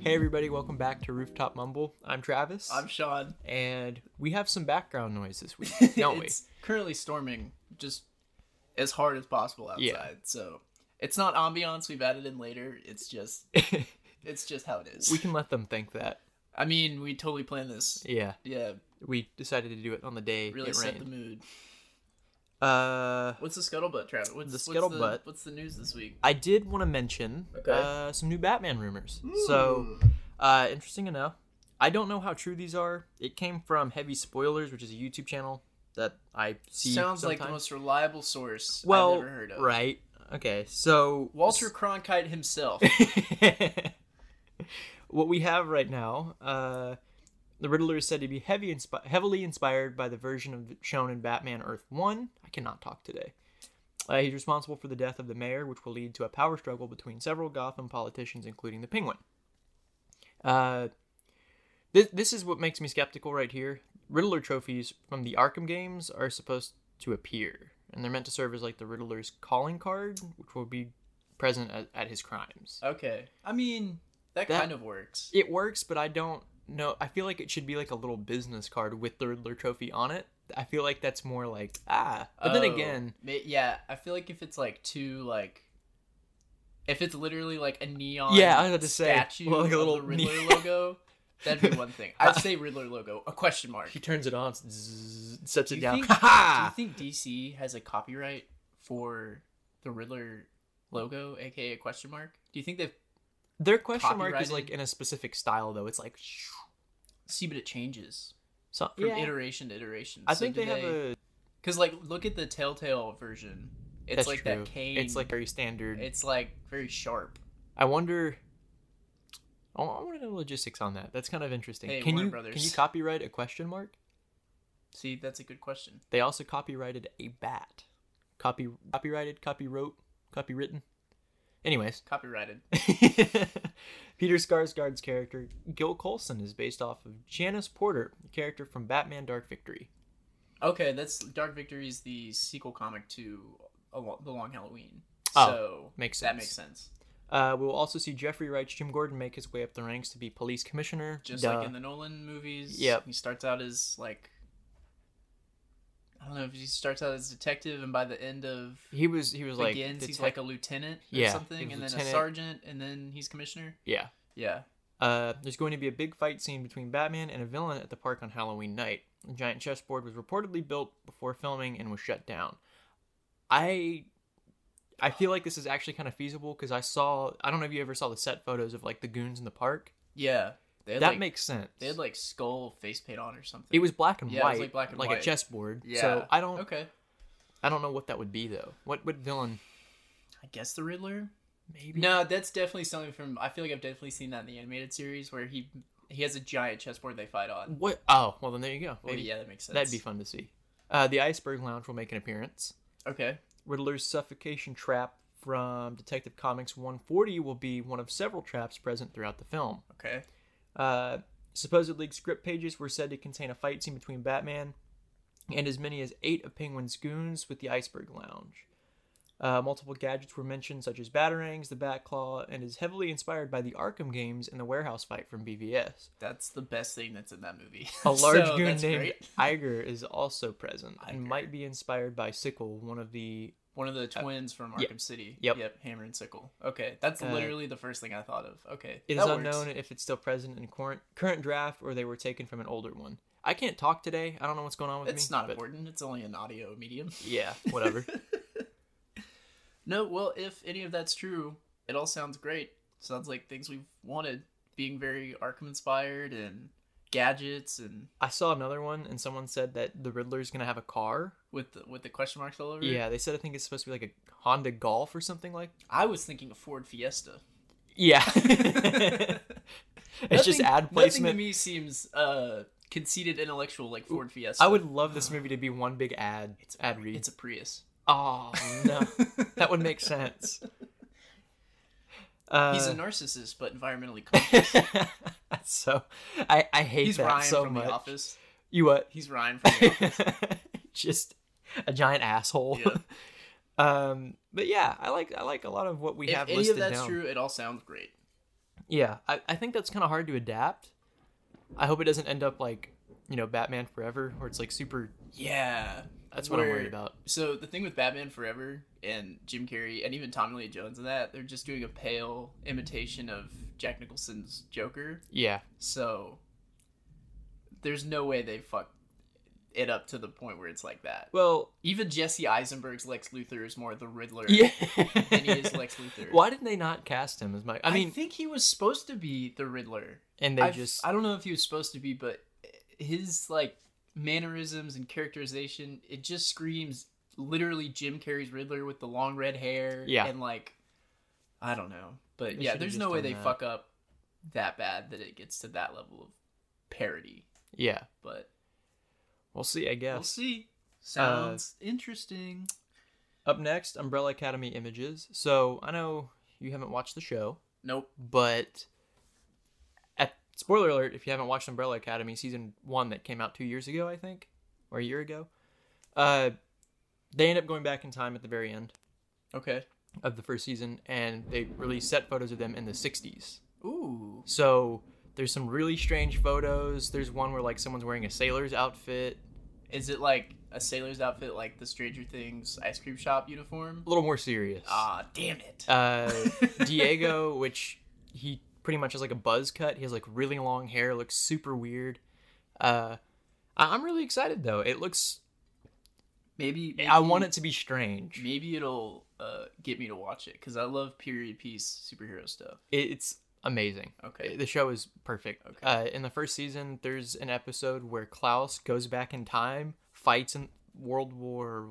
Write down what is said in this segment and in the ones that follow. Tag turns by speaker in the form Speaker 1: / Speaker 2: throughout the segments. Speaker 1: Hey everybody, welcome back to Rooftop Mumble. I'm Travis,
Speaker 2: I'm Sean.
Speaker 1: and we have some background noise this week, don't we?
Speaker 2: it's currently storming just as hard as possible outside.
Speaker 1: Yeah.
Speaker 2: So it's not ambiance we've added in later. It's just it's just how it is.
Speaker 1: we can let them think that.
Speaker 2: I mean, we totally planned this.
Speaker 1: Yeah,
Speaker 2: Yeah,
Speaker 1: we decided to do it on the day
Speaker 2: really
Speaker 1: it
Speaker 2: set
Speaker 1: rained.
Speaker 2: the mood.
Speaker 1: Uh,
Speaker 2: What's the scuttlebutt, Travis? What's
Speaker 1: The
Speaker 2: what's
Speaker 1: scuttlebutt.
Speaker 2: What's the news this week?
Speaker 1: I did want to mention
Speaker 2: Okay.
Speaker 1: uh, some new Batman rumors. So, uh, interesting enough, I don't know how true these are. It came from Heavy Spoilers, which is a YouTube channel that I see.
Speaker 2: Sounds like the
Speaker 1: sometimes.
Speaker 2: most reliable source
Speaker 1: well,
Speaker 2: I've ever heard of.
Speaker 1: right? Okay, so
Speaker 2: Walter Cronkite himself.
Speaker 1: what we have right now, uh, the Riddler is said to be heavy inspi- heavily inspired by the version of shown in Batman Earth 1. I cannot talk today. Uh, he's responsible for the death of the mayor, which will lead to a power struggle between several Gotham politicians, including the Penguin. Uh, this, this is what makes me skeptical right here. Riddler trophies from the Arkham games are supposed to appear, and they're meant to serve as like the Riddler's calling card, which will be present at, at his crimes.
Speaker 2: okay. I mean, that,
Speaker 1: That-
Speaker 2: kind of works.
Speaker 1: It works, but I don't know. I feel like it should be like a little business card with the Riddler trophy on it. I feel like that's more like ah. But then
Speaker 2: Oh,
Speaker 1: again,
Speaker 2: ma- yeah, I feel like if it's like too like, if it's literally like a neon
Speaker 1: Yeah, I was about to say,
Speaker 2: statue
Speaker 1: well, like a
Speaker 2: of
Speaker 1: little
Speaker 2: the Riddler
Speaker 1: ne-
Speaker 2: logo, that'd be one thing. I'd say Riddler logo, a question mark.
Speaker 1: he turns it on, zzz, sets
Speaker 2: Do
Speaker 1: it
Speaker 2: you,
Speaker 1: down.
Speaker 2: think, do
Speaker 1: Ha ha!
Speaker 2: you think DC has a copyright for the Riddler logo, aka a question mark? Do you think they've
Speaker 1: Their question mark is
Speaker 2: copyrighted?
Speaker 1: like in a specific style though. It's like
Speaker 2: see, but it changes
Speaker 1: so,
Speaker 2: from
Speaker 1: yeah.
Speaker 2: iteration to iteration.
Speaker 1: I think they have a.
Speaker 2: because like look at the Telltale version. It's
Speaker 1: that's
Speaker 2: like
Speaker 1: true.
Speaker 2: that cane.
Speaker 1: It's like very standard.
Speaker 2: it's like very sharp.
Speaker 1: I wonder. I want to know logistics on that. That's kind of interesting.
Speaker 2: Hey,
Speaker 1: can
Speaker 2: Warner
Speaker 1: you can
Speaker 2: Brothers.
Speaker 1: you copyright a question mark?
Speaker 2: See, that's a good question.
Speaker 1: They also copyrighted a bat. Copy copyrighted, copywrote, copywritten. Anyways,
Speaker 2: Copyrighted.
Speaker 1: Peter Skarsgård's character Gil Coulson is based off of Janice Porter, a character from Batman: Dark Victory.
Speaker 2: Okay, that's Dark Victory is the sequel comic to a Lo- the Long Halloween.
Speaker 1: Oh,
Speaker 2: so
Speaker 1: makes
Speaker 2: that
Speaker 1: sense.
Speaker 2: makes sense.
Speaker 1: Uh, we will also see Jeffrey Wright's Jim Gordon make his way up the ranks to be police commissioner.
Speaker 2: Just
Speaker 1: Duh.
Speaker 2: like in the Nolan movies,
Speaker 1: Yep.
Speaker 2: he starts out as like I don't know if he starts out as a detective, and by the end of
Speaker 1: he was he was like
Speaker 2: begins, he's
Speaker 1: detec-
Speaker 2: like a lieutenant or
Speaker 1: Yeah, he
Speaker 2: something,
Speaker 1: was
Speaker 2: and then a
Speaker 1: lieutenant.
Speaker 2: sergeant, and then he's commissioner.
Speaker 1: yeah.
Speaker 2: Yeah,
Speaker 1: Uh, there's going to be a big fight scene between Batman and a villain at the park on Halloween night. A giant chessboard was reportedly built before filming and was shut down. I I feel like this is actually kind of feasible because I saw I don't know if you ever saw the set photos of like the goons in the park.
Speaker 2: yeah. They had
Speaker 1: that
Speaker 2: like,
Speaker 1: makes sense.
Speaker 2: they had like skull face paint on or something.
Speaker 1: it was black and
Speaker 2: Yeah, it
Speaker 1: white,
Speaker 2: was, like, black and
Speaker 1: like a
Speaker 2: white.
Speaker 1: chessboard.
Speaker 2: yeah.
Speaker 1: So I don't
Speaker 2: okay.
Speaker 1: I don't know what that would be though. What what villain?
Speaker 2: I guess the Riddler.
Speaker 1: Maybe
Speaker 2: No, that's definitely something from. I feel like I've definitely seen that in the animated series where he he has a giant chessboard they fight on.
Speaker 1: What? Oh well, then there you go.
Speaker 2: Well,
Speaker 1: Maybe.
Speaker 2: yeah, that makes sense.
Speaker 1: That'd be fun to see. Uh, the Iceberg Lounge will make an appearance.
Speaker 2: Okay.
Speaker 1: Riddler's suffocation trap from Detective Comics 140 will be one of several traps present throughout the film.
Speaker 2: Okay.
Speaker 1: Uh, supposed leaked script pages were said to contain a fight scene between Batman and as many as eight of Penguin's goons with the Iceberg Lounge. Uh, multiple gadgets were mentioned, such as batarangs, the Batclaw, and is heavily inspired by the Arkham games and the warehouse fight from BVS.
Speaker 2: That's the best thing that's in that movie.
Speaker 1: A large
Speaker 2: So,
Speaker 1: goon
Speaker 2: that's
Speaker 1: named
Speaker 2: great.
Speaker 1: Iger is also present and
Speaker 2: Iger.
Speaker 1: might be inspired by Sickle, one of the
Speaker 2: One of the twins from Arkham
Speaker 1: yeah.
Speaker 2: City.
Speaker 1: Uh, Yep.
Speaker 2: Yep. Hammer and sickle. Okay, that's
Speaker 1: Uh,
Speaker 2: literally the first thing I thought of. Okay.
Speaker 1: It is
Speaker 2: that works.
Speaker 1: unknown if it's still present in current current draft or they were taken from an older one. I can't talk today. I don't know what's going on with me.
Speaker 2: It's not
Speaker 1: but
Speaker 2: important. It's only an audio medium.
Speaker 1: Yeah, whatever.
Speaker 2: No, well, if any of that's true, it all sounds great. Sounds like things we've wanted, being very Arkham inspired and gadgets and
Speaker 1: I saw another one and someone said that the Riddler's gonna have a car.
Speaker 2: with the, with the question marks all over. it.
Speaker 1: Yeah, they said I think it's supposed to be like a Honda Golf or something like.
Speaker 2: I was thinking a Ford Fiesta.
Speaker 1: Yeah, it's just
Speaker 2: Nothing-
Speaker 1: ad
Speaker 2: Nothing
Speaker 1: placement.
Speaker 2: to me seems uh, conceited intellectual like Ford Fiesta.
Speaker 1: I would love this movie to be one big ad. It's ad read.
Speaker 2: It's a Prius.
Speaker 1: Oh no, that would make sense. Uh,
Speaker 2: He's a narcissist, but environmentally conscious.
Speaker 1: so I I hate
Speaker 2: He's
Speaker 1: that
Speaker 2: Ryan
Speaker 1: so
Speaker 2: from
Speaker 1: much.
Speaker 2: The Office.
Speaker 1: You what?
Speaker 2: He's Ryan from The Office.
Speaker 1: just a giant asshole.
Speaker 2: Yeah.
Speaker 1: Um, but yeah, I like I like a lot of what we
Speaker 2: if
Speaker 1: have
Speaker 2: any
Speaker 1: listed
Speaker 2: of that's
Speaker 1: down.
Speaker 2: true, it all sounds great.
Speaker 1: Yeah, I, I think that's kind of hard to adapt. I hope it doesn't end up like, you know, Batman Forever, where it's like super.
Speaker 2: Yeah.
Speaker 1: That's what I'm
Speaker 2: Where-
Speaker 1: worried about.
Speaker 2: So the thing with Batman Forever and Jim Carrey and even Tommy Lee Jones and that, they're just doing a pale imitation of Jack Nicholson's Joker.
Speaker 1: Yeah,
Speaker 2: So there's no way they fuck it up to the point where it's like that.
Speaker 1: well,
Speaker 2: Even Jesse Eisenberg's Lex Luthor is more the Riddler
Speaker 1: yeah.
Speaker 2: than he is Lex Luthor.
Speaker 1: Why did they not cast him as my? I mean,
Speaker 2: think he was supposed to be the Riddler.
Speaker 1: and they
Speaker 2: I've-
Speaker 1: just
Speaker 2: I don't know if he was supposed to be, but his like mannerisms and characterization, it just screams literally Jim Carrey's Riddler with the long red hair.
Speaker 1: Yeah.
Speaker 2: And like I don't know. But
Speaker 1: They
Speaker 2: yeah,
Speaker 1: should've
Speaker 2: there's
Speaker 1: just
Speaker 2: no way
Speaker 1: done
Speaker 2: they
Speaker 1: that.
Speaker 2: fuck up that bad that it gets to that level of parody.
Speaker 1: yeah.
Speaker 2: But
Speaker 1: We'll see, I
Speaker 2: we'll
Speaker 1: guess.
Speaker 2: see.
Speaker 1: Uh,
Speaker 2: Sounds interesting.
Speaker 1: Up next, Umbrella Academy Images. So I know you haven't watched the show,
Speaker 2: Nope.
Speaker 1: but at spoiler alert, if you haven't watched Umbrella Academy season one that came out two years ago, I think, or a year ago, uh, they end up going back in time at the very end
Speaker 2: Okay.
Speaker 1: of the first season, and they release set photos of them in the '60s.
Speaker 2: Ooh.
Speaker 1: So there's some really strange photos. There's one where like someone's wearing a sailor's outfit,
Speaker 2: Is it like a sailor's outfit like the Stranger Things ice cream shop uniform?
Speaker 1: a little more serious.
Speaker 2: Ah, damn it.
Speaker 1: Uh, Diego, which he pretty much has like a buzz cut. He has like really long hair, looks super weird. Uh, I- I'm really excited though. It looks.
Speaker 2: maybe, maybe
Speaker 1: I want it to be strange.
Speaker 2: Maybe it'll uh, get me to watch it because I love period piece superhero stuff.
Speaker 1: It- It's amazing.
Speaker 2: Okay.
Speaker 1: The show is perfect.
Speaker 2: Okay.
Speaker 1: Uh, in the first season, there's an episode where Klaus goes back in time, fights in World War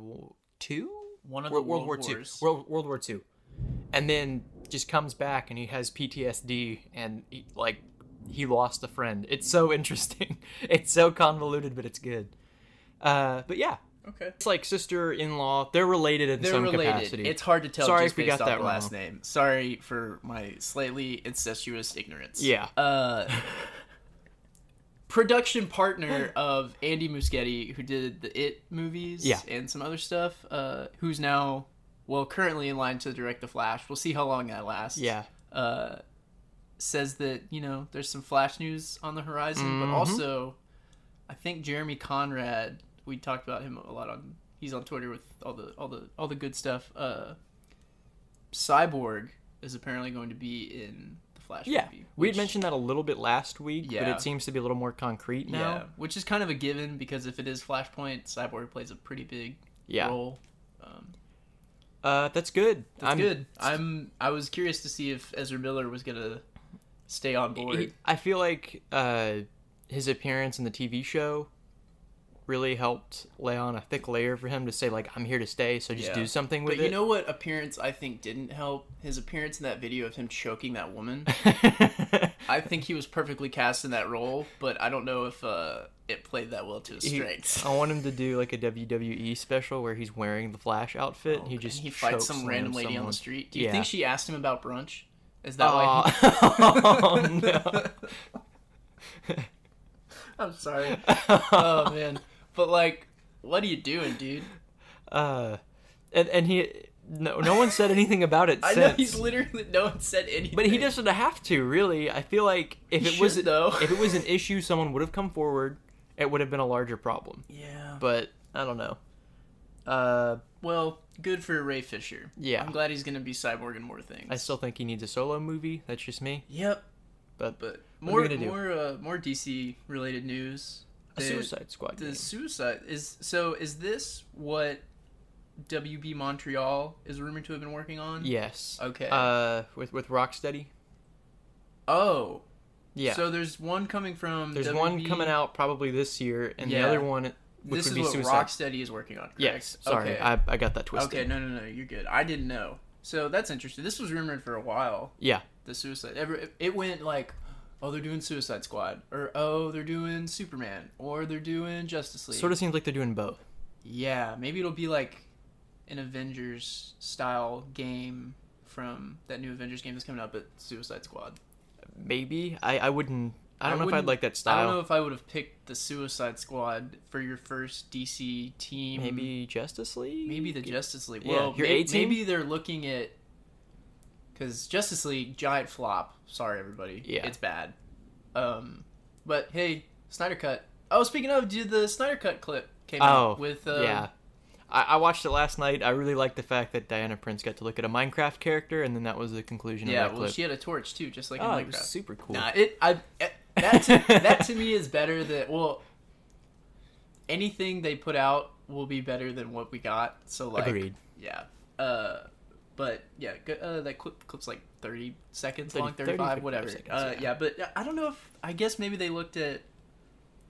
Speaker 1: Two.
Speaker 2: One of
Speaker 1: World,
Speaker 2: the World,
Speaker 1: War Two.
Speaker 2: Wars.
Speaker 1: World, World War Two, and then just comes back and he has PTSD and he, like he lost a friend. It's so interesting. It's so convoluted, but it's good. Uh, but yeah,
Speaker 2: Okay.
Speaker 1: it's like sister in law. They're related in
Speaker 2: They're
Speaker 1: some
Speaker 2: related.
Speaker 1: capacity.
Speaker 2: It's hard to tell
Speaker 1: Sorry
Speaker 2: just
Speaker 1: if we
Speaker 2: based
Speaker 1: got
Speaker 2: off
Speaker 1: that
Speaker 2: the last
Speaker 1: wrong.
Speaker 2: name. Sorry for my slightly incestuous ignorance.
Speaker 1: Yeah.
Speaker 2: Uh, production partner of Andy Muschietti, who did the It movies
Speaker 1: Yeah.
Speaker 2: and some other stuff, uh, who's now, well, currently in line to direct The Flash. We'll see how long that lasts.
Speaker 1: yeah,
Speaker 2: uh, says that you know there's some flash news on the horizon,
Speaker 1: Mhm.
Speaker 2: but also I think Jeremy Conrad. We talked about him a lot on. He's on Twitter with all the all the all the good stuff. Uh, Cyborg is apparently going to be in the Flash
Speaker 1: yeah.
Speaker 2: movie.
Speaker 1: We had
Speaker 2: which-
Speaker 1: mentioned that a little bit last week, but
Speaker 2: Yeah.
Speaker 1: it seems to be a little more concrete
Speaker 2: yeah,
Speaker 1: now.
Speaker 2: which is kind of a given because if it is Flashpoint, Cyborg plays a pretty big
Speaker 1: Yeah,
Speaker 2: role. Um,
Speaker 1: Uh, that's good.
Speaker 2: that's
Speaker 1: I'm
Speaker 2: good. I'm I was curious to see if Ezra Miller was gonna stay on board.
Speaker 1: he- I feel like uh, his appearance in the TV show really helped lay on a thick layer for him to say like I'm here to stay, so just
Speaker 2: Yeah.
Speaker 1: do something with
Speaker 2: But you
Speaker 1: it.
Speaker 2: know what appearance I think didn't help? His appearance in that video of him choking that woman. I think he was perfectly cast in that role, but I don't know if uh, it played that well to his
Speaker 1: He- Oh,
Speaker 2: strengths.
Speaker 1: I want him to do like a WWE special where he's wearing the Flash outfit and he
Speaker 2: Oh, And
Speaker 1: just
Speaker 2: he fights some
Speaker 1: chokeslams
Speaker 2: random lady on
Speaker 1: someone.
Speaker 2: the street. Do you
Speaker 1: Yeah.
Speaker 2: think she asked him about brunch? Is that why? he-
Speaker 1: Aw. Oh,
Speaker 2: I'm sorry.
Speaker 1: no.
Speaker 2: Oh man, but like, what are you doing, dude?
Speaker 1: Uh, and and he no no one said anything about it
Speaker 2: I
Speaker 1: since.
Speaker 2: know he's literally no one said anything.
Speaker 1: But he doesn't have to, really. I feel like if
Speaker 2: He
Speaker 1: it was
Speaker 2: should, though.
Speaker 1: if it was an issue, someone would have come forward. It would have been a larger problem.
Speaker 2: Yeah. But
Speaker 1: But I don't know. Uh,
Speaker 2: well, good for Ray Fisher.
Speaker 1: Yeah.
Speaker 2: I'm glad he's gonna be cyborg and more things.
Speaker 1: I still think he needs a solo movie. That's just me.
Speaker 2: Yep.
Speaker 1: But What
Speaker 2: But
Speaker 1: are we
Speaker 2: more
Speaker 1: gonna do?
Speaker 2: more uh, more DC related news.
Speaker 1: a
Speaker 2: The-
Speaker 1: Suicide Squad.
Speaker 2: The
Speaker 1: game.
Speaker 2: suicide is so. Is this what WB Montreal is rumored to have been working on?
Speaker 1: Yes.
Speaker 2: Okay.
Speaker 1: Uh, with with Rocksteady.
Speaker 2: oh.
Speaker 1: Yeah.
Speaker 2: So there's one coming from.
Speaker 1: There's
Speaker 2: WB
Speaker 1: one coming out probably this year, and
Speaker 2: Yeah.
Speaker 1: the other one, which
Speaker 2: This
Speaker 1: would
Speaker 2: is
Speaker 1: be
Speaker 2: what
Speaker 1: Suicide.
Speaker 2: Rocksteady is working on. Correct?
Speaker 1: yes. Sorry,
Speaker 2: Okay.
Speaker 1: I I got that twisted.
Speaker 2: okay. No, no, no. You're good. I didn't know. So that's interesting. This was rumored for a while.
Speaker 1: Yeah.
Speaker 2: The suicide. Every, it went like, oh, they're doing Suicide Squad, or oh, they're doing Superman, or they're doing Justice League.
Speaker 1: Sort of seems like they're doing both.
Speaker 2: Yeah, maybe it'll be like an Avengers style game from that new Avengers game that's coming out, but Suicide Squad.
Speaker 1: Maybe I I wouldn't. I don't know if I'd
Speaker 2: wouldn't-
Speaker 1: like that
Speaker 2: I
Speaker 1: style.
Speaker 2: don't know if I would have picked the Suicide Squad for your first DC team.
Speaker 1: Maybe Justice League.
Speaker 2: maybe the Justice League.
Speaker 1: Yeah,
Speaker 2: Well,
Speaker 1: your
Speaker 2: may-
Speaker 1: A team?
Speaker 2: maybe they're looking at Because Justice League, giant flop. Sorry, everybody.
Speaker 1: Yeah.
Speaker 2: It's bad. Um, but hey, Snyder Cut. Oh, speaking of, did the Snyder Cut clip came
Speaker 1: Oh,
Speaker 2: out with uh,
Speaker 1: yeah. I, I watched it last night. I really liked the fact that Diana Prince got to look at a Minecraft character, and then that was the conclusion
Speaker 2: yeah.
Speaker 1: of that
Speaker 2: Well,
Speaker 1: clip.
Speaker 2: she had a torch too, just like
Speaker 1: oh,
Speaker 2: in
Speaker 1: it was
Speaker 2: Minecraft.
Speaker 1: super cool.
Speaker 2: Nah, it I eh, that to, that to me is better than well anything they put out will be better than what we got. So like
Speaker 1: Agreed.
Speaker 2: yeah. Uh but yeah, go- uh, that clip clip's like 30 seconds
Speaker 1: 30
Speaker 2: long,
Speaker 1: 30,
Speaker 2: 35 whatever.
Speaker 1: 35
Speaker 2: uh
Speaker 1: seconds,
Speaker 2: yeah, but I don't know if I guess maybe they looked at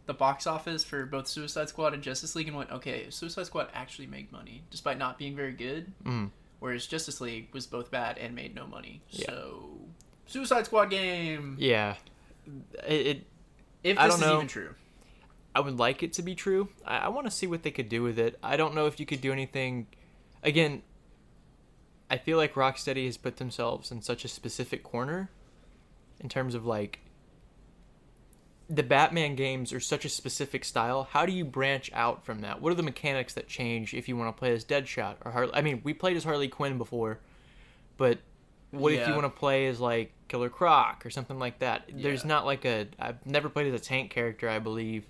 Speaker 2: the box office for both Suicide Squad and Justice League and went, "Okay, Suicide Squad actually made money despite not being very good."
Speaker 1: Mm.
Speaker 2: Whereas Justice League was both bad and made no money.
Speaker 1: Yeah.
Speaker 2: So Suicide Squad game.
Speaker 1: Yeah. It, it,
Speaker 2: If this
Speaker 1: I don't
Speaker 2: is
Speaker 1: know.
Speaker 2: even true.
Speaker 1: I would like it to be true. I, I want to see what they could do with it. I don't know if you could do anything. Again, I feel like Rocksteady has put themselves in such a specific corner in terms of like the Batman games are such a specific style. How do you branch out from that? What are the mechanics that change if you want to play as Deadshot or Harley? I mean, we played as Harley Quinn before, but what if you
Speaker 2: Yeah.
Speaker 1: want to play as like Killer Croc or something like that? There's
Speaker 2: Yeah.
Speaker 1: not like a. I've never played as a tank character, I believe.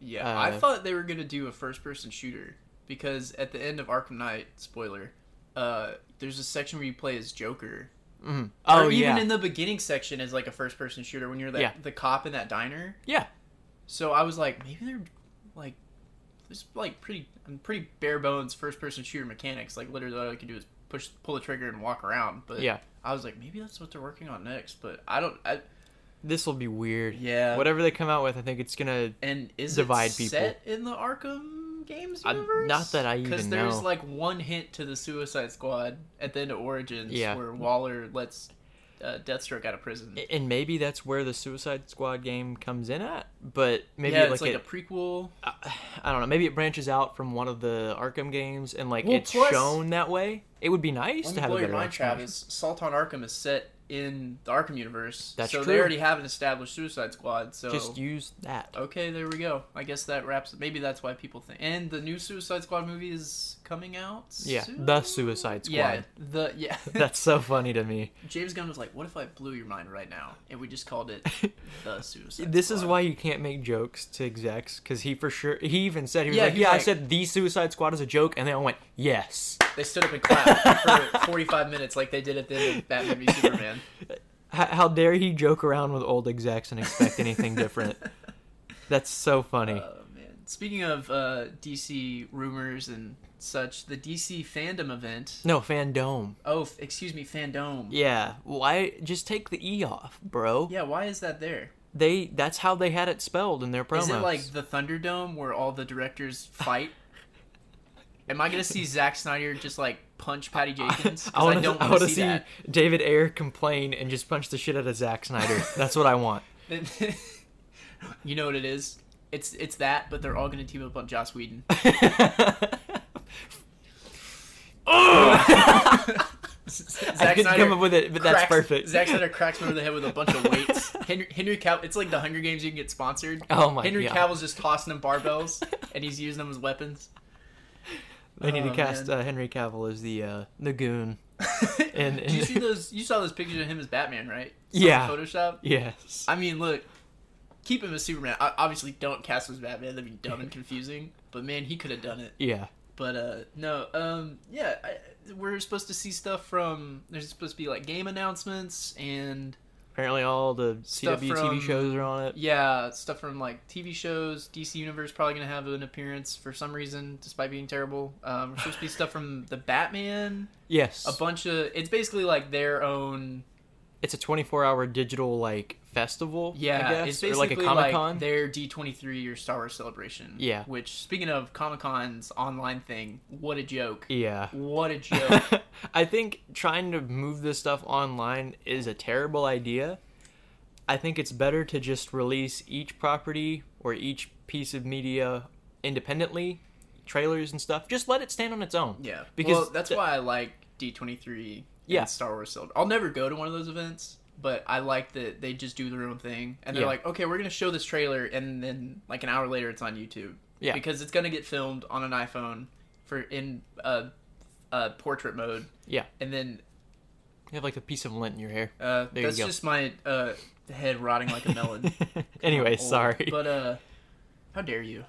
Speaker 2: Yeah,
Speaker 1: Uh,
Speaker 2: I thought they were gonna do a first-person shooter because at the end of Arkham Knight, spoiler, uh, there's a section where you play as Joker.
Speaker 1: Mm.
Speaker 2: or even in the beginning section as like a first-person shooter when you're that,
Speaker 1: Yeah.
Speaker 2: the cop in that diner.
Speaker 1: yeah,
Speaker 2: So I was like, maybe they're like, there's like pretty, I'm pretty bare bones first-person shooter mechanics. Like literally, all I can do is push, pull the trigger, and walk around. But
Speaker 1: yeah.
Speaker 2: I was like, maybe that's what they're working on next. But I don't. I,
Speaker 1: This will be weird.
Speaker 2: yeah.
Speaker 1: Whatever they come out with, I think it's gonna.
Speaker 2: And is
Speaker 1: divide
Speaker 2: it
Speaker 1: people.
Speaker 2: set in the Arkham games
Speaker 1: I-
Speaker 2: universe?
Speaker 1: not that I even
Speaker 2: there's
Speaker 1: know.
Speaker 2: like one hint to the Suicide Squad at the end of Origins,
Speaker 1: Yeah.
Speaker 2: where Waller lets uh, Deathstroke out of prison.
Speaker 1: And maybe that's where the Suicide Squad game comes in at, but maybe
Speaker 2: yeah,
Speaker 1: like,
Speaker 2: it's like
Speaker 1: it,
Speaker 2: a prequel.
Speaker 1: I- I don't know. Maybe it branches out from one of the Arkham games, and like
Speaker 2: Well,
Speaker 1: it's
Speaker 2: plus-
Speaker 1: shown that way. It would be nice
Speaker 2: Let
Speaker 1: to
Speaker 2: me
Speaker 1: have
Speaker 2: blow
Speaker 1: a
Speaker 2: your
Speaker 1: better
Speaker 2: mind,
Speaker 1: explanation.
Speaker 2: Travis. Salt on Arkham is set in the Arkham universe,
Speaker 1: That's
Speaker 2: so
Speaker 1: true.
Speaker 2: they already have an established Suicide Squad. So
Speaker 1: Just use that.
Speaker 2: okay, there we go. I guess that wraps. Maybe that's why people think. And the new Suicide Squad movie is coming out.
Speaker 1: Yeah,
Speaker 2: soon?
Speaker 1: the Suicide Squad.
Speaker 2: Yeah, the yeah.
Speaker 1: That's so funny to me.
Speaker 2: James Gunn was like, "What if I blew your mind right now?" And we just called it the Suicide.
Speaker 1: This is
Speaker 2: Squad.
Speaker 1: why you can't make jokes to execs because he for sure he even said he was
Speaker 2: Yeah,
Speaker 1: like
Speaker 2: he's
Speaker 1: yeah I
Speaker 2: like-
Speaker 1: said the Suicide Squad is a joke and they all went yes.
Speaker 2: they stood up and clapped for 45 minutes, like they did at the end of Batman v Superman.
Speaker 1: How, how dare he joke around with old execs and expect anything different? That's so funny.
Speaker 2: Oh man! Speaking of uh, DC rumors and such, the DC fandom event.
Speaker 1: no, Fandome.
Speaker 2: Oh, f- excuse me, fandom. Yeah.
Speaker 1: Yeah, why just take the e off, bro?
Speaker 2: why is that there?
Speaker 1: They that's how they had it spelled in their promos.
Speaker 2: Is it like the Thunderdome where all the directors fight? Am I gonna see Zack Snyder just like punch Patty Jenkins? 'Cause
Speaker 1: I want
Speaker 2: don't
Speaker 1: to I
Speaker 2: wanna
Speaker 1: want to see,
Speaker 2: that.
Speaker 1: David Ayer complain and just punch the shit out of Zack Snyder. that's what I want.
Speaker 2: you know what it is? It's it's that, but they're all gonna team up on Joss Whedon. Zack
Speaker 1: I couldn't come up with it, but that's
Speaker 2: cracks-
Speaker 1: perfect.
Speaker 2: Zack Snyder cracks me over the head with a bunch of weights. Henry, Henry Cavill, it's like the Hunger Games. You can get sponsored.
Speaker 1: Oh my
Speaker 2: Henry
Speaker 1: God.
Speaker 2: Cavill's just tossing them barbells, and he's using them as weapons.
Speaker 1: They need to
Speaker 2: Oh,
Speaker 1: cast
Speaker 2: man.
Speaker 1: uh, Henry Cavill as the uh, the goon. And-
Speaker 2: Did you
Speaker 1: and-
Speaker 2: see those? You saw those pictures of him as Batman, right?
Speaker 1: Yeah.
Speaker 2: Photoshop.
Speaker 1: Yes.
Speaker 2: I mean, look, keep him as Superman. I, obviously, don't cast him as Batman. That'd be dumb and confusing. But man, he could have done it.
Speaker 1: Yeah.
Speaker 2: But uh no, um yeah, I, we're supposed to see stuff from there's supposed to be like game announcements and
Speaker 1: Apparently, all the
Speaker 2: Stuff
Speaker 1: CW
Speaker 2: from-
Speaker 1: TV shows are on it.
Speaker 2: yeah, stuff from like TV shows. DC Universe probably going to have an appearance for some reason despite being terrible. Um there's supposed to be stuff from the Batman,
Speaker 1: Yes.
Speaker 2: a bunch of it's basically like their own
Speaker 1: it's a 24 hour digital like festival.
Speaker 2: yeah,
Speaker 1: I guess,
Speaker 2: it's
Speaker 1: or like a
Speaker 2: basically
Speaker 1: Comic Con.
Speaker 2: their D23 or Star Wars celebration.
Speaker 1: Yeah.
Speaker 2: Which speaking of Comic-Con's online thing, what a joke.
Speaker 1: yeah.
Speaker 2: What a joke.
Speaker 1: I think trying to move this stuff online is a terrible idea. I think it's better to just release each property or each piece of media independently, trailers and stuff. Just let it stand on its own.
Speaker 2: Yeah,
Speaker 1: Because
Speaker 2: because that's
Speaker 1: the-
Speaker 2: why I like D twenty three.
Speaker 1: Yeah.
Speaker 2: Yeah, Star Wars Celebration. I'll never go to one of those events, but I like that they just do their own thing, and they're
Speaker 1: Yeah.
Speaker 2: like, okay, we're gonna show this trailer, and then like an hour later, it's on YouTube.
Speaker 1: Yeah.
Speaker 2: because it's gonna get filmed on an iPhone for in uh, uh portrait mode,
Speaker 1: Yeah.
Speaker 2: and then
Speaker 1: You have like a piece of lint in your hair.
Speaker 2: Uh,
Speaker 1: There you
Speaker 2: that's
Speaker 1: go.
Speaker 2: just my uh, head rotting like a melon.
Speaker 1: anyway,
Speaker 2: Old.
Speaker 1: sorry.
Speaker 2: But uh, how dare you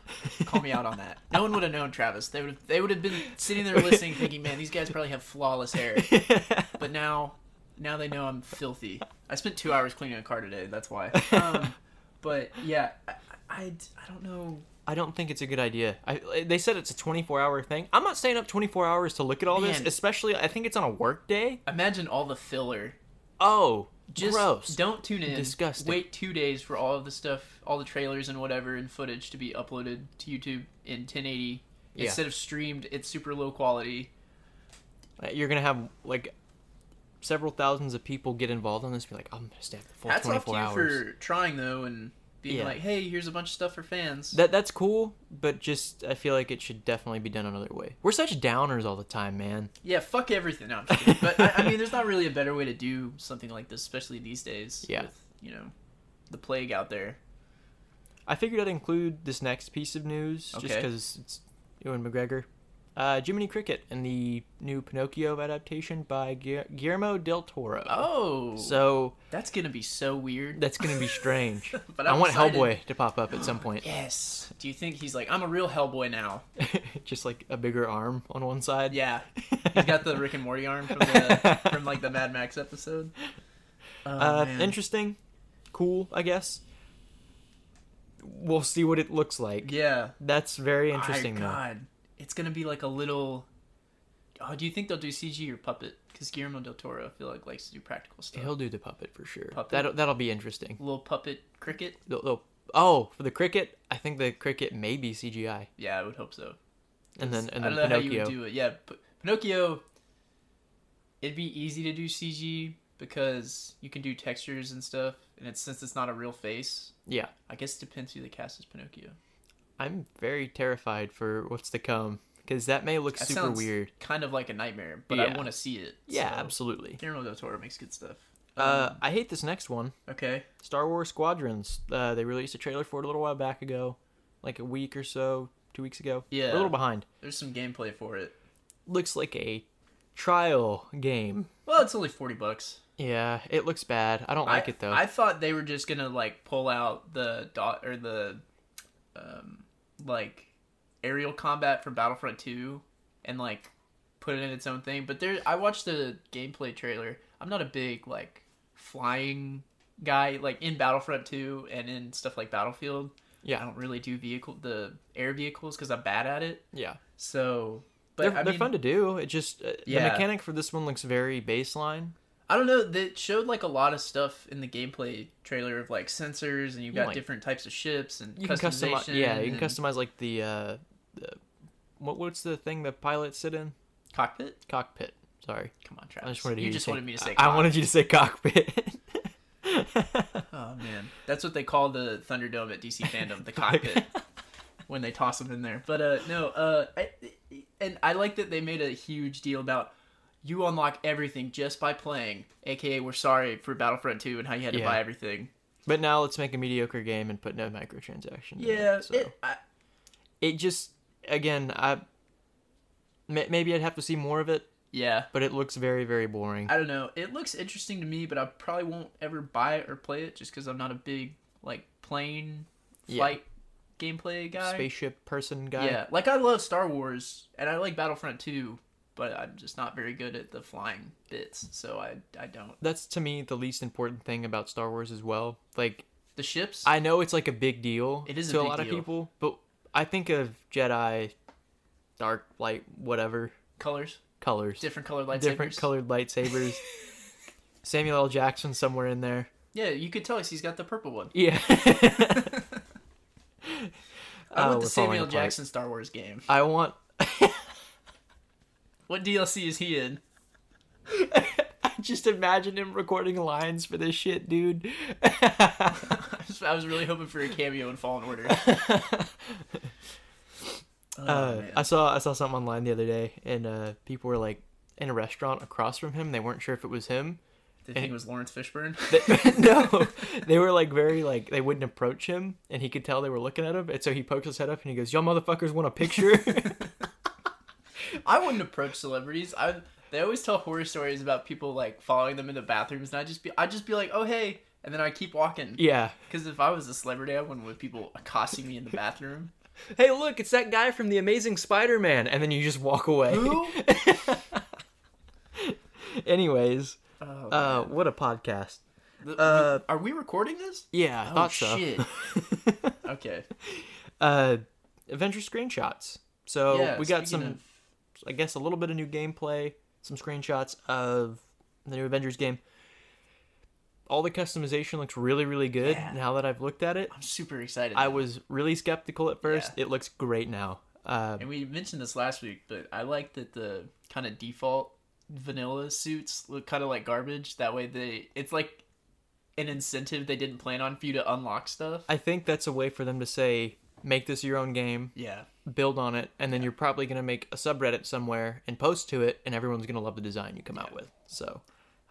Speaker 2: call me out on that? No one would have known, Travis. They would have, they would have been sitting there listening, thinking, "Man, these guys probably have flawless hair." But now, now they know I'm filthy. I spent two hours cleaning a car today. That's why. Um, but yeah, I, I I don't know.
Speaker 1: I don't think it's a good idea. I, they said it's a 24 hour thing. I'm not staying up 24 hours to look at all
Speaker 2: Man.
Speaker 1: this, especially I think it's on a work day.
Speaker 2: Imagine all the filler.
Speaker 1: Oh,
Speaker 2: Just
Speaker 1: gross.
Speaker 2: don't tune in.
Speaker 1: Disgusting.
Speaker 2: Wait two days for all of the stuff, all the trailers and whatever and footage to be uploaded to YouTube in 1080
Speaker 1: Yeah.
Speaker 2: instead of streamed. It's super low quality.
Speaker 1: Uh, You're going to have like several thousands of people get involved in this and be like, I'm going to stay up the full
Speaker 2: That's off to
Speaker 1: 24
Speaker 2: you
Speaker 1: hours.
Speaker 2: for trying though and being
Speaker 1: Yeah.
Speaker 2: like, hey, here's a bunch of stuff for fans.
Speaker 1: That that's cool, but just I feel like it should definitely be done another way. We're such downers all the time, man.
Speaker 2: yeah, fuck everything. No, I'm just kidding. but I, I mean, there's not really a better way to do something like this, especially these days.
Speaker 1: Yeah.
Speaker 2: With, you know, the plague out there.
Speaker 1: I figured I'd include this next piece of news just 'cause just
Speaker 2: Okay.
Speaker 1: because it's Ewan McGregor. Uh, Jiminy Cricket and the new Pinocchio adaptation by Guil- Guillermo del Toro.
Speaker 2: Oh,
Speaker 1: So
Speaker 2: that's gonna be so weird.
Speaker 1: that's gonna be strange.
Speaker 2: But
Speaker 1: I
Speaker 2: I'm
Speaker 1: want
Speaker 2: excited.
Speaker 1: Hellboy to pop up at some point,
Speaker 2: Yes. Do you think he's like, I'm a real Hellboy now?
Speaker 1: just like a bigger arm on one side.
Speaker 2: Yeah. He's got the Rick and Morty arm from the from like the Mad Max episode. Oh,
Speaker 1: uh,
Speaker 2: man.
Speaker 1: interesting, cool, I guess. We'll see what it looks like.
Speaker 2: yeah.
Speaker 1: That's very
Speaker 2: My
Speaker 1: interesting, though.
Speaker 2: God, it's gonna be like a little. Oh, do you think they'll do CG or puppet? Because Guillermo del Toro, I feel like likes to do practical stuff.
Speaker 1: He'll do the puppet for sure.
Speaker 2: Puppet?
Speaker 1: That'll that'll be interesting.
Speaker 2: Little puppet cricket.
Speaker 1: They'll- they'll- oh, for the cricket, I think the cricket may be CGI,
Speaker 2: Yeah, I would hope so.
Speaker 1: and then and
Speaker 2: I
Speaker 1: then
Speaker 2: don't know how you
Speaker 1: Pinocchio.
Speaker 2: would do it. Yeah, P- Pinocchio. It'd be easy to do CG because you can do textures and stuff, and it's since it's not a real face.
Speaker 1: Yeah,
Speaker 2: I guess it depends who the cast is Pinocchio.
Speaker 1: I'm very terrified for what's to come because that may look
Speaker 2: That
Speaker 1: super
Speaker 2: sounds
Speaker 1: weird.
Speaker 2: Kind of like a nightmare, but I
Speaker 1: Yeah.
Speaker 2: want to see it.
Speaker 1: Yeah,
Speaker 2: so.
Speaker 1: absolutely.
Speaker 2: Guillermo del Toro makes good stuff. Um,
Speaker 1: Uh, I hate this next one.
Speaker 2: Okay.
Speaker 1: Star Wars Squadrons. Uh, they released a trailer for it a little while back ago, like a week or so, two weeks ago. We're
Speaker 2: Yeah.
Speaker 1: a little behind.
Speaker 2: There's some gameplay for it.
Speaker 1: Looks like a trial game.
Speaker 2: Well, it's only forty bucks.
Speaker 1: Yeah, it looks bad. I don't like
Speaker 2: I,
Speaker 1: it though.
Speaker 2: I thought they were just gonna like pull out the dot or the, um, like aerial combat from Battlefront Two, and like put it in its own thing. But there, I watched the gameplay trailer. I'm not a big like flying guy. Like in Battlefront Two and in stuff like Battlefield, I
Speaker 1: yeah,
Speaker 2: don't really do vehicle the air vehicles because I'm bad at it.
Speaker 1: yeah.
Speaker 2: So, but
Speaker 1: They're,
Speaker 2: I
Speaker 1: they're
Speaker 2: mean,
Speaker 1: fun to do. It just uh,
Speaker 2: Yeah.
Speaker 1: the mechanic for this one looks very baseline.
Speaker 2: I don't know. They showed like a lot of stuff in the gameplay trailer of like sensors, and you've got
Speaker 1: Like-
Speaker 2: different types of ships and
Speaker 1: You can
Speaker 2: customization.
Speaker 1: customize. Yeah, you can
Speaker 2: and
Speaker 1: customize like the, uh, the what what's the thing the pilots sit in?
Speaker 2: cockpit.
Speaker 1: Cockpit. Sorry,
Speaker 2: Come on, Travis.
Speaker 1: I just wanted to
Speaker 2: you
Speaker 1: hear
Speaker 2: just
Speaker 1: you say-
Speaker 2: wanted me to say.
Speaker 1: I, I
Speaker 2: cock.
Speaker 1: wanted you to say cockpit.
Speaker 2: Oh man, that's what they call the Thunderdome at DC fandom, the cockpit, when they toss them in there. But uh, no, uh, I, and I like that they made a huge deal about you unlock everything just by playing. AKA, we're sorry for Battlefront Two and how you had to
Speaker 1: Yeah.
Speaker 2: buy everything.
Speaker 1: but now let's make a mediocre game and put no microtransactions. in
Speaker 2: Yeah,
Speaker 1: it, so.
Speaker 2: it- I,
Speaker 1: it just again I may- maybe I'd have to see more of it,
Speaker 2: yeah.
Speaker 1: but it looks very very boring.
Speaker 2: I don't know. It looks interesting to me, but I probably won't ever buy it or play it just because I'm not a big like plane
Speaker 1: Yeah.
Speaker 2: flight gameplay guy.
Speaker 1: Spaceship person guy.
Speaker 2: Yeah, like I love Star Wars and I like Battlefront 2, but I'm just not very good at the flying bits, so I I don't.
Speaker 1: That's to me the least important thing about Star Wars as well. Like
Speaker 2: The ships.
Speaker 1: I know it's like a big deal
Speaker 2: It is a
Speaker 1: to a,
Speaker 2: big
Speaker 1: lot
Speaker 2: deal.
Speaker 1: of people, but I think of Jedi, Dark Light, whatever
Speaker 2: colors,
Speaker 1: colors,
Speaker 2: different color lightsabers.
Speaker 1: different colored lightsabers. Samuel L. Jackson somewhere in there.
Speaker 2: Yeah, you could tell us he's got the purple one.
Speaker 1: Yeah.
Speaker 2: I
Speaker 1: Oh,
Speaker 2: want the
Speaker 1: we're falling
Speaker 2: Samuel
Speaker 1: apart.
Speaker 2: Jackson Star Wars game.
Speaker 1: I want.
Speaker 2: What DLC is he in?
Speaker 1: I just imagine him recording lines for this shit, dude.
Speaker 2: I was- I was really hoping for a cameo in Fallen Order. Oh,
Speaker 1: Uh,
Speaker 2: man.
Speaker 1: I saw I saw something online the other day, and uh, people were like in a restaurant across from him. They weren't sure if it was him.
Speaker 2: They think it was Lawrence Fishburne.
Speaker 1: They- no, they were like very like they wouldn't approach him, and he could tell they were looking at him, and so he pokes his head up and he goes, "Y'all motherfuckers want a picture?"
Speaker 2: I wouldn't approach celebrities. I They always tell horror stories about people like following them in the bathrooms, and I just be, I just be like, oh hey, and then I keep walking.
Speaker 1: Yeah.
Speaker 2: Because if I was a celebrity, I wouldn't want people accosting me in the bathroom.
Speaker 1: Hey, look, it's that guy from The Amazing Spider Man. And then you just walk away.
Speaker 2: Who?
Speaker 1: Anyways,
Speaker 2: Oh,
Speaker 1: uh, what a podcast.
Speaker 2: th-
Speaker 1: uh,
Speaker 2: are we recording this?
Speaker 1: Yeah, I
Speaker 2: Oh,
Speaker 1: thought so.
Speaker 2: shit. Okay.
Speaker 1: uh, adventure screenshots. So
Speaker 2: Yeah,
Speaker 1: we got some,
Speaker 2: speaking of-
Speaker 1: I guess, a little bit of new gameplay, some screenshots of the new Avengers game. All the customization looks really, really good.
Speaker 2: Yeah.
Speaker 1: Now that I've looked at it,
Speaker 2: I'm super excited.
Speaker 1: I was really skeptical at first.
Speaker 2: Yeah.
Speaker 1: It looks great now. Uh,
Speaker 2: and we mentioned this last week, but I like that the kind of default vanilla suits look kind of like garbage. That way, they it's like an incentive they didn't plan on for you to unlock stuff.
Speaker 1: I think that's a way for them to say, make this your own game,
Speaker 2: Yeah,
Speaker 1: build on it, and then you're probably going to make a subreddit somewhere and post to it, and everyone's going to love the design you come out with. So,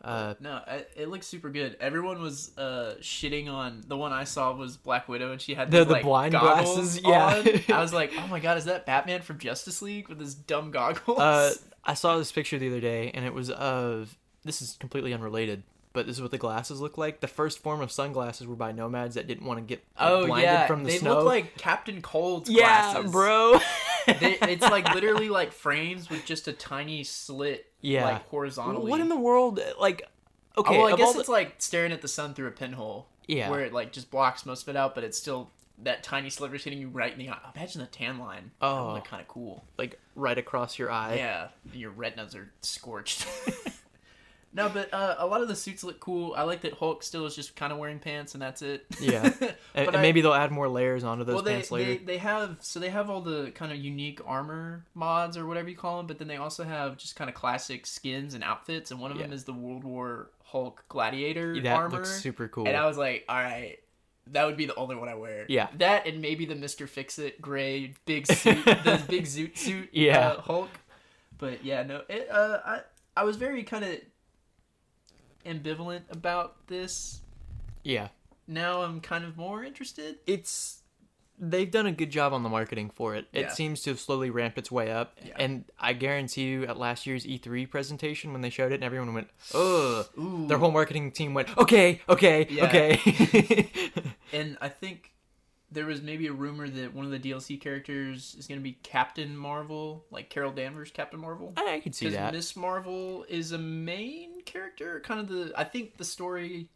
Speaker 1: uh,
Speaker 2: no, I, it looks super good. Everyone was uh shitting on the one I saw was Black Widow, and she had
Speaker 1: The-
Speaker 2: these,
Speaker 1: the
Speaker 2: like,
Speaker 1: blind glasses,
Speaker 2: goggles
Speaker 1: yeah.
Speaker 2: on. I was like, oh my god, is that Batman from Justice League with his dumb goggles?
Speaker 1: uh, I saw this picture the other day, and it was of this is completely unrelated, but this is what the glasses look like. The first form of sunglasses were by nomads that didn't want to get like,
Speaker 2: oh
Speaker 1: blinded
Speaker 2: yeah,
Speaker 1: from the
Speaker 2: they
Speaker 1: snow.
Speaker 2: look like Captain Cold's
Speaker 1: yeah,
Speaker 2: glasses.
Speaker 1: bro.
Speaker 2: they, it's like literally like frames with just a tiny slit,
Speaker 1: Yeah.
Speaker 2: like horizontally. Oh,
Speaker 1: what in the world? Like, okay,
Speaker 2: well, I
Speaker 1: of
Speaker 2: guess
Speaker 1: all the-
Speaker 2: it's like staring at the sun through a pinhole,
Speaker 1: Yeah.
Speaker 2: where it like just blocks most of it out, but it's still that tiny sliver's hitting you right in the eye. Imagine the tan line. that
Speaker 1: Oh.
Speaker 2: would look kind of cool.
Speaker 1: like right across your eye.
Speaker 2: Yeah, your retinas are scorched. no, but uh, a lot of the suits look cool. I like that Hulk still is just kind of wearing pants, and that's it.
Speaker 1: Yeah. And- and,
Speaker 2: But I-
Speaker 1: maybe they'll add more layers onto those
Speaker 2: well, they,
Speaker 1: pants later.
Speaker 2: they they have so they have all the kind of unique armor mods or whatever you call them, but then they also have just kind of classic skins and outfits, and one of
Speaker 1: Yeah.
Speaker 2: them is the World War Hulk gladiator
Speaker 1: that
Speaker 2: armor.
Speaker 1: looks super cool.
Speaker 2: And I was like, all right, that would be the only one I wear.
Speaker 1: Yeah.
Speaker 2: that and maybe the Mister Fix It gray big suit, the big zoot suit.
Speaker 1: Yeah.
Speaker 2: uh, Hulk. But yeah, no, it, uh, I I was very kind of ambivalent about this.
Speaker 1: yeah.
Speaker 2: Now I'm kind of more interested.
Speaker 1: It's they've done a good job on the marketing for it. It
Speaker 2: Yeah.
Speaker 1: seems to have slowly ramped its way up.
Speaker 2: Yeah.
Speaker 1: And I guarantee you at last year's E3 presentation when they showed it and everyone went, "Ugh."
Speaker 2: Ooh.
Speaker 1: Their whole marketing team went, "Okay, okay,
Speaker 2: Yeah.
Speaker 1: okay."
Speaker 2: And I think there was maybe a rumor that one of the DLC characters is going to be Captain Marvel, like Carol Danvers Captain Marvel.
Speaker 1: I could see that.
Speaker 2: Miss Marvel is a main character, kind of the I think the story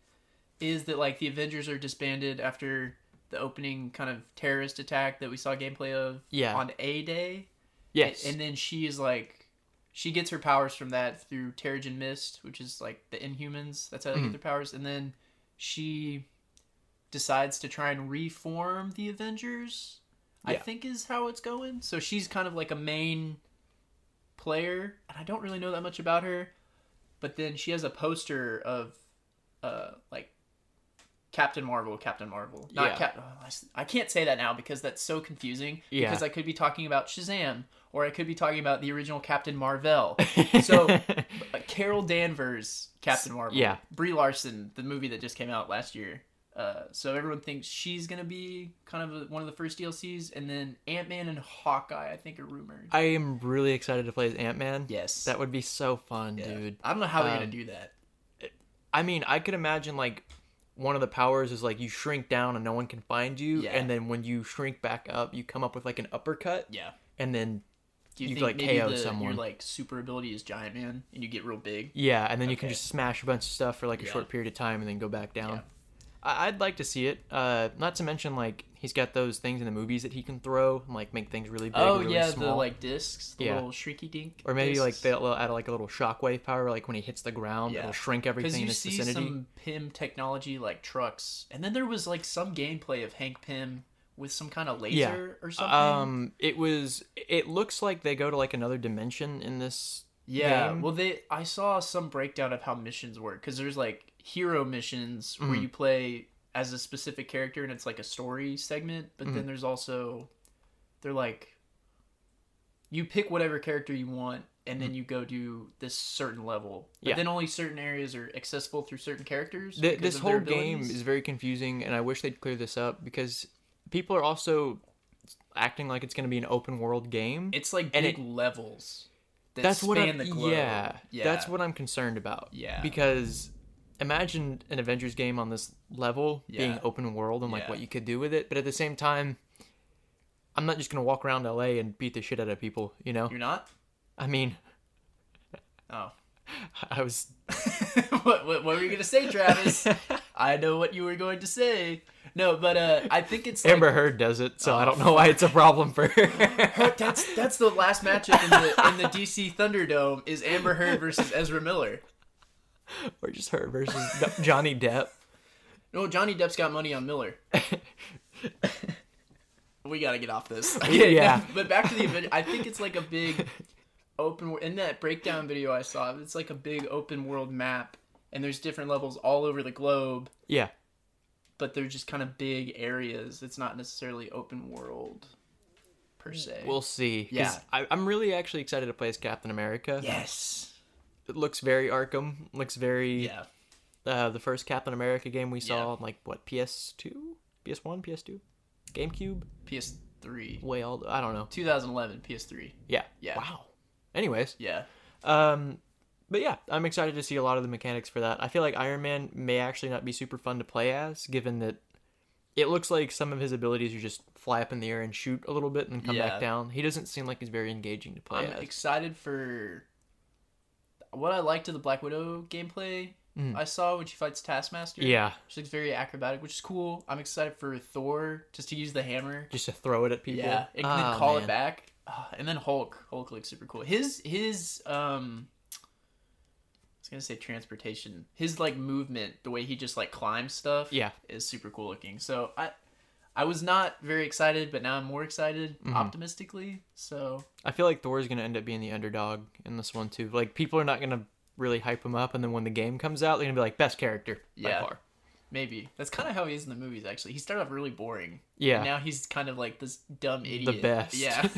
Speaker 2: is that like the Avengers are disbanded after the opening kind of terrorist attack that we saw gameplay of
Speaker 1: Yeah.
Speaker 2: on A Day.
Speaker 1: yes.
Speaker 2: And then she is like she gets her powers from that through Terrigen Mist, which is like the Inhumans. That's how
Speaker 1: Mm-hmm.
Speaker 2: they get their powers. And then she decides to try and reform the Avengers. I
Speaker 1: Yeah.
Speaker 2: think is how it's going. So she's kind of like a main player, and I don't really know that much about her. But then she has a poster of uh like Captain Marvel, Captain Marvel. Not
Speaker 1: Yeah.
Speaker 2: Cap oh, I s- I can't say that now because that's so confusing
Speaker 1: Yeah.
Speaker 2: because I could be talking about Shazam or I could be talking about the original Captain Marvel. So uh, Carol Danvers, Captain Marvel.
Speaker 1: yeah.
Speaker 2: Brie Larson, the movie that just came out last year. Uh, so everyone thinks she's gonna be kind of a, one of the first DLCs, and then Ant Man and Hawkeye, I think, are rumored.
Speaker 1: I am really excited to play as Ant-Man.
Speaker 2: yes,
Speaker 1: That would be so fun,
Speaker 2: Yeah.
Speaker 1: dude.
Speaker 2: I don't know how they're gonna
Speaker 1: Um,
Speaker 2: do that.
Speaker 1: I mean, I could imagine like one of the powers is like you shrink down and no one can find you,
Speaker 2: Yeah.
Speaker 1: and then when you shrink back up, you come up with like an uppercut,
Speaker 2: Yeah.
Speaker 1: and then
Speaker 2: Do you
Speaker 1: you could,
Speaker 2: think
Speaker 1: like,
Speaker 2: maybe
Speaker 1: KO
Speaker 2: the, your
Speaker 1: someone.
Speaker 2: like super ability is Giant Man, and you get real big?
Speaker 1: yeah, and then you can
Speaker 2: Okay.
Speaker 1: just smash a bunch of stuff for like a
Speaker 2: Yeah.
Speaker 1: short period of time, and then go back down.
Speaker 2: Yeah.
Speaker 1: I- I'd like to see it. Uh, not to mention like he's got those things in the movies that he can throw and like make things really big.
Speaker 2: Oh
Speaker 1: or really
Speaker 2: yeah,
Speaker 1: small.
Speaker 2: the like discs, the
Speaker 1: Yeah.
Speaker 2: little shrinky dink,
Speaker 1: Or maybe like they'll add like a little shockwave power, like when he hits the ground,
Speaker 2: Yeah.
Speaker 1: it'll shrink
Speaker 2: because
Speaker 1: everything
Speaker 2: you
Speaker 1: in his
Speaker 2: see
Speaker 1: vicinity.
Speaker 2: some Pym technology like trucks, and then there was like some gameplay of Hank Pym with some kind of laser or something.
Speaker 1: Um, it was. It looks like they go to like another dimension in this.
Speaker 2: yeah,
Speaker 1: game.
Speaker 2: well they I saw some breakdown of how missions work because there's like hero missions
Speaker 1: Mm.
Speaker 2: where you play as a specific character and it's like a story segment, but
Speaker 1: Mm.
Speaker 2: then there's also they're like you pick whatever character you want and then you go do this certain level. But
Speaker 1: Mm. Yeah.
Speaker 2: then only certain areas are accessible through certain characters.
Speaker 1: Th-
Speaker 2: because
Speaker 1: this
Speaker 2: of their
Speaker 1: whole game
Speaker 2: abilities.
Speaker 1: is very confusing, and I wish they'd clear this up because people are also acting like it's going to be an open world game.
Speaker 2: it's like
Speaker 1: and
Speaker 2: big levels. that
Speaker 1: that's what
Speaker 2: span
Speaker 1: I'm,
Speaker 2: the globe.
Speaker 1: Yeah,
Speaker 2: yeah,
Speaker 1: that's what I'm concerned about.
Speaker 2: Yeah.
Speaker 1: because imagine an Avengers game on this level being
Speaker 2: Yeah.
Speaker 1: open world and like
Speaker 2: Yeah.
Speaker 1: what you could do with it, but at the same time, I'm not just gonna walk around LA and beat the shit out of people. You know,
Speaker 2: you're not.
Speaker 1: I mean,
Speaker 2: Oh,
Speaker 1: I was
Speaker 2: what, what what were you gonna say, Travis? I know what you were going to say. No, but uh, I think it's like,
Speaker 1: Amber Heard does it, so I
Speaker 2: Oh.
Speaker 1: don't know why it's a problem for her.
Speaker 2: That's that's the last matchup in the in the DC Thunderdome is Amber Heard versus Ezra Miller.
Speaker 1: or just her versus Do- Johnny Depp.
Speaker 2: No, Johnny Depp's got money on Miller. we gotta get off this.
Speaker 1: Yeah.
Speaker 2: but back to the event. I think it's like a big open. wor- In that breakdown video I saw, it's like a big open world map, and there's different levels all over the globe.
Speaker 1: Yeah,
Speaker 2: But they're just kind of big areas. It's not necessarily open world per se.
Speaker 1: we'll see. 'cause
Speaker 2: Yeah.
Speaker 1: I, I'm really actually excited to play as Captain America.
Speaker 2: yes.
Speaker 1: It looks very Arkham. Looks very
Speaker 2: Yeah.
Speaker 1: uh, the first Captain America game we saw on like what PS2, PS1, PS2, GameCube.
Speaker 2: PS3,
Speaker 1: Way old. I don't know.
Speaker 2: 2011 PS3.
Speaker 1: Yeah.
Speaker 2: Yeah.
Speaker 1: Wow. Anyways,
Speaker 2: Yeah.
Speaker 1: um, but yeah, I'm excited to see a lot of the mechanics for that. I feel like Iron Man may actually not be super fun to play as, given that it looks like some of his abilities are just fly up in the air and shoot a little bit and then come
Speaker 2: Yeah.
Speaker 1: back down. He doesn't seem like he's very engaging to play
Speaker 2: I'm
Speaker 1: as.
Speaker 2: excited for what I liked of the Black Widow gameplay I saw when she fights Taskmaster.
Speaker 1: Mm. yeah,
Speaker 2: She looks very acrobatic, which is cool. I'm excited for Thor just to use the hammer.
Speaker 1: just to throw it at people.
Speaker 2: Yeah. And
Speaker 1: Ah,
Speaker 2: then call it
Speaker 1: man.
Speaker 2: back. Ah, And then Hulk. Hulk looks super cool. His his um I was gonna say transportation. His like movement, the way he just like climbs stuff
Speaker 1: Yeah.
Speaker 2: is super cool looking. So I I was not very excited, but now I'm more excited
Speaker 1: Mm-hmm.
Speaker 2: optimistically. So
Speaker 1: I feel like Thor's gonna end up being the underdog in this one too. Like people are not gonna really hype him up, and then when the game comes out, they're gonna be like best character
Speaker 2: Yeah.
Speaker 1: by far.
Speaker 2: Maybe that's kind of how he is in the movies. Actually, he started off really boring.
Speaker 1: Yeah.
Speaker 2: Now he's kind of like this dumb idiot.
Speaker 1: best.
Speaker 2: Yeah.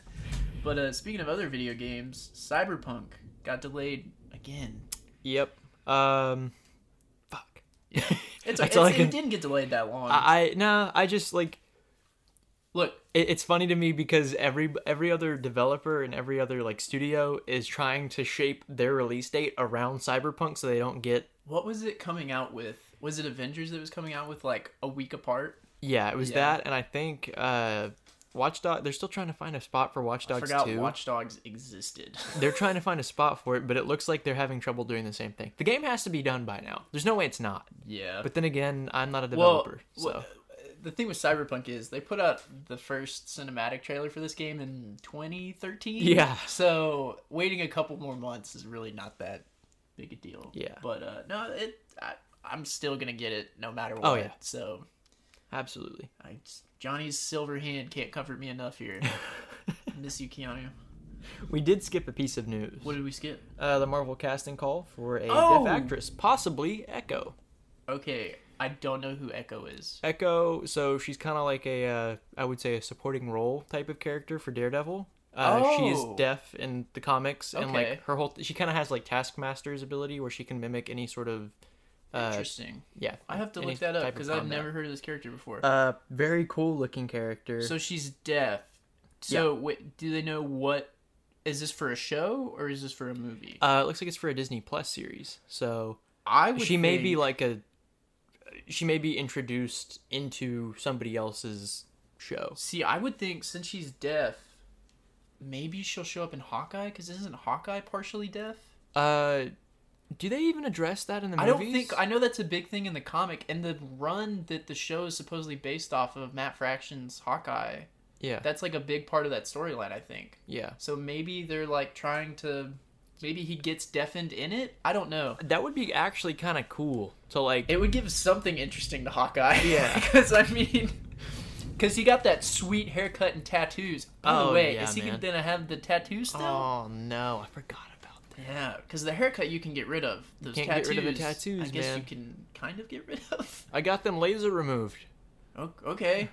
Speaker 2: but uh, speaking of other video games, Cyberpunk got delayed again.
Speaker 1: Yep. Um, fuck.
Speaker 2: It's,
Speaker 1: That's
Speaker 2: it's
Speaker 1: all I
Speaker 2: it
Speaker 1: can-
Speaker 2: didn't get delayed that long.
Speaker 1: I, I nah. I just like
Speaker 2: Look,
Speaker 1: it, it's funny to me because every every other developer and every other like studio is trying to shape their release date around Cyberpunk so they don't get.
Speaker 2: what was it coming out with? Was it Avengers that was coming out with like a week apart?
Speaker 1: Yeah, it was
Speaker 2: Yeah.
Speaker 1: that, and I think uh, Watchdog. They're still trying to find a spot for Watch
Speaker 2: I
Speaker 1: Dogs
Speaker 2: forgot
Speaker 1: Two.
Speaker 2: Watch Dogs existed.
Speaker 1: They're trying to find a spot for it, but it looks like they're having trouble doing the same thing. The game has to be done by now. There's no way it's not.
Speaker 2: yeah.
Speaker 1: But then again, I'm not a
Speaker 2: Well,
Speaker 1: developer, so
Speaker 2: well, the thing with Cyberpunk is they put out the first cinematic trailer for this game in 2013.
Speaker 1: Yeah.
Speaker 2: So waiting a couple more months is really not that big a deal.
Speaker 1: Yeah.
Speaker 2: But uh, no, it I, I'm still gonna get it no matter what.
Speaker 1: Oh, yeah.
Speaker 2: So
Speaker 1: absolutely.
Speaker 2: I, Johnny's silver hand can't comfort me enough here. Miss you, Keanu.
Speaker 1: We did skip a piece of news.
Speaker 2: What did we skip?
Speaker 1: Uh, the Marvel casting call for a
Speaker 2: Oh!
Speaker 1: deaf actress, possibly Echo.
Speaker 2: Okay, I don't know who Echo is.
Speaker 1: Echo, so she's kind of like a, uh, I would say, a supporting role type of character for Daredevil. Uh, She is
Speaker 2: Oh.
Speaker 1: deaf in the comics, and
Speaker 2: Okay.
Speaker 1: like her whole, she kind of has like Taskmaster's ability where she can mimic any sort of, uh,
Speaker 2: Interesting.
Speaker 1: yeah.
Speaker 2: I have to
Speaker 1: any
Speaker 2: look that up
Speaker 1: type of
Speaker 2: because I've
Speaker 1: combat.
Speaker 2: never heard of this character before.
Speaker 1: Uh, very cool looking character.
Speaker 2: So she's deaf. So wait, do they know what? Is this for a show or is this for a movie?
Speaker 1: uh, it looks like it's for a Disney Plus series. So
Speaker 2: I would.
Speaker 1: she may be
Speaker 2: think-
Speaker 1: like a she may be introduced into somebody else's show
Speaker 2: See, I would think since she's deaf, maybe she'll show up in Hawkeye because isn't Hawkeye partially deaf?
Speaker 1: uh do they even address that in the
Speaker 2: I
Speaker 1: movies
Speaker 2: don't think. I know that's a big thing in the comic and the run that the show is supposedly based off of Matt Fraction's Hawkeye.
Speaker 1: yeah
Speaker 2: That's like a big part of that storyline, I think.
Speaker 1: yeah
Speaker 2: So maybe they're like trying to. Maybe he gets deafened in it. I don't know.
Speaker 1: that would be actually kind of cool to like
Speaker 2: It would give something interesting to Hawkeye.
Speaker 1: Yeah.
Speaker 2: Because, I mean, because he got that sweet haircut and tattoos. By the
Speaker 1: Oh,
Speaker 2: way,
Speaker 1: yeah,
Speaker 2: is he
Speaker 1: man.
Speaker 2: going to have the tattoos still?
Speaker 1: oh no i forgot about that
Speaker 2: Yeah, because the haircut you can get rid of. Those
Speaker 1: can't get
Speaker 2: tattoos.
Speaker 1: rid of the
Speaker 2: I
Speaker 1: tattoos,
Speaker 2: guess
Speaker 1: man.
Speaker 2: you can kind of get rid of.
Speaker 1: i got them laser removed
Speaker 2: O- Okay.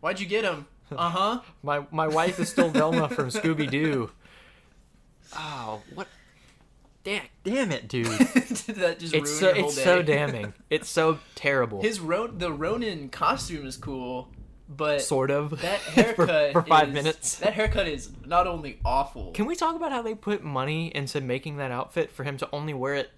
Speaker 2: Why'd you get them? Uh huh.
Speaker 1: my my wife is still velma from scooby-doo oh what damn damn it dude
Speaker 2: Did that just ruin
Speaker 1: it's so
Speaker 2: your whole
Speaker 1: it's
Speaker 2: day?
Speaker 1: so damning it's so terrible
Speaker 2: His Ron- the Ronin costume is cool, But
Speaker 1: sort of.
Speaker 2: that haircut
Speaker 1: for, for five
Speaker 2: is-
Speaker 1: minutes.
Speaker 2: That haircut is not only awful.
Speaker 1: Can we talk about how they put money into making that outfit for him to only wear it?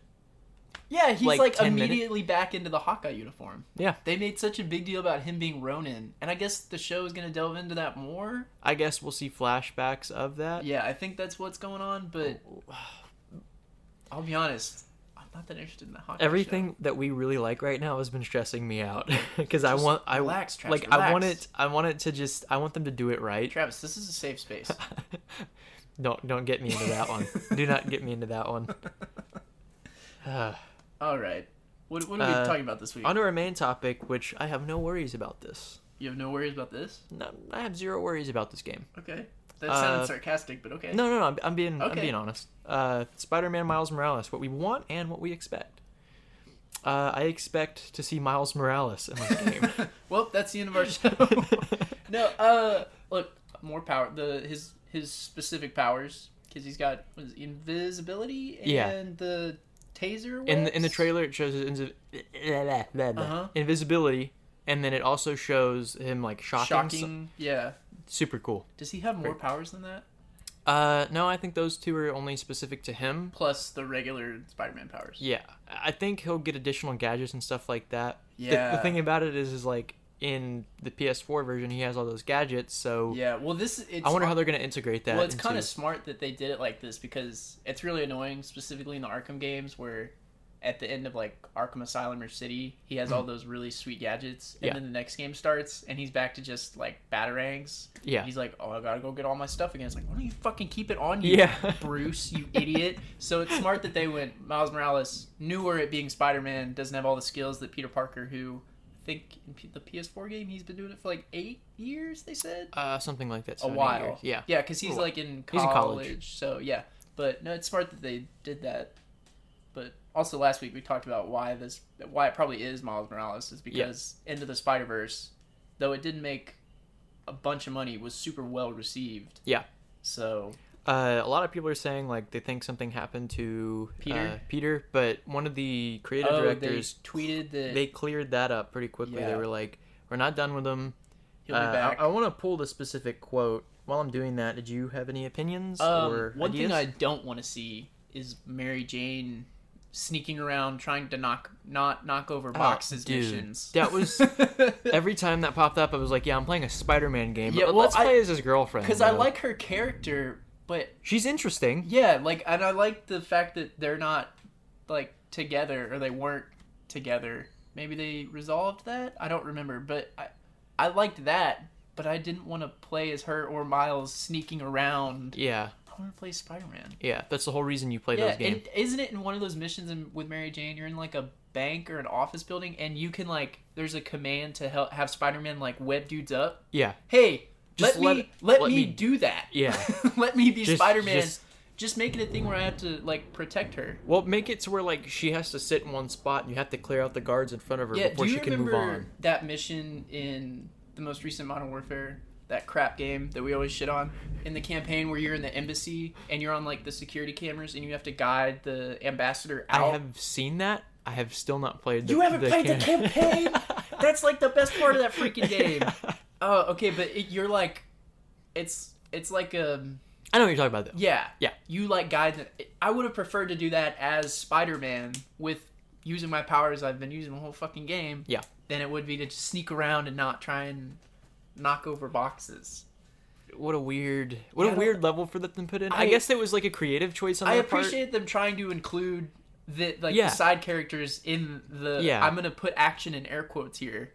Speaker 2: yeah, he's
Speaker 1: like,
Speaker 2: like,
Speaker 1: 10 minutes?
Speaker 2: immediately back into the Hawkeye uniform.
Speaker 1: Yeah,
Speaker 2: They made such a big deal about him being Ronin, and I guess the show is going to delve into that more.
Speaker 1: I guess we'll see flashbacks of that.
Speaker 2: Yeah, I think that's what's going on, but I'll be honest, I'm not that interested in the Hawkeye. show.
Speaker 1: Everything that we really like right now has been stressing me out because I
Speaker 2: Just
Speaker 1: want I
Speaker 2: relax, Travis,
Speaker 1: like I want
Speaker 2: relax.
Speaker 1: it I want it to just I want them to do it right.
Speaker 2: Travis, this is a safe space.
Speaker 1: don't don't get me into that one. Do not get me into that one. Uh,
Speaker 2: All right. What, what are we
Speaker 1: Uh,
Speaker 2: talking about this week?
Speaker 1: on to our main topic, which I have no worries about this.
Speaker 2: you have no worries about this?
Speaker 1: No, I have zero worries about this game.
Speaker 2: Okay. That sounded
Speaker 1: Uh,
Speaker 2: sarcastic, but okay.
Speaker 1: No, no, no. I'm, I'm being I'm
Speaker 2: Okay.
Speaker 1: being honest. Uh, Spider-Man Miles Morales, what we want and what we expect. Uh, I expect to see Miles Morales in this game.
Speaker 2: well, that's the end of our show. no, uh, look, more power. The his his specific powers because he's got what is it, invisibility and
Speaker 1: Yeah.
Speaker 2: the taser.
Speaker 1: in the in the
Speaker 2: whips?
Speaker 1: trailer, it shows his invi- blah, blah, blah,
Speaker 2: Uh-huh.
Speaker 1: invisibility, and then it also shows him like shocking.
Speaker 2: Shocking.
Speaker 1: some-
Speaker 2: Yeah.
Speaker 1: super cool.
Speaker 2: Does he have more powers than that?
Speaker 1: Uh, no, I think those two are only specific to him.
Speaker 2: Plus the regular Spider-Man powers.
Speaker 1: Yeah, I think he'll get additional gadgets and stuff like that. The- The,
Speaker 2: Yeah.
Speaker 1: thing about it is, is like in the PS4 version, he has all those gadgets. So
Speaker 2: Yeah. Well, this it's
Speaker 1: I wonder how they're gonna integrate that.
Speaker 2: Well, it's
Speaker 1: into-
Speaker 2: kind of smart that they did it like this because it's really annoying, specifically in the Arkham games, where at the end of like Arkham Asylum or City, he has all those really sweet gadgets, and
Speaker 1: Mm. Yeah.
Speaker 2: then the next game starts and he's back to just like batarangs.
Speaker 1: yeah,
Speaker 2: He's like, "Oh, I gotta go get all my stuff again." It's like, "Why don't you fucking keep it on you,
Speaker 1: yeah,
Speaker 2: Bruce? You idiot!" So it's smart that they went. Miles Morales, newer at being Spider-Man, doesn't have all the skills that Peter Parker, who I think in P- the PS4 game, he's been doing it for like eight years. They said
Speaker 1: uh, something like that.
Speaker 2: a
Speaker 1: 70
Speaker 2: while.
Speaker 1: years. Yeah,
Speaker 2: yeah, because he's
Speaker 1: Cool.
Speaker 2: like in college,
Speaker 1: He's in college.
Speaker 2: So yeah, but no, it's smart that they did that. But also last week we talked about why this, why it probably is Miles Morales is because Into the Spider Verse, though it didn't make a bunch of money, was super well received.
Speaker 1: Yeah.
Speaker 2: So
Speaker 1: Uh, a lot of people are saying like they think something happened to
Speaker 2: Peter?
Speaker 1: uh, Peter, but one of the creative
Speaker 2: oh,
Speaker 1: directors
Speaker 2: they tweeted that
Speaker 1: they cleared that up pretty quickly. They
Speaker 2: Yeah.
Speaker 1: were like, "We're not done with them.
Speaker 2: he'll
Speaker 1: Uh,
Speaker 2: be back.
Speaker 1: I, want to pull the specific quote. While I'm doing that, did you have any opinions
Speaker 2: Um,
Speaker 1: or
Speaker 2: one
Speaker 1: ideas?
Speaker 2: thing I don't want to see is Mary Jane sneaking around trying to knock not knock over
Speaker 1: Ah,
Speaker 2: boxes
Speaker 1: dude.
Speaker 2: missions.
Speaker 1: That was- Every time that popped up, I was like, "Yeah, I'm playing a Spider-Man game."
Speaker 2: Yeah,
Speaker 1: but
Speaker 2: well,
Speaker 1: let's
Speaker 2: I-
Speaker 1: play as his girlfriend
Speaker 2: because I
Speaker 1: though.
Speaker 2: like her character, but
Speaker 1: she's interesting.
Speaker 2: yeah, like, and I like the fact that they're not like together or they weren't together. Maybe they resolved that. I don't remember, but I, I liked that, but I didn't want to play as her or Miles sneaking around.
Speaker 1: Yeah,
Speaker 2: I want to play Spider Man.
Speaker 1: yeah. That's the whole reason you play
Speaker 2: Yeah,
Speaker 1: those games.
Speaker 2: and isn't it in one of those missions in, with Mary Jane? You're in like a bank or an office building, and you can like, there's a command to help have Spider Man like web dudes up.
Speaker 1: Yeah,
Speaker 2: hey,
Speaker 1: Just
Speaker 2: let, me let, me, do that.
Speaker 1: Yeah.
Speaker 2: let me be
Speaker 1: Just-
Speaker 2: Spider Man.
Speaker 1: just-
Speaker 2: Just, make it a thing where I have to like protect her.
Speaker 1: Well, make it to where like she has to sit in one spot, and you have to clear out the guards in front of her
Speaker 2: Yeah,
Speaker 1: before
Speaker 2: do
Speaker 1: she
Speaker 2: you
Speaker 1: can move
Speaker 2: remember
Speaker 1: on.
Speaker 2: that mission in the most recent Modern Warfare? That crap game that we always shit on in the campaign where you're in the embassy and you're on like the security cameras and you have to guide the ambassador out.
Speaker 1: I have seen that. I have still not played. The,
Speaker 2: you haven't
Speaker 1: the
Speaker 2: played the
Speaker 1: cam-
Speaker 2: campaign. That's like the best part of that freaking game. Oh, okay, but it, you're like, it's it's like um
Speaker 1: I know what you're talking about though.
Speaker 2: Yeah.
Speaker 1: Yeah.
Speaker 2: You like guide them. I would have preferred to do that as Spider Man with using my powers I've been using the whole fucking game.
Speaker 1: Yeah.
Speaker 2: Than it would be to just sneak around and not try and knock over boxes.
Speaker 1: What a weird, what
Speaker 2: Yeah, I
Speaker 1: a
Speaker 2: don't-
Speaker 1: weird level for them to put in. I,
Speaker 2: I-
Speaker 1: guess it was like a creative choice on
Speaker 2: I
Speaker 1: their
Speaker 2: appreciate them trying to include the like
Speaker 1: Yeah.
Speaker 2: the side characters in the
Speaker 1: Yeah.
Speaker 2: I'm gonna put action in air quotes here.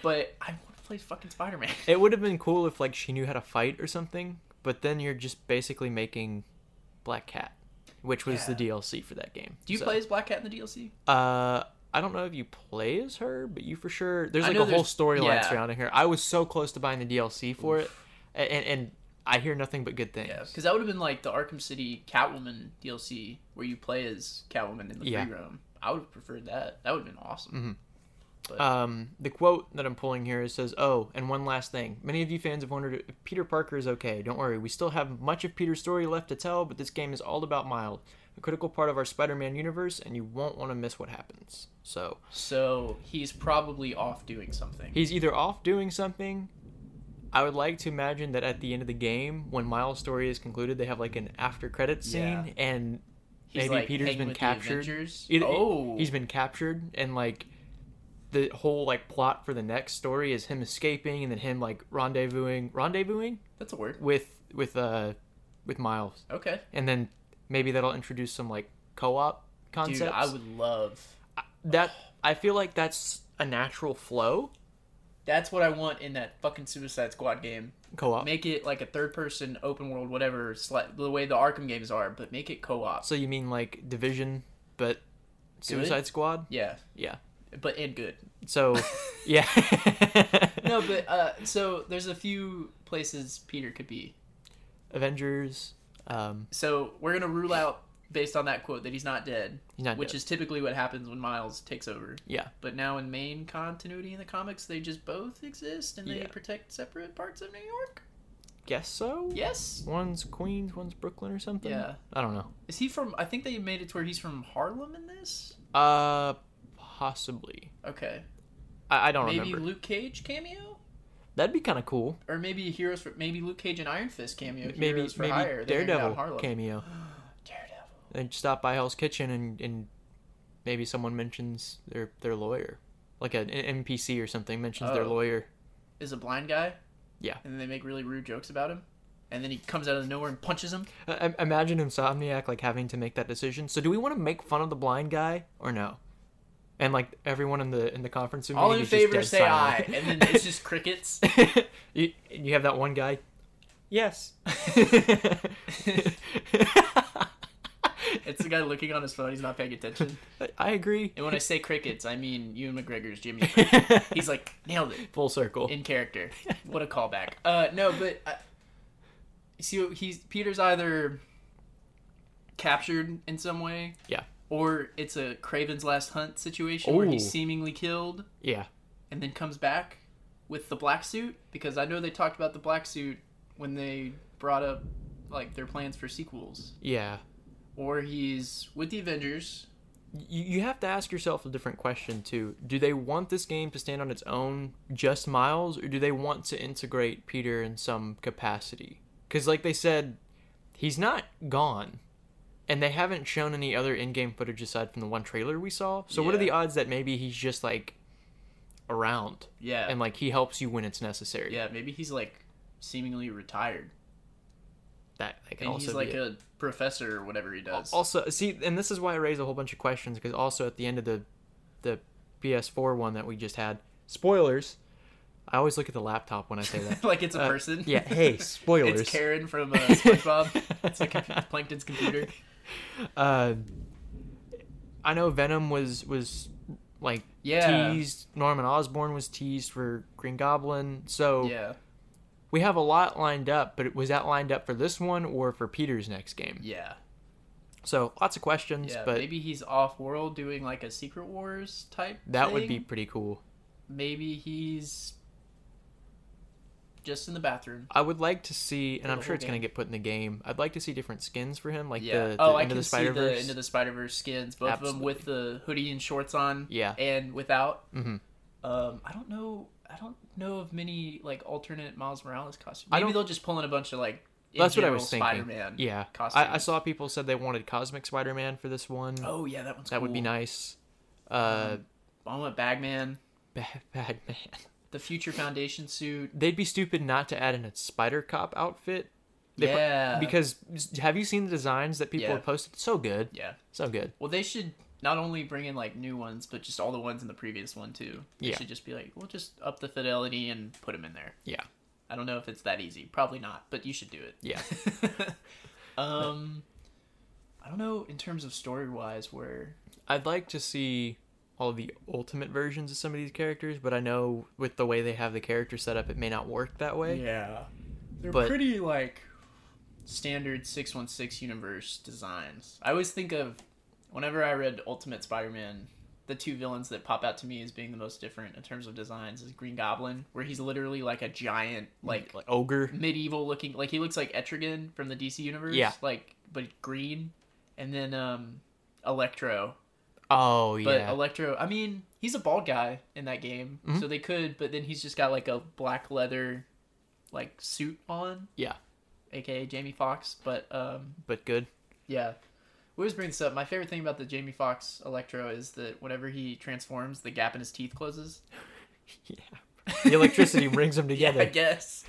Speaker 2: but I wanna play fucking Spider Man.
Speaker 1: part. It would have been cool if like she knew how to fight or something, but then you're just basically making Black Cat, which was the DLC for that game.
Speaker 2: Do you
Speaker 1: So,
Speaker 2: play as Black Cat in the DLC?
Speaker 1: Uh, I don't know if you play as her, but you for sure. There's
Speaker 2: I
Speaker 1: like
Speaker 2: know
Speaker 1: a whole
Speaker 2: there's-
Speaker 1: storyline
Speaker 2: yeah.
Speaker 1: surrounding her. I was so close to buying the DLC for it, a- and and I hear nothing but good things.
Speaker 2: Yeah, because that would have been like the Arkham City Catwoman DLC where you play as Catwoman in the
Speaker 1: Yeah. Mm-hmm.
Speaker 2: free roam. I would have preferred that. That would have been awesome.
Speaker 1: Um, the quote that I'm pulling here is says, "Oh, and one last thing. Many of you fans have wondered if Peter Parker is okay. Don't worry, we still have much of Peter's story left to tell, but this game is all about Miles, a critical part of our Spider-Man universe, and you won't want to miss what happens." So
Speaker 2: So he's probably off doing something.
Speaker 1: he's either off doing something, I would like to imagine that at the end of the game, when Miles' story is concluded, they have like an after credit scene,
Speaker 2: Yeah.
Speaker 1: and
Speaker 2: He's
Speaker 1: Maybe
Speaker 2: like
Speaker 1: Peter's
Speaker 2: hanging
Speaker 1: been
Speaker 2: with the
Speaker 1: captured.
Speaker 2: Avengers.
Speaker 1: it- it-
Speaker 2: oh,
Speaker 1: he's been captured, and like the whole like plot for the next story is him escaping, and then him like rendezvousing, rendezvousing
Speaker 2: that's a word.
Speaker 1: with with uh with Miles,
Speaker 2: Okay,
Speaker 1: and then maybe that'll introduce some like co-op concepts.
Speaker 2: dude, I would love.
Speaker 1: that I feel like that's a natural flow
Speaker 2: That's what I want in that fucking Suicide Squad game.
Speaker 1: co-op.
Speaker 2: Make it like a third person open world, whatever, sli- the way the Arkham games are, but make it co op.
Speaker 1: So you mean like Division, but Suicide Squad?
Speaker 2: Yeah,
Speaker 1: Yeah.
Speaker 2: but and good.
Speaker 1: So, yeah.
Speaker 2: No, but uh, so there's a few places Peter could be.
Speaker 1: Avengers. Um,
Speaker 2: So we're gonna rule out based on that quote that he's not dead,
Speaker 1: he's not
Speaker 2: which
Speaker 1: dead.
Speaker 2: is typically what happens when Miles takes over.
Speaker 1: yeah.
Speaker 2: But now in main continuity in the comics, they just both exist and they
Speaker 1: Yeah.
Speaker 2: protect separate parts of New York.
Speaker 1: Guess so.
Speaker 2: Yes.
Speaker 1: One's Queens, one's Brooklyn or something.
Speaker 2: Yeah.
Speaker 1: I don't know.
Speaker 2: Is he from? I think they made it to where he's from Harlem in this.
Speaker 1: Uh, possibly.
Speaker 2: Okay.
Speaker 1: I, I don't
Speaker 2: maybe
Speaker 1: remember.
Speaker 2: Luke Cage cameo,
Speaker 1: That'd be kind of cool.
Speaker 2: or maybe heroes for maybe Luke Cage and Iron Fist cameo.
Speaker 1: Maybe
Speaker 2: Heroes for
Speaker 1: maybe
Speaker 2: Hire. They're down in
Speaker 1: Daredevil
Speaker 2: Harlem.
Speaker 1: cameo.
Speaker 2: Daredevil.
Speaker 1: And stop by Hell's Kitchen and and maybe someone mentions their their lawyer, like an an NPC or something mentions their
Speaker 2: Oh.
Speaker 1: lawyer.
Speaker 2: Is a blind guy.
Speaker 1: Yeah.
Speaker 2: And they make really rude jokes about him, and then he comes out of nowhere and punches him.
Speaker 1: I, I- imagine Insomniac like having to make that decision. So do we want to make fun of the blind guy or no? And like everyone in the in the conference room,
Speaker 2: All
Speaker 1: meeting
Speaker 2: in
Speaker 1: is just
Speaker 2: favor,
Speaker 1: dead
Speaker 2: say aye,
Speaker 1: silent.
Speaker 2: and then it's just crickets.
Speaker 1: you, you have that one guy. Yes.
Speaker 2: It's the guy looking on his phone. He's not paying attention.
Speaker 1: I agree.
Speaker 2: And when I say crickets, I mean Ewan McGregor's Jimmy. He's like nailed it
Speaker 1: Full circle.
Speaker 2: in character. What a callback. Uh, no, but I, see, he's Peter's either captured in some way,
Speaker 1: Yeah.
Speaker 2: or it's a Craven's Last Hunt situation where
Speaker 1: Ooh.
Speaker 2: he's seemingly killed
Speaker 1: yeah.
Speaker 2: and then comes back with the black suit because I know they talked about the black suit when they brought up like their plans for sequels.
Speaker 1: Yeah.
Speaker 2: Or he's with the Avengers.
Speaker 1: you, you have to ask yourself a different question too. Do they want this game to stand on its own, just Miles, or do they want to integrate Peter in some capacity? Because, like they said, he's not gone, and they haven't shown any other in-game footage aside from the one trailer we saw. So, what are
Speaker 2: Yeah.
Speaker 1: the odds that maybe he's just like around
Speaker 2: Yeah.
Speaker 1: and like he helps you when it's necessary?
Speaker 2: Yeah, maybe he's like seemingly retired,
Speaker 1: That, that could
Speaker 2: and
Speaker 1: also
Speaker 2: he's
Speaker 1: be
Speaker 2: like
Speaker 1: it.
Speaker 2: a professor or whatever he does.
Speaker 1: Also, see, and this is why I raised a whole bunch of questions because also at the end of the the PS4 one that we just had, spoilers. I always look at the laptop when I say that.
Speaker 2: like it's a
Speaker 1: Uh,
Speaker 2: person.
Speaker 1: yeah, hey, spoilers.
Speaker 2: it's Karen from uh, SpongeBob. it's like compu- Plankton's computer.
Speaker 1: Uh, I know Venom was was like
Speaker 2: Yeah.
Speaker 1: teased. Norman Osborn was teased for Green Goblin. So
Speaker 2: Yeah,
Speaker 1: we have a lot lined up, but was that lined up for this one or for Peter's next game?
Speaker 2: yeah,
Speaker 1: So lots of questions,
Speaker 2: yeah.
Speaker 1: but
Speaker 2: maybe he's off-world doing like a Secret Wars type.
Speaker 1: that would be
Speaker 2: thing.
Speaker 1: pretty cool.
Speaker 2: Maybe he's just in the bathroom.
Speaker 1: I would like to see, and
Speaker 2: the
Speaker 1: I'm sure
Speaker 2: whole
Speaker 1: it's going to get put in the game. I'd like to see different skins for him, like
Speaker 2: Yeah.
Speaker 1: the, the
Speaker 2: oh, I
Speaker 1: end of
Speaker 2: can
Speaker 1: the
Speaker 2: see
Speaker 1: Spider
Speaker 2: the end
Speaker 1: Verse.
Speaker 2: of the Spider Verse skins, both of them with the hoodie and shorts on.
Speaker 1: Yeah.
Speaker 2: And without.
Speaker 1: Mhm.
Speaker 2: Um, I don't know. I don't know of many like alternate Miles Morales costumes.
Speaker 1: I
Speaker 2: Maybe
Speaker 1: don't-
Speaker 2: they'll just pull in a bunch of like. in
Speaker 1: That's what I
Speaker 2: general
Speaker 1: was thinking.
Speaker 2: Spider-Man.
Speaker 1: Yeah,
Speaker 2: costumes.
Speaker 1: I, I saw people said they wanted Cosmic Spider Man for this one.
Speaker 2: Oh yeah, that one's
Speaker 1: that would be
Speaker 2: cool. Um,
Speaker 1: nice. Uh,
Speaker 2: I want Bagman,
Speaker 1: bad, bad man.
Speaker 2: the Future Foundation suit.
Speaker 1: They'd be stupid not to add in a Spider Cop outfit. They pro-
Speaker 2: yeah.
Speaker 1: because have you seen the designs that people
Speaker 2: Uh, Yeah.
Speaker 1: have posted? So good,
Speaker 2: yeah.
Speaker 1: so good.
Speaker 2: Well, they should not only bring in like new ones, but just all the ones in the previous one too. They
Speaker 1: Yeah.
Speaker 2: should just be like, we'll just up the fidelity and put them in there.
Speaker 1: Yeah,
Speaker 2: I don't know if it's that easy. Probably not, but you should do it.
Speaker 1: yeah.
Speaker 2: um, I don't know in terms of story wise where.
Speaker 1: I'd like to see all the ultimate versions of some of these characters, but I know with the way they have the character set up, it may not work that way.
Speaker 2: Yeah, they're
Speaker 1: But-
Speaker 2: pretty like standard six one six universe designs. I always think of whenever I read Ultimate Spider Man. The two villains that pop out to me as being the most different in terms of designs is Green Goblin, where he's literally like a giant, like
Speaker 1: like ogre.
Speaker 2: medieval looking like he looks like Etrigan from the DC universe.
Speaker 1: Yeah.
Speaker 2: Like but green. And then um Electro.
Speaker 1: Oh
Speaker 2: But
Speaker 1: yeah, Mm-hmm.
Speaker 2: Electro I mean, he's a bald guy in that game. So they could, but then he's just got like a black leather like suit on.
Speaker 1: Yeah.
Speaker 2: AKA Jamie Fox, but um,
Speaker 1: but good.
Speaker 2: yeah. We always bring this up. My favorite thing about the Jamie Fox Electro is that whenever he transforms, the gap in his teeth closes.
Speaker 1: Yeah. The electricity brings them
Speaker 2: I
Speaker 1: together.
Speaker 2: guess.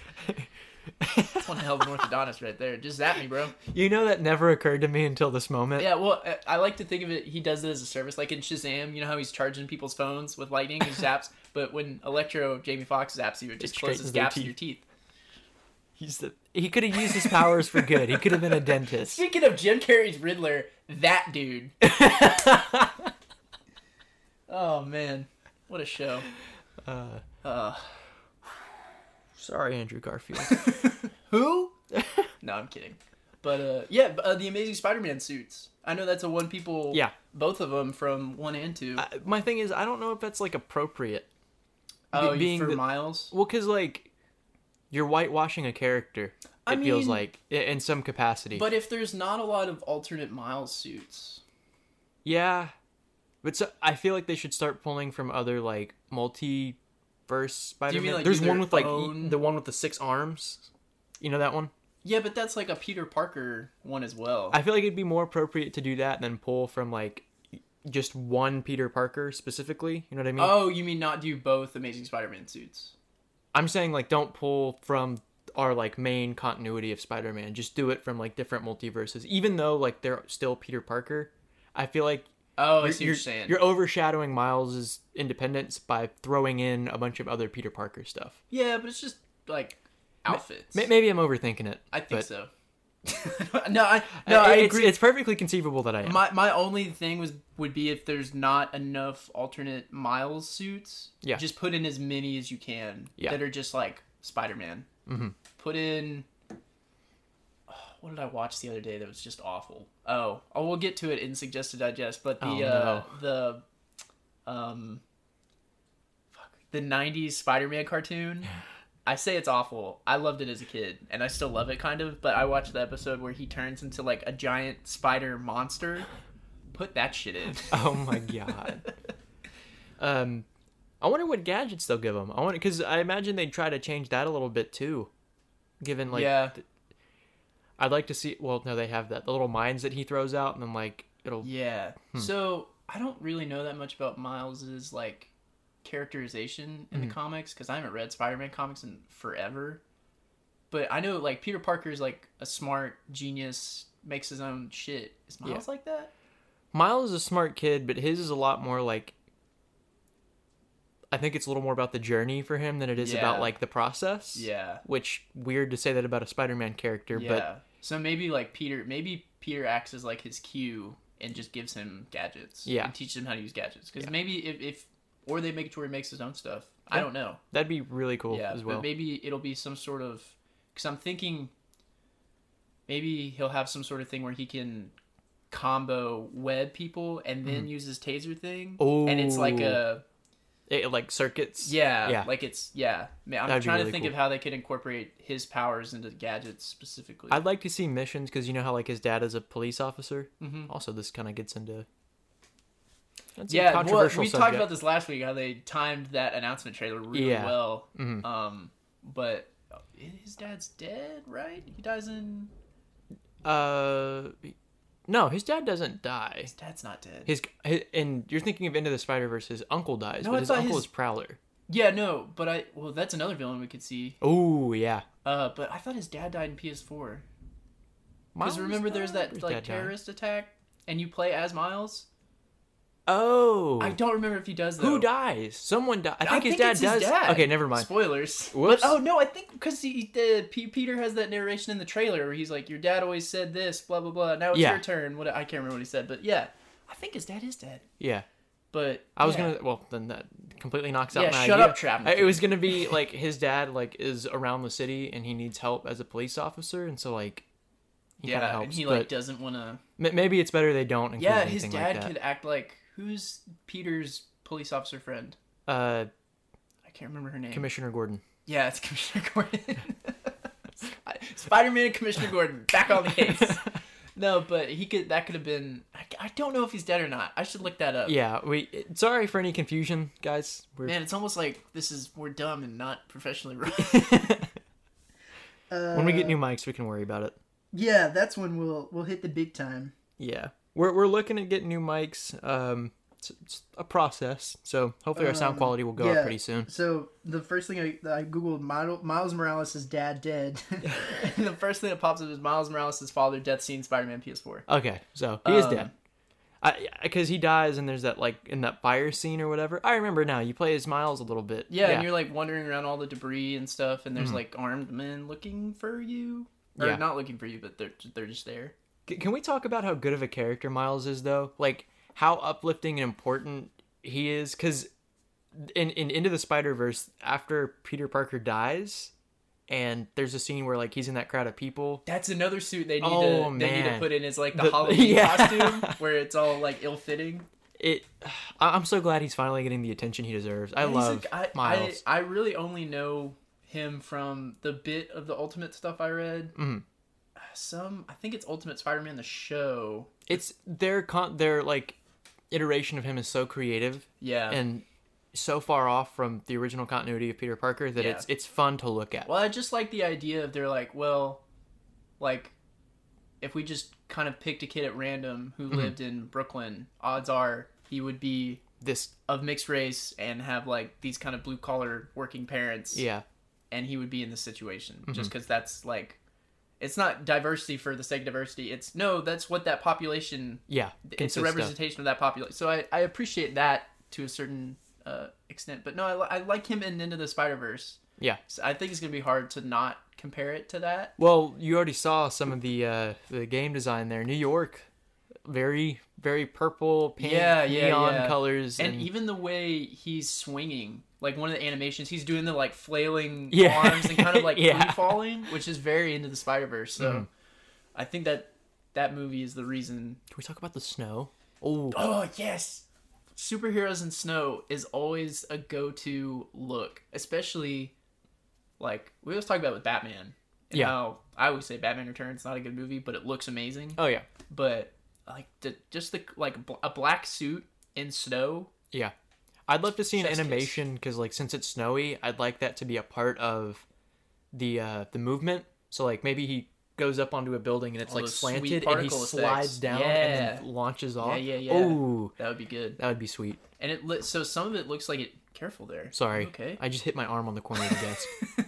Speaker 2: That's one hell of an orthodontist right there. Just zap me, bro.
Speaker 1: you know that never occurred to me until this moment.
Speaker 2: Yeah, well, I- I like to think of it. He does it as a service, like in Shazam. You know how he's charging people's phones with lightning and zaps, but when Electro Jamie Fox zaps you, it just
Speaker 1: It
Speaker 2: closes
Speaker 1: straightens their
Speaker 2: gaps in
Speaker 1: teeth.
Speaker 2: your teeth.
Speaker 1: He's the he could have used his powers for good. He could have been a dentist.
Speaker 2: Speaking of Jim Carrey's Riddler, that dude. Oh man, what a show.
Speaker 1: Uh,
Speaker 2: Uh,
Speaker 1: sorry, Andrew Garfield.
Speaker 2: who? no, I'm kidding. But uh, yeah, b- uh, the Amazing Spider-Man suits. I know that's a one people.
Speaker 1: Yeah. Uh,
Speaker 2: both of them from one and two.
Speaker 1: I, my thing is, I don't know if that's like appropriate.
Speaker 2: oh,
Speaker 1: be-
Speaker 2: being
Speaker 1: being
Speaker 2: for
Speaker 1: the-
Speaker 2: Miles.
Speaker 1: Well, because like you're whitewashing a character. It
Speaker 2: I
Speaker 1: feels
Speaker 2: mean-
Speaker 1: like i- in some capacity.
Speaker 2: But if there's not a lot of alternate Miles suits,
Speaker 1: yeah, but so, I feel like they should start pulling from other like multiverse Spider-Man.
Speaker 2: like,
Speaker 1: There's
Speaker 2: do
Speaker 1: one
Speaker 2: their
Speaker 1: with like e-
Speaker 2: own-
Speaker 1: the one with the six arms. You know that one?
Speaker 2: Yeah, but that's like a Peter Parker one as well.
Speaker 1: I feel like it'd be more appropriate to do that than pull from like just one Peter Parker specifically. You know what I mean?
Speaker 2: oh, you mean not do both Amazing Spider-Man suits?
Speaker 1: I'm saying like don't pull from our like main continuity of Spider-Man. Just do it from like different multiverses. Even though like they're still Peter Parker, I feel like
Speaker 2: Oh, I
Speaker 1: you're,
Speaker 2: see what you're saying.
Speaker 1: you're overshadowing Miles's independence by throwing in a bunch of other Peter Parker stuff.
Speaker 2: Yeah, but it's just like outfits.
Speaker 1: May- Maybe I'm overthinking it.
Speaker 2: I think
Speaker 1: but-
Speaker 2: so. no, I no,
Speaker 1: It-
Speaker 2: I
Speaker 1: it's-
Speaker 2: agree.
Speaker 1: It's perfectly conceivable that I am.
Speaker 2: My my only thing was would be if there's not enough alternate Miles suits.
Speaker 1: Yeah.
Speaker 2: Just put in as many as you can
Speaker 1: Yeah.
Speaker 2: that are just like Spider-Man. Mm-hmm. Put in. oh, What did I watch the other day that was just awful? Oh, oh, we'll get to it in suggested digest. But the
Speaker 1: Oh,
Speaker 2: uh, the um, fuck, the '90s Spider-Man cartoon. I say it's awful. I loved it as a kid, and I still love it kind of. But I watched the episode where he turns into like a giant spider monster. Put that shit in.
Speaker 1: Oh my god. um, I wonder what gadgets they'll give him. I want because I imagine they'd try to change that a little bit too. Given like,
Speaker 2: yeah,
Speaker 1: I'd like to see. Well, no, they have that the little mines that he throws out, and then like it'll.
Speaker 2: yeah. So I don't really know that much about Miles's like characterization in the comics because I haven't read Spider-Man comics in forever. But I know like Peter Parker's like a smart genius, makes his own shit. Is Miles like that?
Speaker 1: Miles is a smart kid, but his is a lot more like. I think it's a little more about the journey for him than it is
Speaker 2: Yeah.
Speaker 1: about like the process.
Speaker 2: Yeah.
Speaker 1: Which weird to say that about a Spider-Man character,
Speaker 2: Yeah.
Speaker 1: but
Speaker 2: so maybe like Peter, maybe Peter acts as like his cue and just gives him gadgets.
Speaker 1: Yeah.
Speaker 2: And teaches him how to use gadgets because maybe if, if or they make it to where he makes his own stuff. I
Speaker 1: Yeah.
Speaker 2: don't know.
Speaker 1: that'd be really cool
Speaker 2: yeah.
Speaker 1: as well.
Speaker 2: But maybe it'll be some sort of because I'm thinking maybe he'll have some sort of thing where he can combo web people and then use his taser thing. and it's like
Speaker 1: Mm-hmm. Ooh.
Speaker 2: a
Speaker 1: It- like circuits.
Speaker 2: yeah,
Speaker 1: Yeah.
Speaker 2: like it's yeah. Man, I'm
Speaker 1: That'd be
Speaker 2: trying to
Speaker 1: really
Speaker 2: think
Speaker 1: cool.
Speaker 2: of how they could incorporate his powers into gadgets specifically.
Speaker 1: I'd like to see missions because you know how like his dad is a police officer.
Speaker 2: Mhm.
Speaker 1: Also, this kind of gets into that's
Speaker 2: yeah,
Speaker 1: a
Speaker 2: well,
Speaker 1: controversial
Speaker 2: we
Speaker 1: subject.
Speaker 2: talked about this last week how they timed that announcement trailer really
Speaker 1: Yeah. Mm-hmm.
Speaker 2: well. Um, but oh, his dad's dead, right? He dies in.
Speaker 1: Uh, no, his dad doesn't die.
Speaker 2: His dad's not dead.
Speaker 1: His, hi and you're thinking of Into the Spider Verse. His uncle dies,
Speaker 2: No, I
Speaker 1: but his
Speaker 2: thought
Speaker 1: uncle
Speaker 2: his-
Speaker 1: is Prowler.
Speaker 2: yeah, no, but I well, that's another villain we could see.
Speaker 1: Oh yeah,
Speaker 2: Uh, but I thought his dad died in PS4 because
Speaker 1: Miles
Speaker 2: remember there's
Speaker 1: died or
Speaker 2: that
Speaker 1: his
Speaker 2: like
Speaker 1: dad died?
Speaker 2: terrorist attack and you play as Miles.
Speaker 1: Oh,
Speaker 2: I don't remember if he does though.
Speaker 1: who dies? Someone dies. I think, his
Speaker 2: think
Speaker 1: dad
Speaker 2: it's
Speaker 1: does.
Speaker 2: his dad.
Speaker 1: Okay, never mind.
Speaker 2: Spoilers.
Speaker 1: Whoops.
Speaker 2: But oh no, I think because he uh, P- Peter has that narration in the trailer where he's like, "Your dad always said this, blah blah blah. Now it's
Speaker 1: Yeah.
Speaker 2: your turn." What I can't remember what he said, but yeah, I think his dad is dead.
Speaker 1: Yeah,
Speaker 2: But
Speaker 1: I was
Speaker 2: yeah.
Speaker 1: gonna. Well, then that completely knocks out
Speaker 2: Yeah,
Speaker 1: my
Speaker 2: shut
Speaker 1: idea.
Speaker 2: up, Trap.
Speaker 1: I- It was gonna be like his dad like is around the city and he needs help as a police officer, and so like he kind of
Speaker 2: yeah,
Speaker 1: helps.
Speaker 2: and he
Speaker 1: but
Speaker 2: like doesn't want to.
Speaker 1: ma- maybe it's better they don't. Include
Speaker 2: Yeah, his
Speaker 1: anything
Speaker 2: dad
Speaker 1: like that.
Speaker 2: could act like who's Peter's police officer friend.
Speaker 1: Uh,
Speaker 2: I can't remember her name.
Speaker 1: Commissioner Gordon.
Speaker 2: yeah, it's Commissioner Gordon. Spider-Man and Commissioner Gordon back on the case. no, but he could. That could have been. I, I don't know if he's dead or not. I should look that up.
Speaker 1: Yeah, we. Sorry for any confusion, guys. We're
Speaker 2: Man, it's almost like this is we're dumb and not professionally right. Uh,
Speaker 1: When we get new mics, we can worry about it.
Speaker 2: yeah, that's when we'll we'll hit the big time.
Speaker 1: Yeah, we're we're looking at getting new mics. Um, it's, it's a process, so hopefully our sound
Speaker 2: Um,
Speaker 1: quality will go
Speaker 2: yeah.
Speaker 1: up pretty soon.
Speaker 2: So the first thing I, I googled Mil- Miles Morales' dad dead, and the first thing that pops up is Miles Morales' father death scene Spider-Man PS4.
Speaker 1: Okay, so he is
Speaker 2: Um,
Speaker 1: dead. I because he dies and there's that like in that fire scene or whatever. I remember now. You play as Miles a little bit.
Speaker 2: Yeah, Mm-hmm. and you're like wandering around all the debris and stuff, and there's like armed men looking for you, or
Speaker 1: Yeah.
Speaker 2: not looking for you, but they're they're just there.
Speaker 1: C- Can we talk about how good of a character Miles is, though? Like how uplifting and important he is. Because in, in Into the Spider Verse, after Peter Parker dies, and there's a scene where like he's in that crowd of people.
Speaker 2: That's another suit they need
Speaker 1: Oh,
Speaker 2: to they need to
Speaker 1: man.
Speaker 2: put in is like the,
Speaker 1: The-
Speaker 2: Halloween
Speaker 1: yeah.
Speaker 2: costume where it's all like ill fitting.
Speaker 1: It, I- I'm so glad he's finally getting the attention he deserves. I love Miles.
Speaker 2: I, I really only know him from the bit of the Ultimate stuff I read.
Speaker 1: Mhm.
Speaker 2: Some I think it's Ultimate Spider-Man the show.
Speaker 1: it's their con their like iteration of him is so creative
Speaker 2: Yeah.
Speaker 1: and so far off from the original continuity of Peter Parker that
Speaker 2: Yeah.
Speaker 1: it's it's fun to look at.
Speaker 2: well, I just like the idea of they're like, well, like if we just kind of picked a kid at random
Speaker 1: Mm-hmm.
Speaker 2: who lived in Brooklyn, odds are he would be
Speaker 1: This
Speaker 2: of mixed race and have like these kind of blue collar working parents.
Speaker 1: yeah.
Speaker 2: and he would be in this situation
Speaker 1: Mm-hmm.
Speaker 2: just because that's like it's not diversity for the sake of diversity it's no that's what that population
Speaker 1: Yeah.
Speaker 2: it's a
Speaker 1: consists of.
Speaker 2: representation of that population so I, I appreciate that to a certain uh, extent but no I, li- I like him in into the spider-verse
Speaker 1: Yeah.
Speaker 2: so i think it's going to be hard to not compare it to that
Speaker 1: Well, you already saw some of the uh, the game design there. New York, very very purple, pink,
Speaker 2: Yeah, yeah,
Speaker 1: neon
Speaker 2: yeah.
Speaker 1: colors, and,
Speaker 2: and e even the way he's swinging like one of the animations he's doing the like flailing
Speaker 1: Yeah.
Speaker 2: arms and kind of like
Speaker 1: Yeah. Mm-hmm.
Speaker 2: free falling which is very into the spider-verse so i think that that movie is the reason
Speaker 1: can we talk about the snow? Oh,
Speaker 2: Oh yes. Superheroes in snow is always a go-to look, especially like we always talk about with Batman. and
Speaker 1: Yeah.
Speaker 2: How I would say Batman Returns not a good movie, but it looks amazing.
Speaker 1: oh yeah,
Speaker 2: But like the, just the like bl- a black suit in snow.
Speaker 1: yeah. I'd love to see an
Speaker 2: Chef's kiss.
Speaker 1: animation because like since it's snowy, I'd like that to be a part of the uh, the movement. So like maybe he goes up onto a building and it's
Speaker 2: All
Speaker 1: like
Speaker 2: those sweet
Speaker 1: slanted and he
Speaker 2: particle
Speaker 1: slides
Speaker 2: effects.
Speaker 1: down
Speaker 2: Yeah.
Speaker 1: and then launches off.
Speaker 2: yeah, yeah.
Speaker 1: Ooh,
Speaker 2: That would be good.
Speaker 1: that would be sweet.
Speaker 2: And it li- so some of it looks like it. Careful there.
Speaker 1: Sorry,
Speaker 2: You Okay.
Speaker 1: I just hit my arm on the corner of the desk.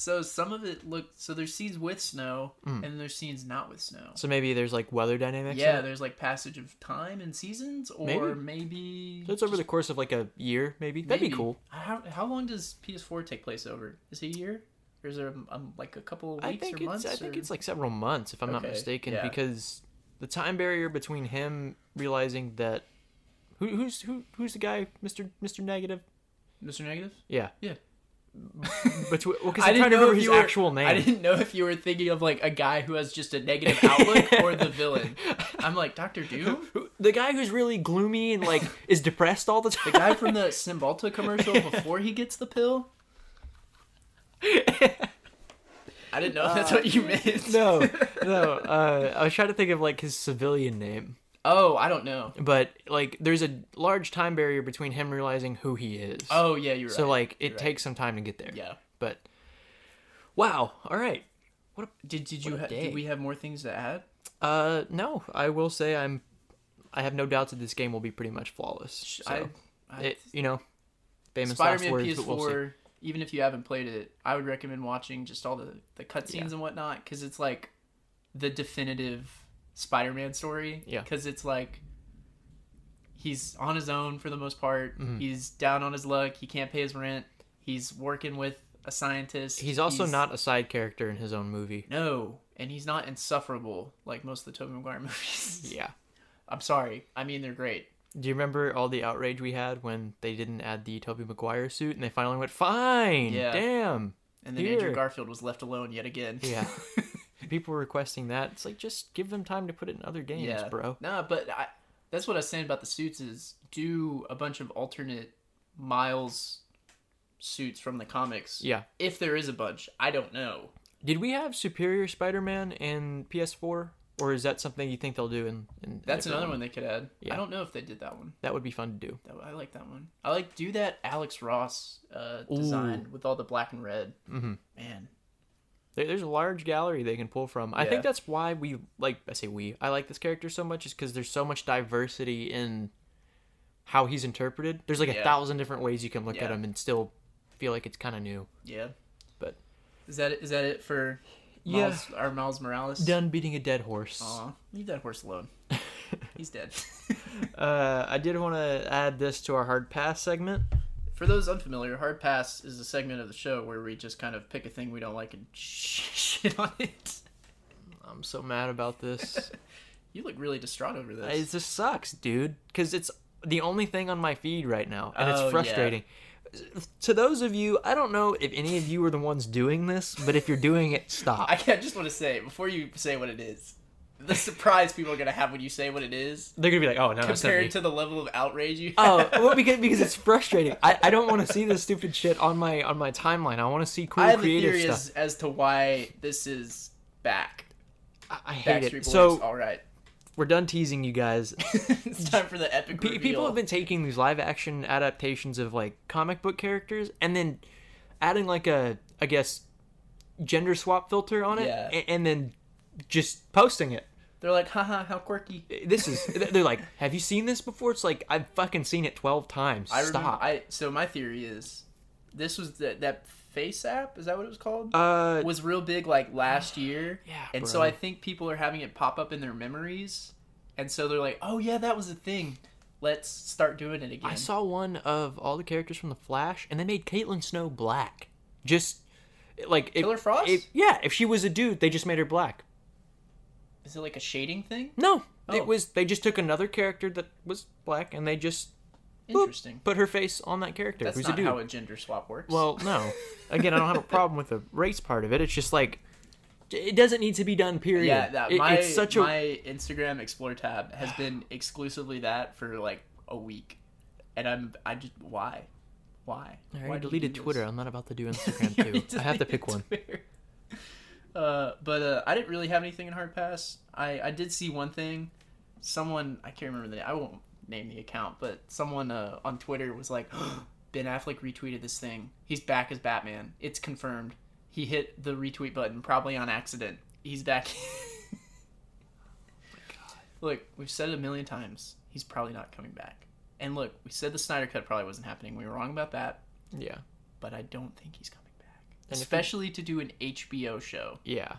Speaker 2: So some of it look. So there's scenes with snow,
Speaker 1: Mm.
Speaker 2: and there's scenes not with snow.
Speaker 1: so maybe there's like weather dynamics. in it?
Speaker 2: Yeah, there's like passage of time and seasons, or maybe,
Speaker 1: So it's over the course of like a year, maybe. That'd
Speaker 2: maybe.
Speaker 1: be cool.
Speaker 2: How, how long does PS4 take place over? Is it a year, or is there um, like a couple of
Speaker 1: I
Speaker 2: weeks
Speaker 1: think
Speaker 2: or
Speaker 1: it's
Speaker 2: months?
Speaker 1: I think
Speaker 2: or-
Speaker 1: it's like several months, if I'm not
Speaker 2: Okay,
Speaker 1: mistaken,
Speaker 2: yeah.
Speaker 1: because the time barrier between him realizing that who, who's who who's the guy, Mister Mister Negative?
Speaker 2: Mr. Negative.
Speaker 1: Yeah,
Speaker 2: Yeah.
Speaker 1: Between well, because I'm trying to remember his
Speaker 2: you were,
Speaker 1: actual name.
Speaker 2: I didn't know if you were thinking of like a guy who has just a negative outlook or the villain. I'm like Doctor Doom,
Speaker 1: Who- The guy who's really gloomy and like is depressed all the time.
Speaker 2: the guy from the Cymbalta commercial before he gets the pill. I didn't know if that's what you meant.
Speaker 1: Uh, no, no. Uh, I was trying to think of like his civilian name,
Speaker 2: Oh, I don't know.
Speaker 1: but like there's a large time barrier between him realizing who he is.
Speaker 2: Oh yeah, you're right.
Speaker 1: So like it takes some time to get there.
Speaker 2: yeah.
Speaker 1: But wow, all right. What
Speaker 2: Did did you
Speaker 1: What a
Speaker 2: ha-
Speaker 1: day.
Speaker 2: did we have more things to add?
Speaker 1: a, uh no, I will say I'm I have no doubts that this game will be pretty much flawless. So
Speaker 2: I, I,
Speaker 1: it you know famous last
Speaker 2: Spider-Man
Speaker 1: words,
Speaker 2: PS4.
Speaker 1: but we'll see.
Speaker 2: even if you haven't played it, I would recommend watching just all the the cutscenes and whatnot because it's like the definitive Spider-Man story.
Speaker 1: Yeah.
Speaker 2: Because it's like he's on his own for the most part.
Speaker 1: Mm-hmm.
Speaker 2: He's down on his luck. He can't pay his rent. He's working with a scientist.
Speaker 1: He's also not a side character in his own movie.
Speaker 2: no, and he's not insufferable like most of the Tobey Maguire movies.
Speaker 1: Yeah.
Speaker 2: I'm sorry. I mean, they're great.
Speaker 1: Do you remember all the outrage we had when they didn't add the Toby Maguire suit and they finally went fine?
Speaker 2: Yeah.
Speaker 1: Damn.
Speaker 2: And then Andrew
Speaker 1: Here.
Speaker 2: Garfield was left alone yet again.
Speaker 1: Yeah. People were requesting that. It's like just give them time to put it in other games,
Speaker 2: yeah,
Speaker 1: bro.
Speaker 2: Nah, but I, that's what I was saying about the suits is do a bunch of alternate Miles suits from the comics.
Speaker 1: Yeah.
Speaker 2: If there is a bunch, I don't know.
Speaker 1: Did we have Superior Spider-Man in PS4, or is that something you think they'll do? In, in
Speaker 2: That's
Speaker 1: different
Speaker 2: another one they could add.
Speaker 1: Yeah.
Speaker 2: I don't know if they did that one.
Speaker 1: That would be fun to do.
Speaker 2: That I like that one. I like do that Alex Ross uh, design with all the black and red. Mm-hmm. Man,
Speaker 1: there, there's a large gallery they can pull from. I
Speaker 2: Yeah.
Speaker 1: think that's why we like. I say we. I like this character so much is because there's so much diversity in how he's interpreted. There's like a
Speaker 2: Yeah.
Speaker 1: thousand different ways you can look at
Speaker 2: Yeah.
Speaker 1: him and still feel like it's kind of new.
Speaker 2: Yeah.
Speaker 1: But-
Speaker 2: is that it- is that it for
Speaker 1: Yeah.
Speaker 2: Miles, our Miles Morales?
Speaker 1: Done beating a dead horse.
Speaker 2: Aw, leave that horse alone. He's dead.
Speaker 1: Uh, I did want to add this to our hard pass segment.
Speaker 2: for those unfamiliar, Hard Pass is a segment of the show where we just kind of pick a thing we don't like and shit on it.
Speaker 1: I'm so mad about this.
Speaker 2: You look really distraught over this.
Speaker 1: it just sucks, dude. Because it's the only thing on my feed right now, and
Speaker 2: Oh, yeah.
Speaker 1: it's frustrating. To those of you, I don't know if any of you are the ones doing this, but if you're doing it, stop.
Speaker 2: I I just want to say before you say what it is, the surprise people are gonna have when you say what it is
Speaker 1: They're gonna be like, "Oh no, it's not me."
Speaker 2: compared to the level of outrage you.
Speaker 1: Oh,
Speaker 2: have.
Speaker 1: well, because because it's frustrating. I, I don't want to see this stupid shit on my on my timeline. I want to see cool
Speaker 2: I have a
Speaker 1: creative
Speaker 2: theory
Speaker 1: stuff.
Speaker 2: as, as to why this is back.
Speaker 1: I, I hate
Speaker 2: Backstreet
Speaker 1: it.
Speaker 2: Boys.
Speaker 1: So
Speaker 2: all right,
Speaker 1: we're done teasing you guys.
Speaker 2: it's time for the epic.
Speaker 1: Pe-
Speaker 2: reveal.
Speaker 1: people have been taking these live action adaptations of like comic book characters and then adding like a i guess gender swap filter on it
Speaker 2: Yeah.
Speaker 1: a- and, then just posting it
Speaker 2: They're like, haha, how quirky.
Speaker 1: this is they're like have you seen this before it's like i've fucking seen it 12 times
Speaker 2: I remember.
Speaker 1: stop
Speaker 2: I so my theory is, this was that that face app. Is that what it was called?
Speaker 1: uh
Speaker 2: was real big like last year.
Speaker 1: Yeah,
Speaker 2: And
Speaker 1: bro.
Speaker 2: so I think people are having it pop up in their memories, and so they're like, oh yeah, that was a thing. Let's start doing it again.
Speaker 1: i saw one of all the characters from the flash and they made Caitlyn snow black just like if-
Speaker 2: Killer Frost?
Speaker 1: if- yeah if she was a dude they just made her black
Speaker 2: Is it like a shading thing?
Speaker 1: no
Speaker 2: Oh.
Speaker 1: it was they just took another character that was black and they just boop,
Speaker 2: Interesting.
Speaker 1: put her face on that character
Speaker 2: That's
Speaker 1: who's
Speaker 2: not
Speaker 1: a dude.
Speaker 2: how a gender swap works.
Speaker 1: well, no. Again, I don't have a problem with the race part of it. It's just like it doesn't need to be done. Period.
Speaker 2: yeah, that,
Speaker 1: It-
Speaker 2: my
Speaker 1: it's such a
Speaker 2: my Instagram Explore tab has been exclusively that for like a week, and I'm I just why, why?
Speaker 1: I
Speaker 2: Why
Speaker 1: already
Speaker 2: do you
Speaker 1: deleted
Speaker 2: do this?
Speaker 1: Twitter. I'm not about to do
Speaker 2: You
Speaker 1: Instagram
Speaker 2: already
Speaker 1: too. I have to
Speaker 2: deleted
Speaker 1: pick one.
Speaker 2: Twitter. Uh, but uh, I didn't really have anything in hard pass. I I did see one thing. Someone I can't remember the I won't name the account, but someone uh, on Twitter was like, Ben Affleck retweeted this thing. He's back as Batman. It's confirmed. He hit the retweet button probably on accident. He's back. Look, we've said it a million times. He's probably not coming back. And look, we said the Snyder Cut probably wasn't happening. We were wrong about that
Speaker 1: Yeah,
Speaker 2: but I don't think he's coming back.
Speaker 1: And if
Speaker 2: Especially to do an HBO show.
Speaker 1: yeah.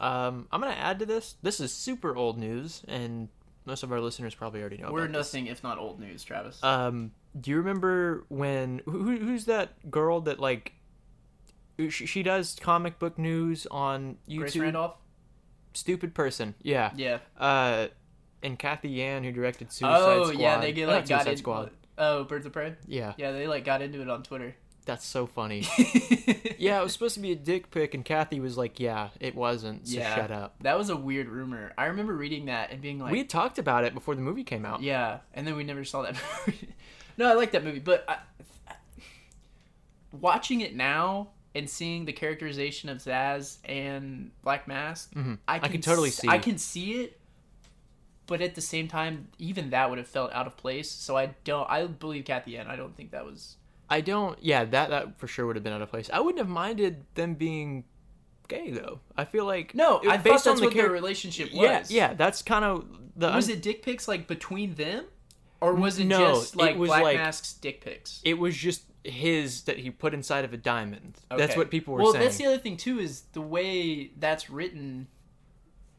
Speaker 1: Um, I'm gonna add to this. This is super old news, and most of our listeners probably already know.
Speaker 2: We're
Speaker 1: about this.
Speaker 2: nothing if not old news, Travis.
Speaker 1: Um, do you remember when who, who's that girl that like who- she, she does comic book news on YouTube?
Speaker 2: Grace Randolph?
Speaker 1: Stupid person. Yeah.
Speaker 2: Yeah.
Speaker 1: Uh, and Kathy Yan who directed Suicide
Speaker 2: Oh,
Speaker 1: Squad.
Speaker 2: yeah, they get
Speaker 1: Not
Speaker 2: like got
Speaker 1: Suicide
Speaker 2: into
Speaker 1: Squad.
Speaker 2: Oh, Birds of Prey?
Speaker 1: Yeah,
Speaker 2: Yeah, they like got into it on Twitter.
Speaker 1: that's so funny.
Speaker 2: yeah.
Speaker 1: yeah, it was supposed to be a dick pic, and Kathy was like, "Yeah, it wasn't. So shut up."
Speaker 2: That was a weird rumor. I remember reading that and being like,
Speaker 1: we had talked about it before the movie came out.
Speaker 2: yeah, and then we never saw that movie. no, I like that movie, but I, watching it now and seeing the characterization of Zaz and Black Mask,
Speaker 1: Mhm.
Speaker 2: I
Speaker 1: can
Speaker 2: can
Speaker 1: totally
Speaker 2: s-
Speaker 1: see.
Speaker 2: I can see it, but at the same time, even that would have felt out of place. So I don't. I believe Kathy Ann. I don't think that was.
Speaker 1: I don't. Yeah, that that for sure would have been out of place. I wouldn't have minded them being gay though. I feel like
Speaker 2: No,
Speaker 1: it-
Speaker 2: I based on what
Speaker 1: char-
Speaker 2: their relationship was.
Speaker 1: Yeah, yeah, that's kind of the.
Speaker 2: Was it dick pics like between them, or was it
Speaker 1: No,
Speaker 2: just
Speaker 1: it
Speaker 2: like
Speaker 1: was
Speaker 2: Black
Speaker 1: like-
Speaker 2: Mask's dick pics?
Speaker 1: It was just his that he put inside of a diamond. That's
Speaker 2: Okay.
Speaker 1: what people were
Speaker 2: well,
Speaker 1: saying.
Speaker 2: that's the other thing too is the way that's written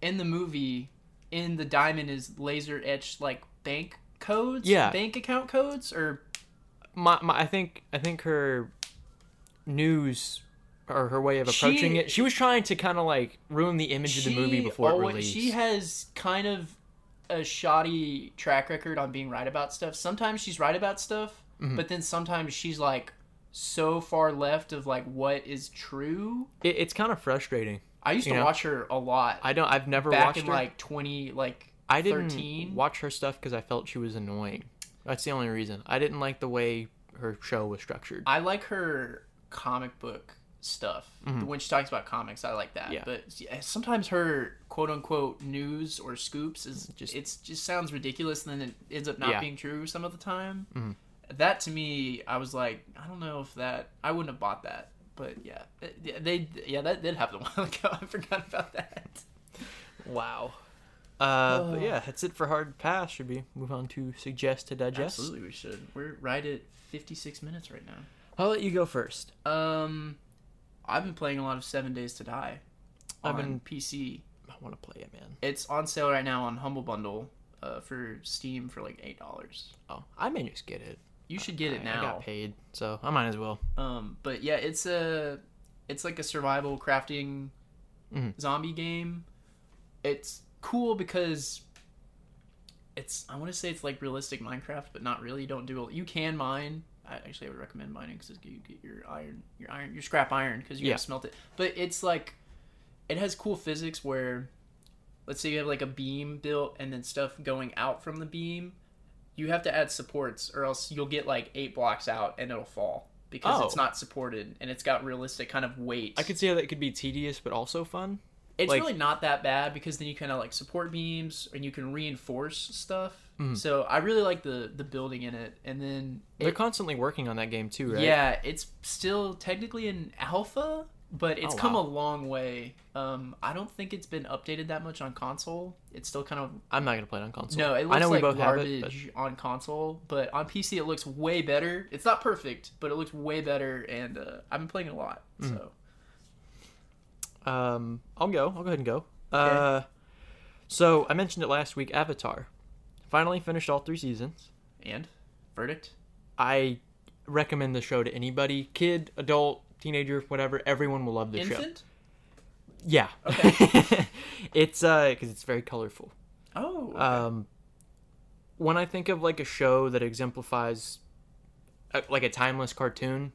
Speaker 2: in the movie. In the diamond is laser etched like bank codes,
Speaker 1: Yeah.
Speaker 2: bank account codes, or
Speaker 1: my, my, I think I think her news or her way of approaching
Speaker 2: She-
Speaker 1: it. She was trying to kind of like ruin the image of the movie before it
Speaker 2: always-
Speaker 1: released.
Speaker 2: She has kind of a shoddy track record on being right about stuff. Sometimes she's right about stuff,
Speaker 1: Mm-hmm.
Speaker 2: but then sometimes she's like so far left of like what is true.
Speaker 1: It- it's kind of frustrating.
Speaker 2: I used
Speaker 1: You
Speaker 2: to
Speaker 1: know,
Speaker 2: watch her a lot
Speaker 1: I don't. I've never
Speaker 2: back
Speaker 1: watched
Speaker 2: in
Speaker 1: her.
Speaker 2: like twenty, like
Speaker 1: I didn't
Speaker 2: 13.
Speaker 1: watch her stuff because I felt she was annoying. That's the only reason. I didn't like the way her show was structured.
Speaker 2: I like her comic book stuff. When she talks about comics, I like that.
Speaker 1: Mm-hmm. Yeah.
Speaker 2: But yeah, sometimes her quote unquote news or scoops is
Speaker 1: Just-
Speaker 2: just it's just sounds ridiculous and then it ends up not
Speaker 1: Mm-hmm. Yeah. Mm-hmm.
Speaker 2: being true some of the time. That to me, I was like, I don't know if that I wouldn't have bought that. But yeah, it- yeah, they yeah that did happen a while ago. I forgot about that.
Speaker 1: Wow. Uh,
Speaker 2: Oh.
Speaker 1: But yeah, that's it for hard pass. Should we move on to suggest to digest?
Speaker 2: Absolutely, we should. We're right at 56 minutes right now.
Speaker 1: I'll let you go first.
Speaker 2: Um, I've been playing a lot of Seven Days to Die
Speaker 1: I've
Speaker 2: on
Speaker 1: been-
Speaker 2: PC.
Speaker 1: I want to play it, man.
Speaker 2: It's on sale right now on Humble Bundle uh, for Steam for like eight dollars.
Speaker 1: Oh, I may just get it.
Speaker 2: You should get
Speaker 1: I-
Speaker 2: it
Speaker 1: I
Speaker 2: now.
Speaker 1: got paid, so I might as well.
Speaker 2: Um, but yeah, it's a it's like a survival crafting
Speaker 1: Mhm.
Speaker 2: zombie game. It's cool because it's I want to say it's like realistic Minecraft, but not really. You don't do you can mine. I actually I would recommend mining because you get your iron, your iron, your scrap iron because you
Speaker 1: Yeah.
Speaker 2: gotta smelt it. But it's like it has cool physics where let's say you have like a beam built and then stuff going out from the beam you have to add supports or else you'll get like eight blocks out and it'll fall because
Speaker 1: Oh.
Speaker 2: it's not supported and it's got realistic kind of weight
Speaker 1: I could see how that could be tedious, but also fun.
Speaker 2: it's
Speaker 1: like-
Speaker 2: really not that bad because then you kind of like support beams and you can reinforce stuff so i really like the the building in it and then
Speaker 1: Mm-hmm. They're
Speaker 2: it-
Speaker 1: constantly working on that game too, right?
Speaker 2: yeah it's still technically an alpha but it's
Speaker 1: Oh,
Speaker 2: come
Speaker 1: wow.
Speaker 2: a long way um i don't think it's been updated that much on console it's still kind of
Speaker 1: I'm not gonna play it on console.
Speaker 2: No, it
Speaker 1: I
Speaker 2: looks
Speaker 1: know
Speaker 2: like
Speaker 1: we both
Speaker 2: garbage
Speaker 1: have it. But
Speaker 2: on console, but on PC it looks way better. It's not perfect, but it looks way better, and uh, I've been playing it a lot.
Speaker 1: Mm-hmm.
Speaker 2: So
Speaker 1: Um, I'll go. I'll go ahead and go. Uh, so I mentioned it last week. Avatar, finally finished all three seasons.
Speaker 2: and verdict.
Speaker 1: I recommend the show to anybody, kid, adult, teenager, whatever. Everyone will love the show.
Speaker 2: Infant.
Speaker 1: Yeah.
Speaker 2: Okay.
Speaker 1: it's uh, because it's very colorful.
Speaker 2: Oh. okay.
Speaker 1: Um, when I think of like a show that exemplifies, uh like a timeless cartoon,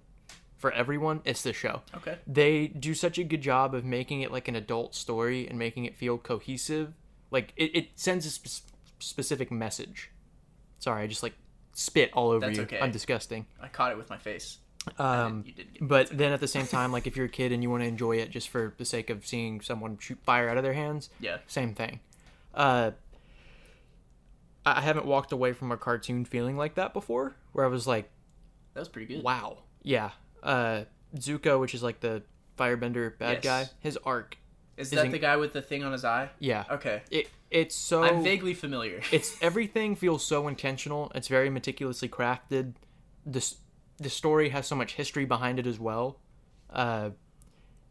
Speaker 1: for everyone, it's the show.
Speaker 2: okay.
Speaker 1: they do such a good job of making it like an adult story and making it feel cohesive. Like it, it sends a sp- specific message. Sorry, I just like spit all over
Speaker 2: That's
Speaker 1: you.
Speaker 2: okay.
Speaker 1: I'm disgusting.
Speaker 2: I caught it with my face. I
Speaker 1: Um,
Speaker 2: did- you did. Get
Speaker 1: but then at the same time, like if you're a kid and you want to enjoy it just for the sake of seeing someone shoot fire out of their hands,
Speaker 2: yeah.
Speaker 1: same thing. Uh, I I haven't walked away from a cartoon feeling like that before, where I was like,
Speaker 2: That was pretty good.
Speaker 1: Wow. Yeah. Uh, Zuko, which is like the firebender bad
Speaker 2: Yes.
Speaker 1: guy, his arc.
Speaker 2: Is
Speaker 1: Isn't-
Speaker 2: that the guy with the thing on his eye?
Speaker 1: Yeah.
Speaker 2: Okay.
Speaker 1: It it's so
Speaker 2: I'm vaguely familiar.
Speaker 1: it's everything feels so intentional. It's very meticulously crafted. This the story has so much history behind it as well. Uh,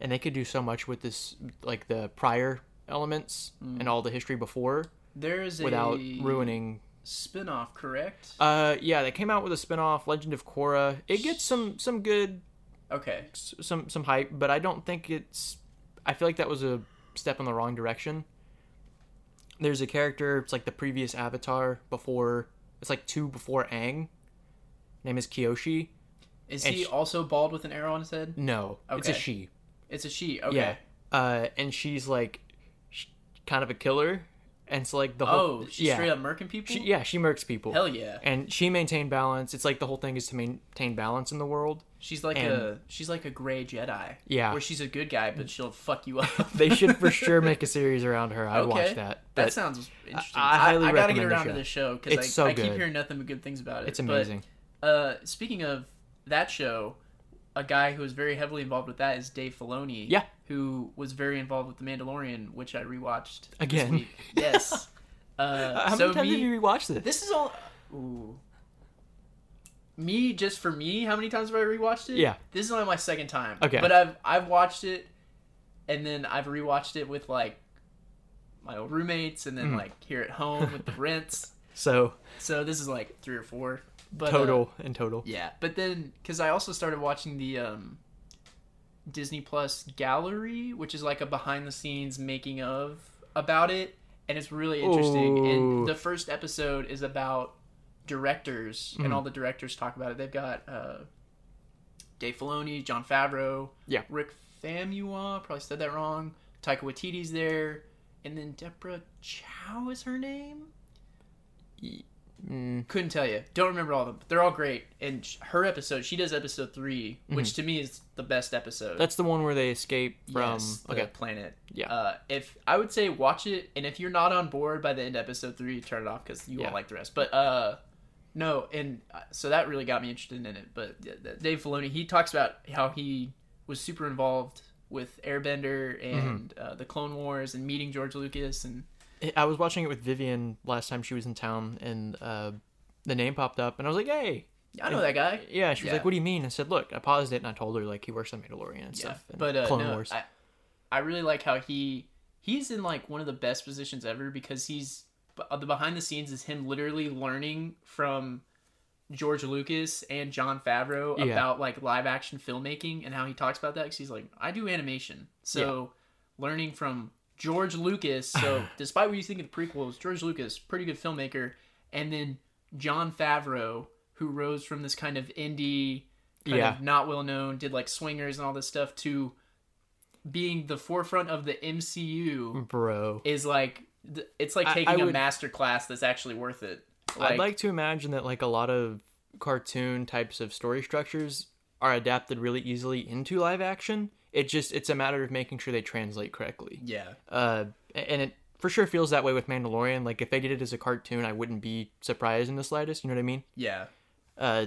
Speaker 1: and they could do so much with this like the prior elements and all the history before
Speaker 2: There is a
Speaker 1: without ruining
Speaker 2: spin-off, correct?
Speaker 1: uh yeah they came out with a spin-off legend of korra it gets some some good
Speaker 2: okay.
Speaker 1: s- some some hype, but I don't think it's. I feel like that was a step in the wrong direction. There's a character. It's like the previous Avatar before. It's like two before Aang. Name is Kyoshi.
Speaker 2: Is
Speaker 1: and
Speaker 2: he
Speaker 1: sh-
Speaker 2: also bald with an arrow on his head?
Speaker 1: No, it's a
Speaker 2: Okay.
Speaker 1: she.
Speaker 2: It's a she. Okay.
Speaker 1: Yeah, uh, and she's like, sh kind of a killer, and it's like the whole.
Speaker 2: Oh, she's
Speaker 1: yeah,
Speaker 2: straight up murking people.
Speaker 1: she, yeah, she murks people,
Speaker 2: Hell yeah.
Speaker 1: and she maintained balance. It's like the whole thing is to maintain balance in the world.
Speaker 2: She's like
Speaker 1: And-
Speaker 2: a she's like a gray Jedi.
Speaker 1: Yeah.
Speaker 2: Where she's a good guy, but she'll fuck you up.
Speaker 1: They should for sure make a series around her. I'd watch that.
Speaker 2: That
Speaker 1: But-
Speaker 2: sounds interesting.
Speaker 1: I- I highly
Speaker 2: gotta get
Speaker 1: recommend the
Speaker 2: around
Speaker 1: show.
Speaker 2: to this show because I,
Speaker 1: It's so
Speaker 2: I keep
Speaker 1: good.
Speaker 2: hearing nothing but good things about it.
Speaker 1: It's
Speaker 2: But,
Speaker 1: amazing.
Speaker 2: uh, speaking of that show, a guy who was very heavily involved with that is Dave Filoni.
Speaker 1: Yeah.
Speaker 2: Who was very involved with The Mandalorian, which I rewatched this
Speaker 1: Again.
Speaker 2: week. Yes. Uh,
Speaker 1: How
Speaker 2: so
Speaker 1: many times
Speaker 2: me,
Speaker 1: have you rewatched this?
Speaker 2: This is all. Ooh. Me just for me. How many times have I rewatched it?
Speaker 1: Yeah.
Speaker 2: This is only my second time.
Speaker 1: Okay.
Speaker 2: But I've I've watched it, and then I've rewatched it with like my old roommates, and
Speaker 1: Hmm.
Speaker 2: then like here at home with the rents.
Speaker 1: So
Speaker 2: So this is like three or four. But, uh,
Speaker 1: total in total.
Speaker 2: yeah, but then because I also started watching the um, Disney Plus Gallery, which is like a behind the scenes making of about it, and it's really interesting.
Speaker 1: Ooh.
Speaker 2: And the first episode is about directors, and
Speaker 1: Hmm.
Speaker 2: all the directors talk about it. They've got uh, Dave Filoni, John Favreau,
Speaker 1: Yeah.
Speaker 2: Rick Famuyiwa, probably said that wrong. Taika Waititi's there, and then Deborah Chow is her name.
Speaker 1: Mm,
Speaker 2: Couldn't tell you. Don't remember all of them. But they're all great. And sh- her episode, she does episode 3 which to me is the best episode.
Speaker 1: Mm-hmm. that's the one where they escape from.
Speaker 2: Yes, the
Speaker 1: okay.
Speaker 2: planet.
Speaker 1: Yeah.
Speaker 2: Uh, if I would say watch it, and if you're not on board by the end of episode three, turn it off because you
Speaker 1: Yeah.
Speaker 2: won't like the rest. But uh, no, and uh, so that really got me interested in it. But uh, Dave Filoni, he talks about how he was super involved with Airbender
Speaker 1: Mm-hmm.
Speaker 2: and uh, the Clone Wars and meeting George Lucas and
Speaker 1: I- I was watching it with Vivian last time she was in town, and uh, the name popped up, and I was like, "Hey,
Speaker 2: I know that guy.
Speaker 1: yeah." She was
Speaker 2: Yeah.
Speaker 1: like, "What do you mean?" I said, "Look," I paused it and I told her like he works on Mandalorian and
Speaker 2: Yeah,
Speaker 1: stuff, and
Speaker 2: but uh,
Speaker 1: Clone
Speaker 2: no,
Speaker 1: Wars.
Speaker 2: I, I really like how he he's in like one of the best positions ever because he's b- uh, the behind the scenes is him literally learning from George Lucas and John Favreau
Speaker 1: Yeah.
Speaker 2: about like live action filmmaking and how he talks about that because he's like I do animation so learning from George Lucas so despite what you think of the prequels George Lucas pretty good filmmaker and then John Favreau who rose from this kind of indie kind
Speaker 1: Yeah.
Speaker 2: of not well known did like swingers and all this stuff to being the forefront of the MCU
Speaker 1: Bro,
Speaker 2: is like th- it's like
Speaker 1: Hmm. I-
Speaker 2: taking
Speaker 1: I
Speaker 2: a
Speaker 1: would-
Speaker 2: master class that's actually worth it.
Speaker 1: I'd like to imagine that like a lot of cartoon types of story structures are adapted really easily into live action. It just it's a matter of making sure they translate correctly.
Speaker 2: yeah,
Speaker 1: Uh, and it for sure feels that way with Mandalorian. Like if they did it as a cartoon, I wouldn't be surprised in the slightest. You know what I mean?
Speaker 2: yeah,
Speaker 1: uh,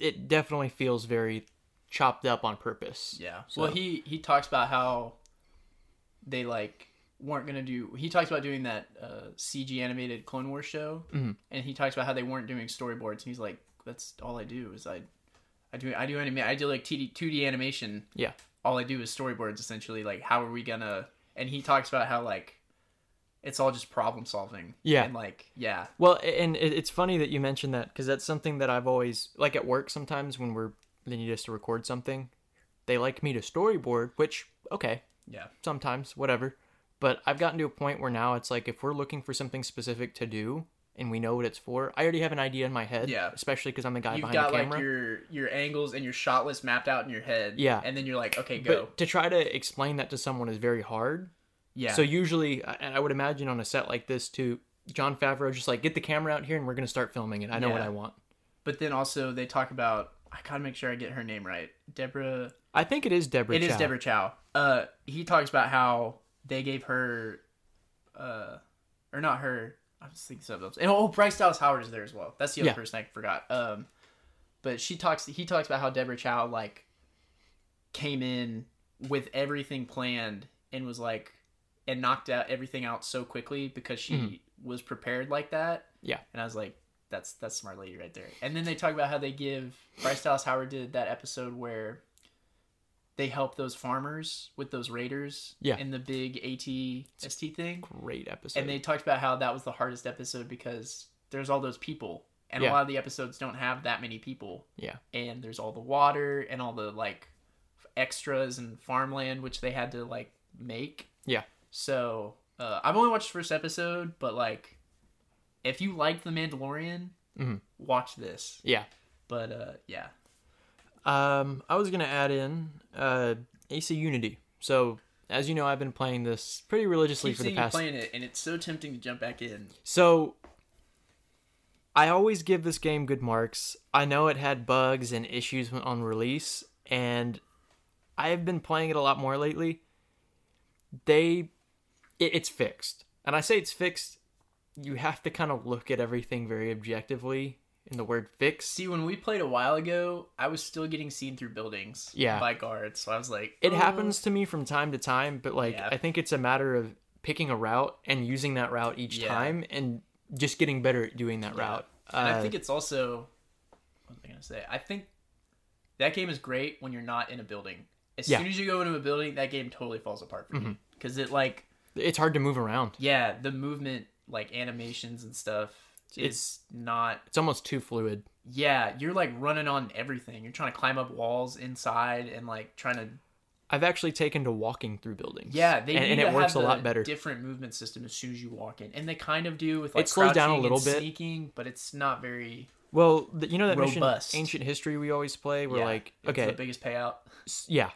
Speaker 1: it definitely feels very chopped up on purpose.
Speaker 2: yeah.
Speaker 1: So-
Speaker 2: Well, he he talks about how they like weren't gonna do. He talks about doing that uh, CG animated Clone Wars show,
Speaker 1: Mm-hmm.
Speaker 2: and he talks about how they weren't doing storyboards. And he's like, that's all I do is I. I do I do anime I do like 2D 2D animation
Speaker 1: Yeah.
Speaker 2: all I do is storyboards essentially. Like, how are we gonna? And he talks about how like it's all just problem solving.
Speaker 1: Yeah.
Speaker 2: And like, yeah,
Speaker 1: Well, a- and it- it's funny that you mentioned that because that's something that I've always like at work. Sometimes when we're they need us to record something, they like me to storyboard. Which okay,
Speaker 2: yeah,
Speaker 1: sometimes whatever. But I've gotten to a point where now it's like if we're looking for something specific to do and we know what it's for, I already have an idea in my head.
Speaker 2: Yeah.
Speaker 1: Especially because I'm Uh, the guy
Speaker 2: you've
Speaker 1: behind
Speaker 2: got
Speaker 1: the
Speaker 2: like
Speaker 1: camera.
Speaker 2: your your angles and your shot list mapped out in your head.
Speaker 1: Yeah.
Speaker 2: and then you're like, okay, go.
Speaker 1: but to try to explain that to someone is very hard
Speaker 2: yeah,
Speaker 1: So usually, I- and I would imagine on a set like this too, John Favreau just like get the camera out here and we're gonna start filming it. I know what
Speaker 2: Yeah.
Speaker 1: I want.
Speaker 2: but then also they talk about. I gotta make sure I get her name right. Deborah.
Speaker 1: I think it is Deborah.
Speaker 2: It is
Speaker 1: Chow.
Speaker 2: Deborah Chow. Uh, he talks about how they gave her, uh, or not her. I was thinking something else. And oh, Bryce Dallas Howard is there as well. That's the other
Speaker 1: Yeah.
Speaker 2: person I forgot. Um, but she talks. He talks about how Deborah Chow like came in with everything planned and was like and knocked out everything out so quickly because she was prepared like that.
Speaker 1: Mm-hmm. Yeah.
Speaker 2: And I was like, that's that's smart lady right there. And then they talk about how they give Bryce Dallas Howard did that episode where they help those farmers with those raiders
Speaker 1: Yeah.
Speaker 2: in the big ATST thing.
Speaker 1: Great episode.
Speaker 2: And they talked about how that was the hardest episode because there's all those people and
Speaker 1: Yeah.
Speaker 2: a lot of the episodes don't have that many people
Speaker 1: yeah,
Speaker 2: and there's all the water and all the like extras and farmland which they had to like make.
Speaker 1: yeah,
Speaker 2: So uh, I've only watched the first episode, but like, if you like The Mandalorian,
Speaker 1: Mm-hmm.
Speaker 2: watch this.
Speaker 1: yeah.
Speaker 2: But uh, yeah,
Speaker 1: Um, I was gonna add in uh, AC Unity. So as you know, I've been playing this pretty religiously
Speaker 2: keep
Speaker 1: for the
Speaker 2: seeing you
Speaker 1: past
Speaker 2: playing it, and it's so tempting to jump back in.
Speaker 1: So I always give this game good marks. I know it had bugs and issues when- on release, and I have been playing it a lot more lately. They, it, it's fixed, and I say it's fixed. You have to kind of look at everything very objectively. In the word fix,
Speaker 2: See, when we played a while ago, I was still getting seen through buildings,
Speaker 1: Yeah.
Speaker 2: by guards. So I was like,
Speaker 1: it
Speaker 2: "Oh."
Speaker 1: happens to me from time to time, but like
Speaker 2: Yeah.
Speaker 1: I think it's a matter of picking a route and using that route each
Speaker 2: Yeah.
Speaker 1: time, and just getting better at doing that
Speaker 2: Yeah.
Speaker 1: route.
Speaker 2: And
Speaker 1: Uh,
Speaker 2: I think it's also, what was I gonna say? I think that game is great when you're not in a building. As
Speaker 1: Yeah. Mm-hmm.
Speaker 2: soon as you go into a building, that game totally falls apart for you because it like
Speaker 1: it's hard to move around.
Speaker 2: yeah the movement like animations and stuff is not
Speaker 1: It's almost too fluid.
Speaker 2: yeah you're like running on everything you're trying to climb up walls inside and like trying to
Speaker 1: I've actually taken to walking through buildings.
Speaker 2: yeah they
Speaker 1: and,
Speaker 2: need
Speaker 1: and
Speaker 2: to
Speaker 1: it works a
Speaker 2: have
Speaker 1: lot
Speaker 2: the
Speaker 1: better.
Speaker 2: different movement system as soon as you walk in and they kind of do with like
Speaker 1: It slows down a
Speaker 2: crouching and
Speaker 1: little bit.
Speaker 2: sneaking but it's not very
Speaker 1: well, the, you know that
Speaker 2: Robust.
Speaker 1: mission ancient history we always play. We're
Speaker 2: yeah,
Speaker 1: like,
Speaker 2: it's
Speaker 1: okay,
Speaker 2: the biggest payout
Speaker 1: s- yeah,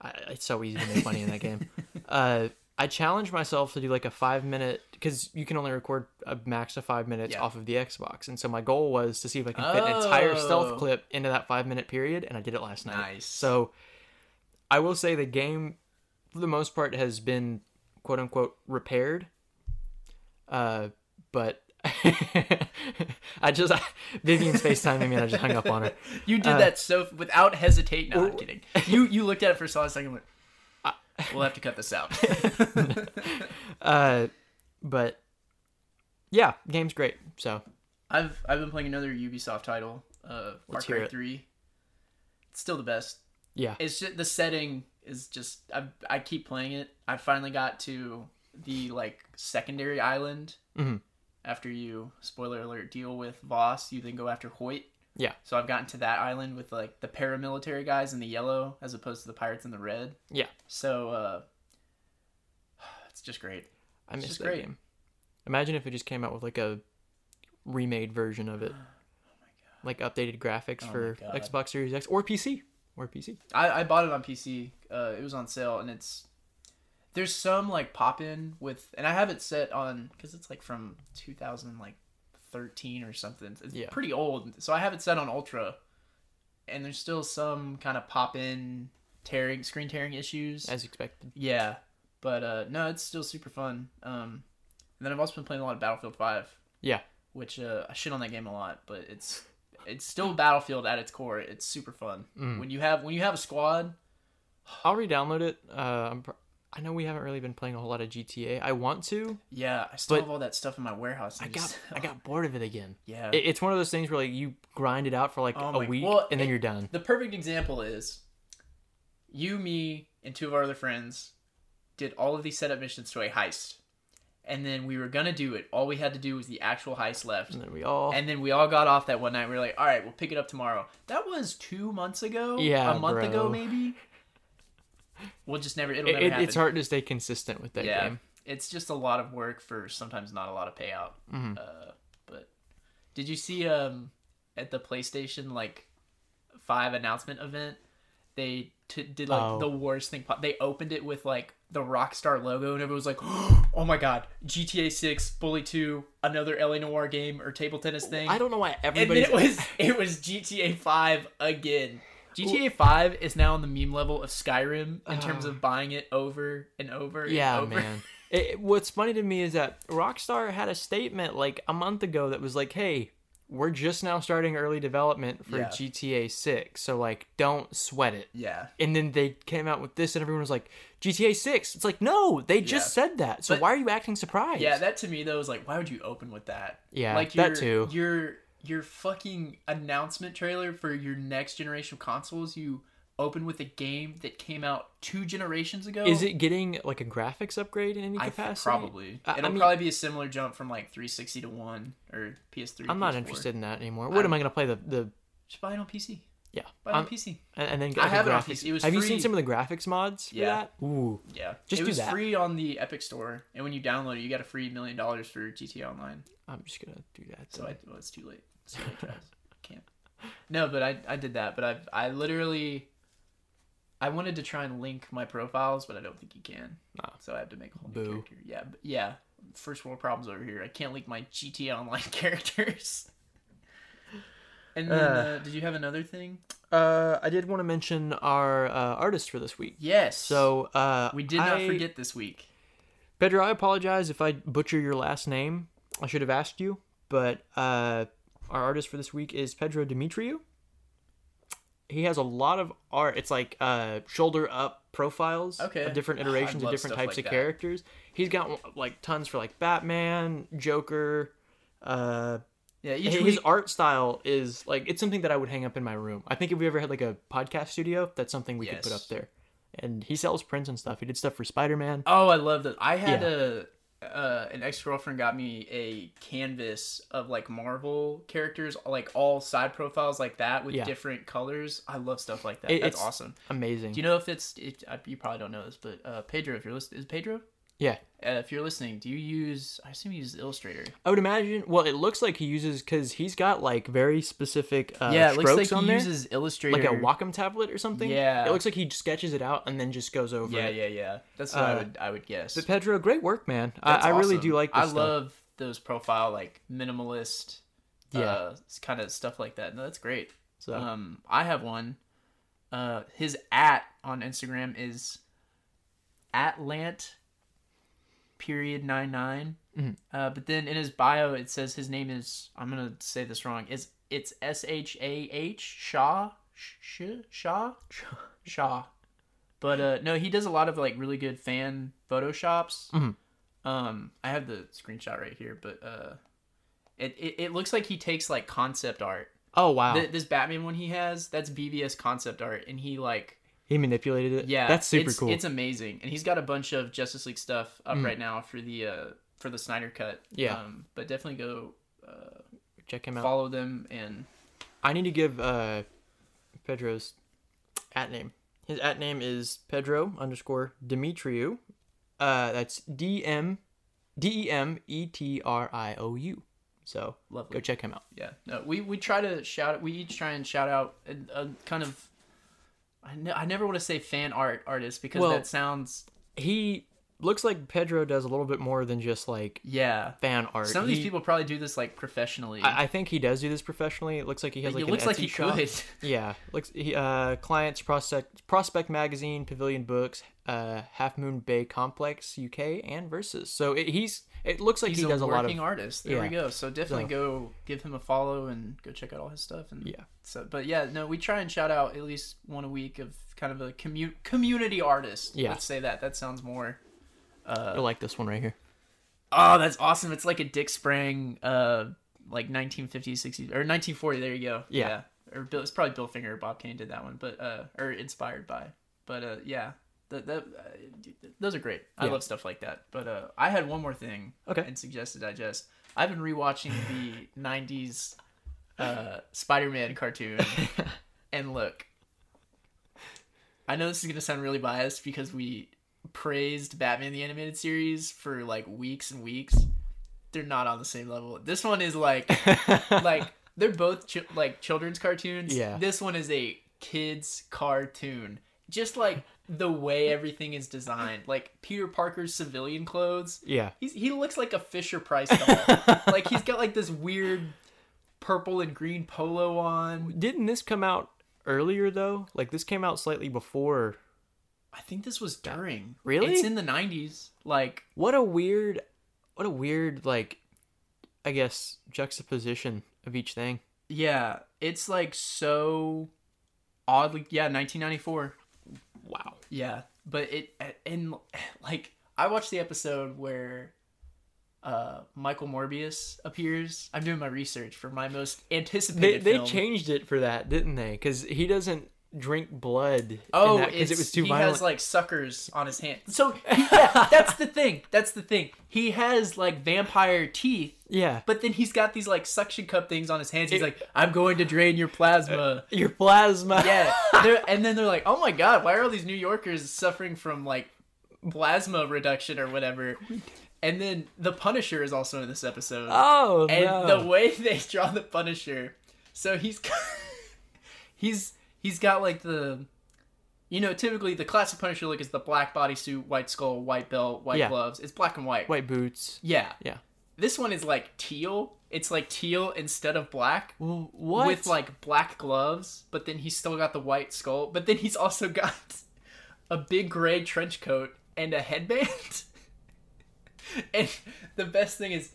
Speaker 1: I, it's so easy to make money in that game. Uh, I challenged myself to do like a five minute because you can only record a max of five minutes
Speaker 2: Yeah.
Speaker 1: off of the Xbox, and so my goal was to see if I can fit an entire
Speaker 2: Oh.
Speaker 1: stealth clip into that five minute period, and I did it last night.
Speaker 2: Nice.
Speaker 1: So I will say the game, for the most part, has been quote unquote repaired. Uh, but I just Vivian's FaceTiming me and I just hung up on her.
Speaker 2: You did
Speaker 1: Uh,
Speaker 2: that so without hesitating. No, I'm
Speaker 1: Or-
Speaker 2: kidding. You you looked at it for a solid second. And went, we'll have to cut this out.
Speaker 1: Uh, but yeah, game's great. So
Speaker 2: I've I've been playing another Ubisoft title, uh, Far
Speaker 1: Let's hear
Speaker 2: Cry
Speaker 1: it.
Speaker 2: Three. It's still the best.
Speaker 1: yeah,
Speaker 2: It's just the setting is just I I keep playing it. I finally got to the like secondary island.
Speaker 1: Mhm.
Speaker 2: After you spoiler alert deal with Voss, you then go after Hoyt.
Speaker 1: Yeah.
Speaker 2: So I've gotten to that island with like the paramilitary guys in the yellow as opposed to the pirates in the red.
Speaker 1: Yeah.
Speaker 2: So uh it's just great.
Speaker 1: I
Speaker 2: It's
Speaker 1: miss
Speaker 2: just
Speaker 1: that
Speaker 2: great.
Speaker 1: game. Imagine if it just came out with like a remade version of it, like updated graphics
Speaker 2: Oh
Speaker 1: for
Speaker 2: my God.
Speaker 1: Xbox Series X or PC or PC.
Speaker 2: I, I bought it on PC. Uh, it was on sale, and it's there's some like pop in with, and I have it set on because it's like from 2000 like 13 or something. It's
Speaker 1: Yeah.
Speaker 2: pretty old, so I have it set on ultra, and there's still some kind of pop in tearing, screen tearing issues.
Speaker 1: As expected.
Speaker 2: yeah, but uh, no, it's still super fun. Um, and then I've also been playing a lot of Battlefield 5.
Speaker 1: Yeah.
Speaker 2: which uh, I shit on that game a lot, but it's it's still Battlefield at its core. It's super fun
Speaker 1: Mm.
Speaker 2: when you have when you have a squad.
Speaker 1: I'll re-download it. Uh, I'm pr- I know we haven't really been playing a whole lot of GTA. I want to.
Speaker 2: Yeah, I still
Speaker 1: But-
Speaker 2: have all that stuff in my warehouse.
Speaker 1: I
Speaker 2: and
Speaker 1: got
Speaker 2: just-
Speaker 1: I got bored of it again.
Speaker 2: yeah.
Speaker 1: It, it's one of those things where like you grind it out for like
Speaker 2: Uh, Oh
Speaker 1: a
Speaker 2: my-
Speaker 1: week
Speaker 2: well,
Speaker 1: and then
Speaker 2: it-
Speaker 1: you're done.
Speaker 2: the perfect example is you, me, and two of our other friends did all of these setup missions to a heist, and then we were gonna do it. All we had to do was the actual heist left,
Speaker 1: And then we all
Speaker 2: and then we all got off that one night. We were like, "All right, we'll pick it up tomorrow." That was two months ago.
Speaker 1: Yeah,
Speaker 2: a month ago
Speaker 1: bro.
Speaker 2: maybe. We'll just never. It'll
Speaker 1: it,
Speaker 2: never
Speaker 1: it-
Speaker 2: happen.
Speaker 1: it's hard to stay consistent with that
Speaker 2: yeah,
Speaker 1: game.
Speaker 2: it's just a lot of work for sometimes not a lot of payout.
Speaker 1: Mm-hmm.
Speaker 2: Uh, but did you see um at the PlayStation like five announcement event they t- did like
Speaker 1: Oh.
Speaker 2: the worst thing. Po- they opened it with like the Rockstar logo and everyone was like, "Oh my god, GTA Six, Bully Two, another LA Noir game or table tennis thing."
Speaker 1: I don't know why
Speaker 2: and then
Speaker 1: everybody's
Speaker 2: it was it was GTA Five again. GTA Five is now on the meme level of Skyrim in terms
Speaker 1: Oh.
Speaker 2: of buying it over and over. and
Speaker 1: Yeah,
Speaker 2: over.
Speaker 1: man. It, it- what's funny to me is that Rockstar had a statement like a month ago that was like, "Hey, we're just now starting early development for
Speaker 2: Yeah.
Speaker 1: GTA 6, so like don't sweat it."
Speaker 2: Yeah.
Speaker 1: And then they came out with this and everyone was like, "GTA 6." It's like, "No, they just said that. So
Speaker 2: But-
Speaker 1: why are you acting surprised?"
Speaker 2: Yeah, that to me though is like, why would you open with that?
Speaker 1: Yeah,
Speaker 2: like
Speaker 1: that
Speaker 2: your,
Speaker 1: too.
Speaker 2: Your your fucking announcement trailer for your next generation of consoles, you open with a game that came out two generations ago.
Speaker 1: Is it getting like a graphics upgrade in any
Speaker 2: I think
Speaker 1: capacity?
Speaker 2: probably.
Speaker 1: I- I
Speaker 2: It'll
Speaker 1: mean-
Speaker 2: probably be a similar jump from like 360 to one or PS3.
Speaker 1: I'm not
Speaker 2: PS4.
Speaker 1: interested in that anymore. What am I going to play the the
Speaker 2: Just buy it on PC.
Speaker 1: yeah.
Speaker 2: Buy it on
Speaker 1: Um,
Speaker 2: PC.
Speaker 1: and, and then get
Speaker 2: I
Speaker 1: like, a
Speaker 2: have it on
Speaker 1: graphics.
Speaker 2: PC. It was
Speaker 1: Have you seen
Speaker 2: free.
Speaker 1: some of the graphics mods for
Speaker 2: Yeah.
Speaker 1: that? Ooh.
Speaker 2: Yeah,
Speaker 1: Just
Speaker 2: it
Speaker 1: do
Speaker 2: was
Speaker 1: that.
Speaker 2: free on the Epic Store, and when you download it, you got a free million dollars for GTA Online.
Speaker 1: I'm just going to do that.
Speaker 2: So
Speaker 1: then.
Speaker 2: I, well, it's too late. It's too late, Travis. Can't. No, but I I did that, but I I literally, I wanted to try and link my profiles, but I don't think you can.
Speaker 1: Ah.
Speaker 2: So I have to make a whole new
Speaker 1: Boo.
Speaker 2: character. Yeah, but yeah. First world problems over here. I can't link my GTA Online characters. And then,
Speaker 1: Uh.
Speaker 2: uh, did you have another thing?
Speaker 1: Uh, I did want to mention our uh, artist for this week.
Speaker 2: Yes.
Speaker 1: So uh,
Speaker 2: we did not
Speaker 1: I-
Speaker 2: forget this week.
Speaker 1: Pedro. I apologize if I butcher your last name. I should have asked you. But uh, our artist for this week is Pedro Dimitriou. He has a lot of art. It's like uh, shoulder up profiles
Speaker 2: Okay.
Speaker 1: of different
Speaker 2: Oh, I
Speaker 1: iterations of
Speaker 2: love
Speaker 1: different
Speaker 2: stuff
Speaker 1: types
Speaker 2: like
Speaker 1: of
Speaker 2: that.
Speaker 1: characters. He's got like tons for like Batman, Joker. Uh,
Speaker 2: Yeah, each
Speaker 1: his
Speaker 2: week-
Speaker 1: art style is like it's something that I would hang up in my room. I think if we ever had like a podcast studio, that's something we could put
Speaker 2: Yes.
Speaker 1: up there. And he sells prints and stuff. He did stuff for Spider Man.
Speaker 2: Oh, I love that. I had a uh, an ex girlfriend got me a canvas of like Marvel characters, like all side profiles like that with
Speaker 1: Yeah.
Speaker 2: different colors. I love stuff like that.
Speaker 1: It-
Speaker 2: That's
Speaker 1: it's- Mm-hmm.
Speaker 2: awesome.
Speaker 1: Amazing.
Speaker 2: Do you know if it's it, I, you probably don't know this, but uh, Pedro, if you're listening, is it Pedro?
Speaker 1: yeah,
Speaker 2: Uh, if you're listening, do you use? I assume you use Illustrator.
Speaker 1: I would imagine. Well, it looks like he uses because he's got like very specific uh,
Speaker 2: yeah, it
Speaker 1: strokes
Speaker 2: looks like
Speaker 1: on
Speaker 2: he
Speaker 1: there,
Speaker 2: uses Illustrator.
Speaker 1: like a Wacom tablet or something.
Speaker 2: Yeah.
Speaker 1: it looks like he sketches it out and then just goes over.
Speaker 2: Yeah,
Speaker 1: it.
Speaker 2: yeah, yeah. That's what I
Speaker 1: Uh,
Speaker 2: would I would guess.
Speaker 1: But Pedro, great work, man.
Speaker 2: That's
Speaker 1: I, I really
Speaker 2: awesome.
Speaker 1: do like. This
Speaker 2: I
Speaker 1: stuff.
Speaker 2: love those profile like minimalist,
Speaker 1: Yeah.
Speaker 2: uh, kind of stuff like that. No, that's great.
Speaker 1: So-
Speaker 2: um, I have one. Uh, his at on Instagram is Atlant period nine nine.
Speaker 1: Mhm.
Speaker 2: Uh, but then in his bio it says his name is I'm gonna say this wrong. Is it's S H A H Shaw Sh- Shaw Shaw. But uh, no, he does a lot of like really good fan photoshops.
Speaker 1: Mhm.
Speaker 2: Um, I have the screenshot right here, but uh, it, it it looks like he takes like concept art.
Speaker 1: Oh wow,
Speaker 2: Th- this Batman one he has that's BVS concept art, and he like
Speaker 1: he manipulated it.
Speaker 2: yeah,
Speaker 1: that's super
Speaker 2: it's,
Speaker 1: cool.
Speaker 2: It's amazing, and he's got a bunch of Justice League stuff up
Speaker 1: Mm.
Speaker 2: right now for the uh, for the Snyder Cut.
Speaker 1: Yeah.
Speaker 2: um, but definitely go uh,
Speaker 1: Check him out.
Speaker 2: follow them and
Speaker 1: I need to give uh, Pedro's at name. His at name is Pedro underscore Demetriou. Uh, that's D M D E M E T R I O U. So
Speaker 2: lovely.
Speaker 1: go check him out.
Speaker 2: Yeah, no, we we try to shout. We each try and shout out a, a kind of. I, ne- I never want to say fan art artist because
Speaker 1: Well-
Speaker 2: that sounds
Speaker 1: He looks like Pedro does a little bit more than just like
Speaker 2: yeah.
Speaker 1: fan art.
Speaker 2: Some of these
Speaker 1: He-
Speaker 2: people probably do this like professionally.
Speaker 1: I, I think he does do this professionally. It looks like he has like
Speaker 2: it
Speaker 1: an
Speaker 2: looks like
Speaker 1: Etsy
Speaker 2: he
Speaker 1: shop.
Speaker 2: could.
Speaker 1: Yeah, looks he, uh clients prospect prospect magazine, Pavilion Books, uh Half Moon Bay Complex UK, and Versus. So it, he's it looks like
Speaker 2: He's
Speaker 1: he
Speaker 2: a
Speaker 1: does a lot of
Speaker 2: working artist. There we
Speaker 1: yeah.
Speaker 2: go. So definitely go give him a follow and go check out all his stuff. And
Speaker 1: Yeah.
Speaker 2: So, but yeah, no, we try and shout out at least one a week of kind of a commu- community artist.
Speaker 1: Yeah.
Speaker 2: Let's say that. That sounds more.
Speaker 1: I like this one right here.
Speaker 2: Oh, that's awesome! It's like a Dick Sprang, uh, like 1950s, 60s, or 1940. There you go.
Speaker 1: Yeah.
Speaker 2: Or Bill, it's probably Bill Finger or Bob Kane did that one, but uh, or inspired by. But uh, yeah, that, that, uh, those are great. I
Speaker 1: Yeah.
Speaker 2: love stuff like that. But uh, I had one more thing.
Speaker 1: Okay.
Speaker 2: And suggest to digest. I've been rewatching the 90s uh, Spider-Man cartoon, and look, I know this is gonna sound really biased because we praised Batman the animated series for like weeks and weeks. They're not on the same level. This one is like like they're both ch- like children's cartoons.
Speaker 1: Yeah.
Speaker 2: This one is a kids cartoon. Just like the way everything is designed, like Peter Parker's civilian clothes.
Speaker 1: yeah.
Speaker 2: He's, he looks like a Fisher Price doll. like he's got like this weird purple and green polo on.
Speaker 1: Didn't this come out earlier though? Like this came out slightly before.
Speaker 2: I think this was during.
Speaker 1: Really?
Speaker 2: It's in the 90s. Like
Speaker 1: What a weird what a weird like I guess juxtaposition of each thing.
Speaker 2: Yeah, it's like so oddly yeah, 1994.
Speaker 1: Wow.
Speaker 2: Yeah, but it and like I watched the episode where uh Michael Morbius appears. I'm doing my research for my most
Speaker 1: They
Speaker 2: anticipated
Speaker 1: they
Speaker 2: film.
Speaker 1: changed it for that, didn't they? Cuz he doesn't drink blood
Speaker 2: Oh,
Speaker 1: because
Speaker 2: it's,
Speaker 1: it was too
Speaker 2: he
Speaker 1: violent.
Speaker 2: has like suckers on his hand. So yeah, that's the thing. That's the thing. He has like vampire teeth,
Speaker 1: yeah.
Speaker 2: but then he's got these like suction cup things on his hands. He's like, "I'm going to drain your plasma."
Speaker 1: Your plasma.
Speaker 2: Yeah, they're, and then they're like, "Oh my god, why are all these New Yorkers suffering from like plasma reduction or whatever?" And then the Punisher is also in this episode,
Speaker 1: Oh
Speaker 2: and
Speaker 1: no.
Speaker 2: the way they draw the Punisher, so he's he's he's got like the you know typically the classic Punisher look is the black bodysuit, white skull, white belt, white
Speaker 1: Yeah.
Speaker 2: gloves. It's black and white.
Speaker 1: White boots.
Speaker 2: Yeah,
Speaker 1: Yeah.
Speaker 2: this one is like teal. It's like teal instead of black
Speaker 1: Well, what?
Speaker 2: with like black gloves, but then he's still got the white skull, but then he's also got a big gray trench coat and a headband. and the best thing is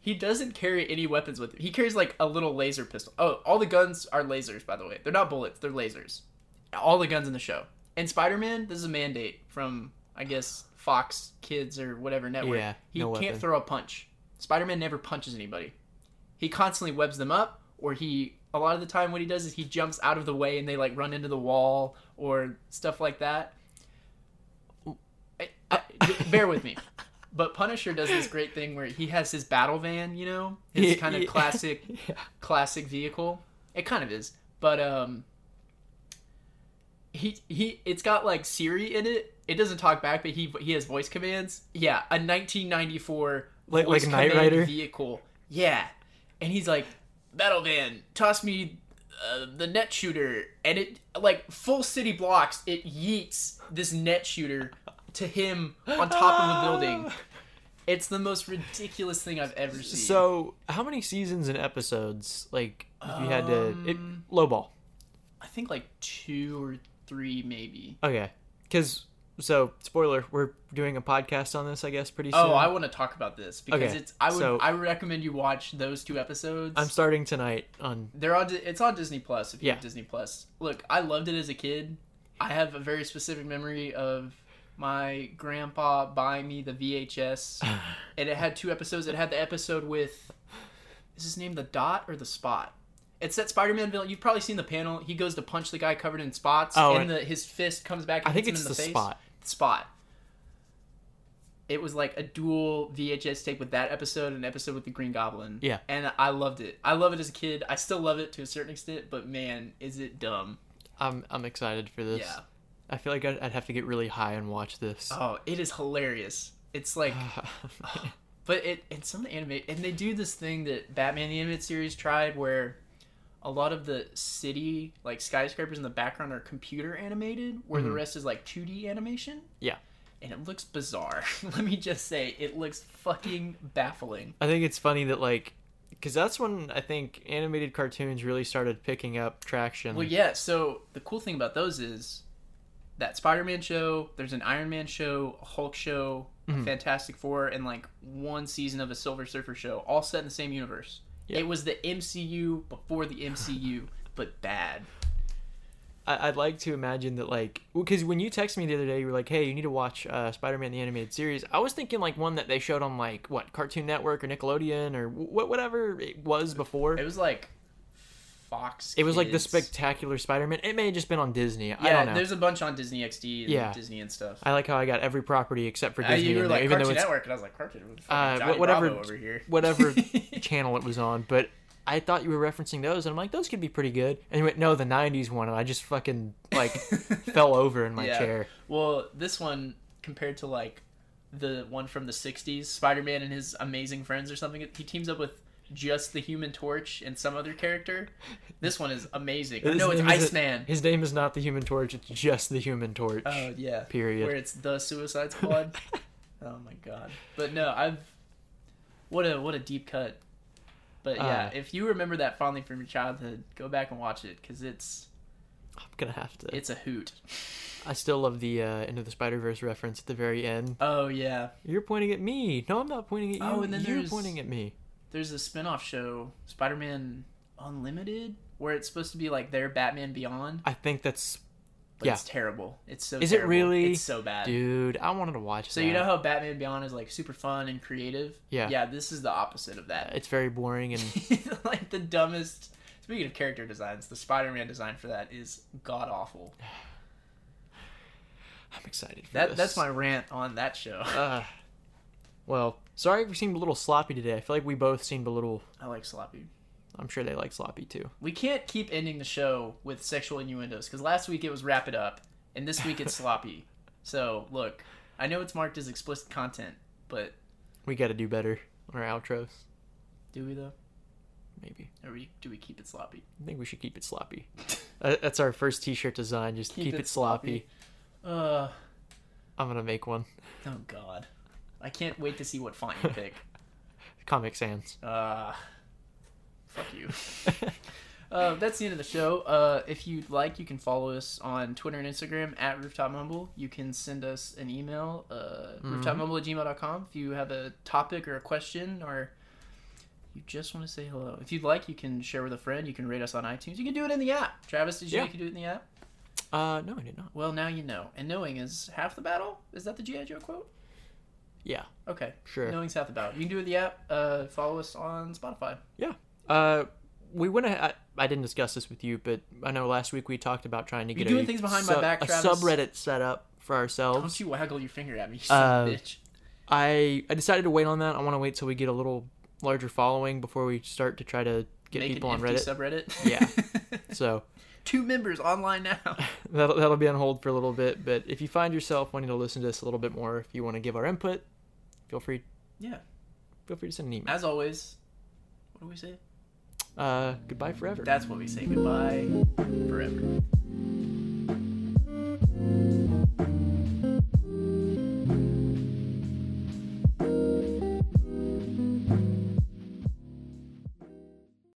Speaker 2: he doesn't carry any weapons with him. He carries like a little laser pistol. Oh, all the guns are lasers by the way. They're not bullets, they're lasers. All the guns in the show. And Spider-Man, this is a mandate from I guess Fox Kids or whatever network.
Speaker 1: Yeah,
Speaker 2: he
Speaker 1: no
Speaker 2: can't
Speaker 1: weapon.
Speaker 2: throw a punch. Spider-Man never punches anybody he constantly webs them up or he a lot of the time what he does is he jumps out of the way and they like run into the wall or stuff like that I- I- bear with me but punisher does this great thing where he has his battle van you know his
Speaker 1: Yeah,
Speaker 2: kind of
Speaker 1: yeah.
Speaker 2: classic classic vehicle it kind of is but um he he it's got like siri in it it doesn't talk back but he he has voice commands yeah a 1994
Speaker 1: Like- like
Speaker 2: voice
Speaker 1: Knight
Speaker 2: command
Speaker 1: Rider?
Speaker 2: vehicle yeah and he's like battle van toss me uh, the net shooter and it like full city blocks it yeets this net shooter to him on top of a building it's the most ridiculous thing i've ever seen
Speaker 1: So, how many seasons and episodes? Like, if you had to it,
Speaker 2: Um,
Speaker 1: lowball.
Speaker 2: i think like two or three maybe
Speaker 1: Okay, because so spoiler, we're doing a podcast on this, I guess, pretty soon.
Speaker 2: Oh, I want to talk about this because
Speaker 1: Okay,
Speaker 2: it's. I would.
Speaker 1: so-
Speaker 2: I would recommend you watch those two episodes.
Speaker 1: I'm starting tonight on.
Speaker 2: They're on. Di- It's on Disney Plus. If you
Speaker 1: Yeah.
Speaker 2: have Disney Plus, look, I loved it as a kid. I have a very specific memory of my grandpa buying me the VHS, and it had two episodes. It had the episode with, is his name the Dot or the Spot? It's that Spider-Man villain. You've probably seen the panel. He goes to punch the guy covered in spots,
Speaker 1: Oh,
Speaker 2: and
Speaker 1: and-
Speaker 2: the, his fist comes back. And
Speaker 1: I think
Speaker 2: hits
Speaker 1: it's
Speaker 2: him in
Speaker 1: the
Speaker 2: the, face.
Speaker 1: Spot.
Speaker 2: Spot. It was like a dual VHS tape with that episode and an episode with the Green Goblin.
Speaker 1: Yeah.
Speaker 2: And I loved it. I love it as a kid. I still love it to a certain extent, but man, is it dumb.
Speaker 1: I'm I'm excited for this.
Speaker 2: Yeah.
Speaker 1: I feel like I'd, I'd have to get really high and watch this.
Speaker 2: Oh, it is hilarious. It's like but it and some of the anime and they do this thing that Batman the animated series tried where a lot of the city like skyscrapers in the background are computer animated where the rest is like 2D animation
Speaker 1: Mm-hmm. yeah.
Speaker 2: and it looks bizarre. Let me just say it looks fucking baffling.
Speaker 1: I think it's funny that like because that's when I think animated cartoons really started picking up traction.
Speaker 2: Well, yeah. So the cool thing about those is that Spider-Man show. There's an Iron Man show, a Hulk show,
Speaker 1: Mm-hmm.
Speaker 2: a Fantastic Four, and like one season of a Silver Surfer show, all set in the same universe.
Speaker 1: Yeah.
Speaker 2: It was the MCU before the MCU, but bad.
Speaker 1: I, I'd like to imagine that like because when you texted me the other day, you were like, "Hey, you need to watch uh, Spider-Man the animated series." I was thinking like one that they showed on like what Cartoon Network or Nickelodeon or wh- whatever it was before.
Speaker 2: It was like Fox.
Speaker 1: It was like the
Speaker 2: Kids.
Speaker 1: spectacular Spider-Man. It may have just been on Disney. I
Speaker 2: Yeah,
Speaker 1: don't know.
Speaker 2: there's a bunch on Disney XD and
Speaker 1: Yeah.
Speaker 2: Disney and stuff.
Speaker 1: I like how I got every property except for
Speaker 2: Uh,
Speaker 1: Disney,
Speaker 2: you were
Speaker 1: in there,
Speaker 2: like
Speaker 1: even though
Speaker 2: Cartoon
Speaker 1: it's
Speaker 2: Network, and I was like Cartoon. fucking
Speaker 1: Uh,
Speaker 2: Johnny
Speaker 1: whatever-
Speaker 2: Bravo over here.
Speaker 1: whatever channel it was on. But I thought you were referencing those, and I'm like, those could be pretty good. And you went, no, the '90s one, and I just fucking like fell over in my
Speaker 2: Yeah.
Speaker 1: chair.
Speaker 2: Well, this one compared to like the one from the '60s, Spider-Man and his amazing friends or something. He teams up with just the Human Torch and some other character. This one is amazing. Or
Speaker 1: His
Speaker 2: no, it's
Speaker 1: name is-
Speaker 2: Iceman.
Speaker 1: His name is not the Human Torch. It's just the Human Torch.
Speaker 2: Oh yeah.
Speaker 1: Period.
Speaker 2: Where it's the Suicide Squad. oh my god. But no, I've what a what a deep cut. But yeah,
Speaker 1: Uh.
Speaker 2: if you remember that fondly from your childhood, go back and watch it because it's
Speaker 1: I'm gonna have to.
Speaker 2: it's a hoot.
Speaker 1: I still love the uh, end of the Spider Verse reference at the very end.
Speaker 2: Oh yeah,
Speaker 1: You're pointing at me. No, I'm not pointing at you.
Speaker 2: Oh, and then
Speaker 1: you're
Speaker 2: there's-
Speaker 1: pointing at me.
Speaker 2: there's a spin-off show spider-man unlimited where it's supposed to be like their batman beyond
Speaker 1: I think that's
Speaker 2: but
Speaker 1: Yeah.
Speaker 2: it's terrible it's so
Speaker 1: Is it
Speaker 2: terrible.
Speaker 1: really?
Speaker 2: it's so bad
Speaker 1: dude. I wanted to watch.
Speaker 2: Uh, so
Speaker 1: that.
Speaker 2: you know how batman beyond is like super fun and creative
Speaker 1: Yeah.
Speaker 2: yeah this is the opposite of that
Speaker 1: it's very boring and
Speaker 2: like the dumbest speaking of character designs the spider-man design for that is god awful
Speaker 1: I'm excited for
Speaker 2: that
Speaker 1: this.
Speaker 2: that's my rant on that show
Speaker 1: Uh, well, sorry if we seemed a little sloppy today. I feel like we both seemed a little.
Speaker 2: i like sloppy
Speaker 1: I'm sure they like sloppy too.
Speaker 2: we can't keep ending the show with sexual innuendos because last week it was wrap it up and this week it's sloppy so look i know it's marked as explicit content but
Speaker 1: We got to do better on our outros.
Speaker 2: do we though
Speaker 1: Maybe
Speaker 2: or we, do we keep it sloppy
Speaker 1: I think we should keep it sloppy. Uh, That's our first T-shirt design. Just keep, it, sloppy.
Speaker 2: uh
Speaker 1: I'm gonna make one.
Speaker 2: oh god i can't wait to see what font you pick
Speaker 1: Comic Sans.
Speaker 2: uh fuck you uh, that's the end of the show. Uh, if you'd like, you can follow us on Twitter and Instagram at Rooftop Mumble. You can send us an email, uh,
Speaker 1: Mm-hmm.
Speaker 2: rooftopmumble at gmail.com. If you have a topic or a question or you just want to say hello. If you'd like, you can share with a friend. You can rate us on iTunes. You can do it in the app. Travis, did you
Speaker 1: Yeah.
Speaker 2: know you can do it in the app?
Speaker 1: Uh, no, I did not.
Speaker 2: Well, now you know. And knowing is half the battle. Is that the G.I. Joe quote?
Speaker 1: Yeah,
Speaker 2: Okay.
Speaker 1: sure.
Speaker 2: Knowing's half the battle. You can do it in the app. Uh, follow us on Spotify.
Speaker 1: Yeah. Uh, we went. Ahead, I, I didn't discuss this with you, but I know last week we talked about trying to get
Speaker 2: doing
Speaker 1: a
Speaker 2: things behind my back,
Speaker 1: a
Speaker 2: Travis.
Speaker 1: subreddit set up for ourselves.
Speaker 2: Don't you waggle your finger at me, you
Speaker 1: Uh,
Speaker 2: son of a bitch.
Speaker 1: I I decided to wait on that. I want to wait till we get a little larger following before we start to try to get
Speaker 2: Make
Speaker 1: people on
Speaker 2: an empty
Speaker 1: Reddit.
Speaker 2: subreddit. Yeah.
Speaker 1: so
Speaker 2: Two members online now.
Speaker 1: that'll, that'll be on hold for a little bit. But if you find yourself wanting to listen to us a little bit more, if you want to give our input, feel free
Speaker 2: Yeah.
Speaker 1: feel free to send an email.
Speaker 2: As always, what do we say?
Speaker 1: Uh, goodbye forever.
Speaker 2: That's what we say. Goodbye forever.